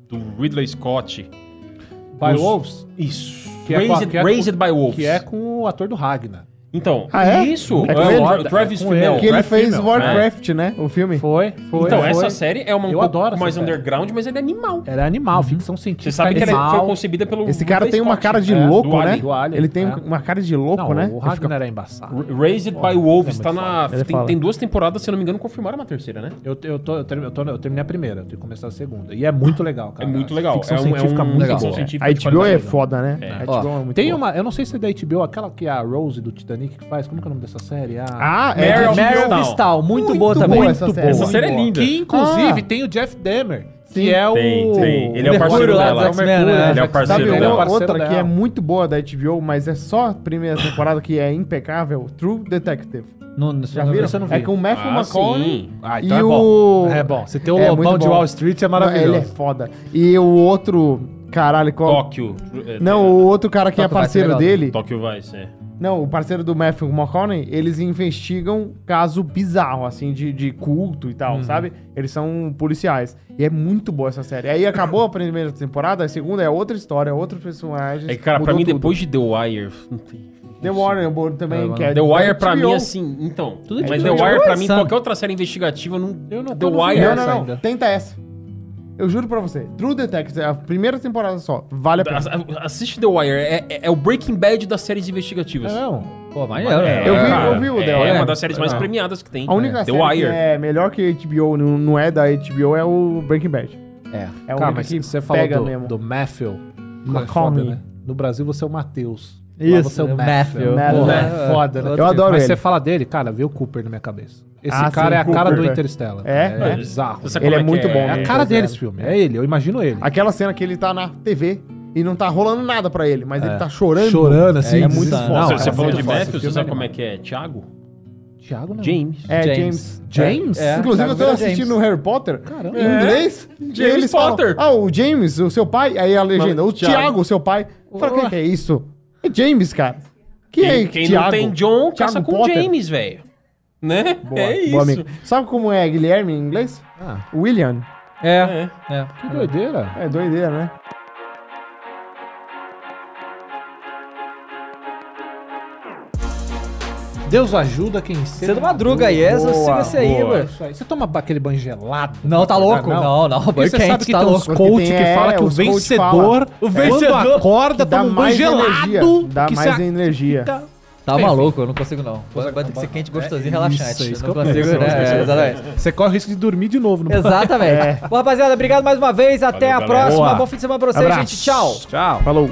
Speaker 3: do Ridley Scott.
Speaker 4: Wolves,
Speaker 3: Isso.
Speaker 4: Que é com a-
Speaker 3: Raised,
Speaker 4: que é com-
Speaker 3: Raised by Wolves.
Speaker 4: que é com o ator do Ragnar.
Speaker 3: Então,
Speaker 2: Ah, é?
Speaker 3: isso.
Speaker 2: É
Speaker 3: É
Speaker 2: com
Speaker 3: o
Speaker 2: ele?
Speaker 3: Tra- Travis
Speaker 4: É com ele.
Speaker 3: Fimmel.
Speaker 2: Que ele
Speaker 4: Warcraft
Speaker 2: fez
Speaker 4: Female,
Speaker 2: Warcraft, né? O filme.
Speaker 4: Foi, foi.
Speaker 3: Então,
Speaker 4: foi.
Speaker 3: essa série é uma um
Speaker 4: Eu
Speaker 3: pouco
Speaker 4: adoro essa
Speaker 3: mais
Speaker 4: série.
Speaker 3: underground, mas ela é animal.
Speaker 4: Era animal, ficção científica.
Speaker 3: Você sabe que ela foi
Speaker 4: animal.
Speaker 3: concebida pelo.
Speaker 2: Esse cara
Speaker 3: Ridley
Speaker 2: tem uma
Speaker 3: Scott,
Speaker 2: cara de
Speaker 3: né?
Speaker 2: louco,
Speaker 3: Do
Speaker 2: né?
Speaker 3: Alien.
Speaker 4: Do Alien,
Speaker 2: ele tem
Speaker 4: é.
Speaker 2: uma cara de louco,
Speaker 4: Não,
Speaker 2: né?
Speaker 4: o
Speaker 2: Ele fica-
Speaker 4: Ragnar é embaçado.
Speaker 3: R- Raised by Wolves
Speaker 4: é
Speaker 3: tá
Speaker 4: muito
Speaker 3: na.
Speaker 2: foda. Ele
Speaker 3: Tem,
Speaker 2: fala.
Speaker 3: tem duas temporadas, se eu não me engano, confirmaram uma terceira, né?
Speaker 4: Eu, eu, tô, eu, termi- eu tô- eu terminei a primeira, eu tenho que começar a segunda. E é muito legal, cara.
Speaker 3: É muito legal.
Speaker 4: Ficção
Speaker 3: é um,
Speaker 4: científica
Speaker 3: é um,
Speaker 4: muito
Speaker 3: ficção
Speaker 4: boa.
Speaker 3: científica
Speaker 2: A
Speaker 3: de
Speaker 2: HBO é
Speaker 3: qualidade.
Speaker 2: foda, né? A
Speaker 1: Ó,
Speaker 2: HBO é muito
Speaker 4: Tem
Speaker 2: boa.
Speaker 4: uma, eu não sei se é da HBO, aquela que é a Rose do Titanic que faz, como que é o nome dessa série? Ah,
Speaker 2: Ah, é.
Speaker 3: Meryl
Speaker 2: de-
Speaker 1: Meryl
Speaker 3: Vistal.
Speaker 1: Vistal, muito,
Speaker 2: Muito
Speaker 1: boa também.
Speaker 2: boa essa
Speaker 1: muito
Speaker 2: série.
Speaker 3: Essa
Speaker 2: Sim,
Speaker 3: série é
Speaker 2: boa.
Speaker 3: linda.
Speaker 4: Que inclusive
Speaker 1: Ah.
Speaker 4: tem o Jeff Demer,
Speaker 2: Sim.
Speaker 4: que é o.
Speaker 3: Tem, tem. Ele é o
Speaker 4: Mercúrio
Speaker 3: parceiro
Speaker 4: lá
Speaker 3: dela.
Speaker 4: do X-Men, né?
Speaker 3: Ele é o parceiro
Speaker 2: Sabe
Speaker 3: Parceiro
Speaker 2: uma
Speaker 3: dela.
Speaker 2: outra
Speaker 4: Parceiro
Speaker 2: que é
Speaker 4: dela.
Speaker 2: muito boa da HBO, mas é só a primeira temporada que é impecável? True Detective.
Speaker 1: No, no,
Speaker 2: Já viram?
Speaker 4: Esse eu não vi.
Speaker 2: É com o Matthew
Speaker 3: Ah,
Speaker 2: McConaughey
Speaker 3: sim.
Speaker 4: Ah,
Speaker 2: e o...
Speaker 4: É bom. Você tem o
Speaker 2: É
Speaker 4: Lobão
Speaker 2: muito
Speaker 4: de
Speaker 2: bom.
Speaker 4: Wall Street
Speaker 2: Ele
Speaker 4: é
Speaker 2: é
Speaker 4: maravilhoso.
Speaker 2: foda. E o outro... Caralho, qual...
Speaker 3: Tóquio. É,
Speaker 2: Não,
Speaker 3: tem-
Speaker 2: o outro cara que é
Speaker 4: Tóquio Vice,
Speaker 2: parceiro
Speaker 4: legal.
Speaker 2: dele...
Speaker 3: Tóquio Vice, é.
Speaker 2: Não, o parceiro do Matthew McConaughey, eles investigam caso bizarro, assim, de, de culto e tal,
Speaker 3: Uhum.
Speaker 2: sabe? Eles são policiais. E é muito boa essa série. Aí acabou a primeira temporada, a segunda é outra história, outros personagens.
Speaker 3: É que, cara, pra
Speaker 2: mudou
Speaker 3: mim,
Speaker 2: tudo.
Speaker 3: depois de The Wire, não tem.
Speaker 2: The Warner Board também, que é
Speaker 3: The Wire pra
Speaker 2: HBO.
Speaker 3: mim, assim, então.
Speaker 1: Tudo
Speaker 3: mas
Speaker 1: HBO.
Speaker 3: The Wire pra mim,
Speaker 1: Sabe?
Speaker 3: qualquer outra série investigativa, eu não.
Speaker 4: Eu não-
Speaker 3: The
Speaker 4: eu não vi
Speaker 3: Wire. é assim.
Speaker 2: Não,
Speaker 4: essa
Speaker 2: não, não.
Speaker 4: ainda.
Speaker 2: Tenta essa. Eu juro pra você. True Detective, a primeira temporada só. Vale a pena.
Speaker 3: Ass- Assiste The Wire. É, é- é o Breaking Bad das séries
Speaker 2: é
Speaker 3: investigativas.
Speaker 4: Não.
Speaker 1: Pô, maneiro.
Speaker 3: É,
Speaker 2: Eu vi-
Speaker 3: cara,
Speaker 2: eu vi o The
Speaker 3: É
Speaker 2: Wire.
Speaker 3: uma das séries mais
Speaker 4: É.
Speaker 3: premiadas que tem.
Speaker 2: A única
Speaker 3: The
Speaker 2: série
Speaker 3: Wire.
Speaker 2: que é melhor que HBO, não, não é da HBO, é o Breaking Bad.
Speaker 1: É.
Speaker 2: É o
Speaker 4: Cara, mas você falou do, do Matthew. Como é foda,
Speaker 2: McConaughey.
Speaker 4: né? No Brasil você é o Matheus. Lá
Speaker 1: Isso,
Speaker 4: você é o
Speaker 1: o
Speaker 2: Matthew.
Speaker 4: Matthew. Porra,
Speaker 1: Matthew.
Speaker 4: é foda, né?
Speaker 1: Eu
Speaker 2: adoro
Speaker 4: Mas
Speaker 2: ele.
Speaker 4: você fala dele, cara, veio o Cooper na minha cabeça. Esse
Speaker 2: Ah,
Speaker 4: cara
Speaker 2: sim,
Speaker 4: é a cara
Speaker 2: Cooper.
Speaker 4: do Interstellar.
Speaker 2: É?
Speaker 4: cara.
Speaker 2: É.
Speaker 4: bizarro.
Speaker 3: Você sabe
Speaker 2: Ele
Speaker 3: como
Speaker 2: é muito
Speaker 3: que
Speaker 2: bom,
Speaker 4: É
Speaker 2: né?
Speaker 4: a cara dele esse
Speaker 2: É.
Speaker 4: filme. É ele, eu imagino ele.
Speaker 2: Aquela cena que ele tá na TV e não tá rolando nada pra ele, mas ele
Speaker 3: É.
Speaker 2: tá chorando.
Speaker 4: Chorando, assim.
Speaker 1: É, é
Speaker 2: muito
Speaker 4: insano.
Speaker 2: foda.
Speaker 3: Você,
Speaker 2: Não,
Speaker 3: você
Speaker 2: é
Speaker 3: falou
Speaker 2: muito
Speaker 3: de
Speaker 2: foda,
Speaker 3: Matthew,
Speaker 2: esse
Speaker 3: você
Speaker 2: filme
Speaker 3: sabe
Speaker 2: é
Speaker 3: como é que é? Thiago?
Speaker 4: Thiago não.
Speaker 3: James.
Speaker 2: É,
Speaker 1: James.
Speaker 2: James.
Speaker 4: James?
Speaker 1: É.
Speaker 2: Inclusive, eu tô
Speaker 1: James.
Speaker 2: assistindo o Harry Potter
Speaker 4: Caramba.
Speaker 2: em inglês. e
Speaker 3: É. James
Speaker 2: eles falam,
Speaker 3: Potter.
Speaker 2: ah, o James, o seu pai. Aí a legenda, o
Speaker 3: Thiago.
Speaker 2: Thiago, o seu pai. Eu falo, o que que é isso? É James, cara. Que é
Speaker 3: Quem, quem não
Speaker 2: Thiago?
Speaker 3: tem John, caça
Speaker 2: Thiago
Speaker 3: com
Speaker 2: Potter.
Speaker 3: James, velho. Né?
Speaker 2: Boa,
Speaker 3: é isso.
Speaker 2: boa, amigo. Sabe como é Guilherme em inglês?
Speaker 4: Ah,
Speaker 2: William.
Speaker 1: É. é.
Speaker 4: que doideira.
Speaker 2: É doideira, né?
Speaker 4: Deus ajuda quem cedo,
Speaker 1: Cedo madruga aí, essa siga
Speaker 2: Boa,
Speaker 1: esse aí,
Speaker 3: boa.
Speaker 1: mano.
Speaker 4: Isso aí. Você toma ba- aquele banho gelado?
Speaker 1: Não, tá louco. Não, não,
Speaker 4: Porque
Speaker 1: banho
Speaker 4: você
Speaker 1: quente,
Speaker 4: sabe que
Speaker 1: tá
Speaker 4: tem um uns
Speaker 1: louco.
Speaker 4: coach
Speaker 2: Porque
Speaker 4: que
Speaker 2: tem- é,
Speaker 4: fala que o
Speaker 2: os coach
Speaker 4: vencedor,
Speaker 1: O
Speaker 4: quando
Speaker 1: vencedor
Speaker 3: Tá
Speaker 4: acorda,
Speaker 2: dá
Speaker 4: toma um banho
Speaker 2: mais
Speaker 4: gelado.
Speaker 2: energia, dá
Speaker 4: que
Speaker 2: mais
Speaker 4: você
Speaker 2: energia.
Speaker 4: fica-
Speaker 1: Tá
Speaker 4: Enfim.
Speaker 1: maluco, eu não consigo não. Vai vai ter que ser
Speaker 4: é
Speaker 1: quente, gostosinho e relaxante. não consigo, né? É, exatamente.
Speaker 4: Você corre o risco de dormir de novo. No
Speaker 1: Exatamente. Bom, rapaziada, obrigado mais uma vez. Até
Speaker 3: Valeu,
Speaker 1: a
Speaker 3: galera.
Speaker 1: próxima.
Speaker 4: É. Boa.
Speaker 1: Bom fim de semana pra vocês, gente. Tchau.
Speaker 4: Tchau.
Speaker 2: Falou.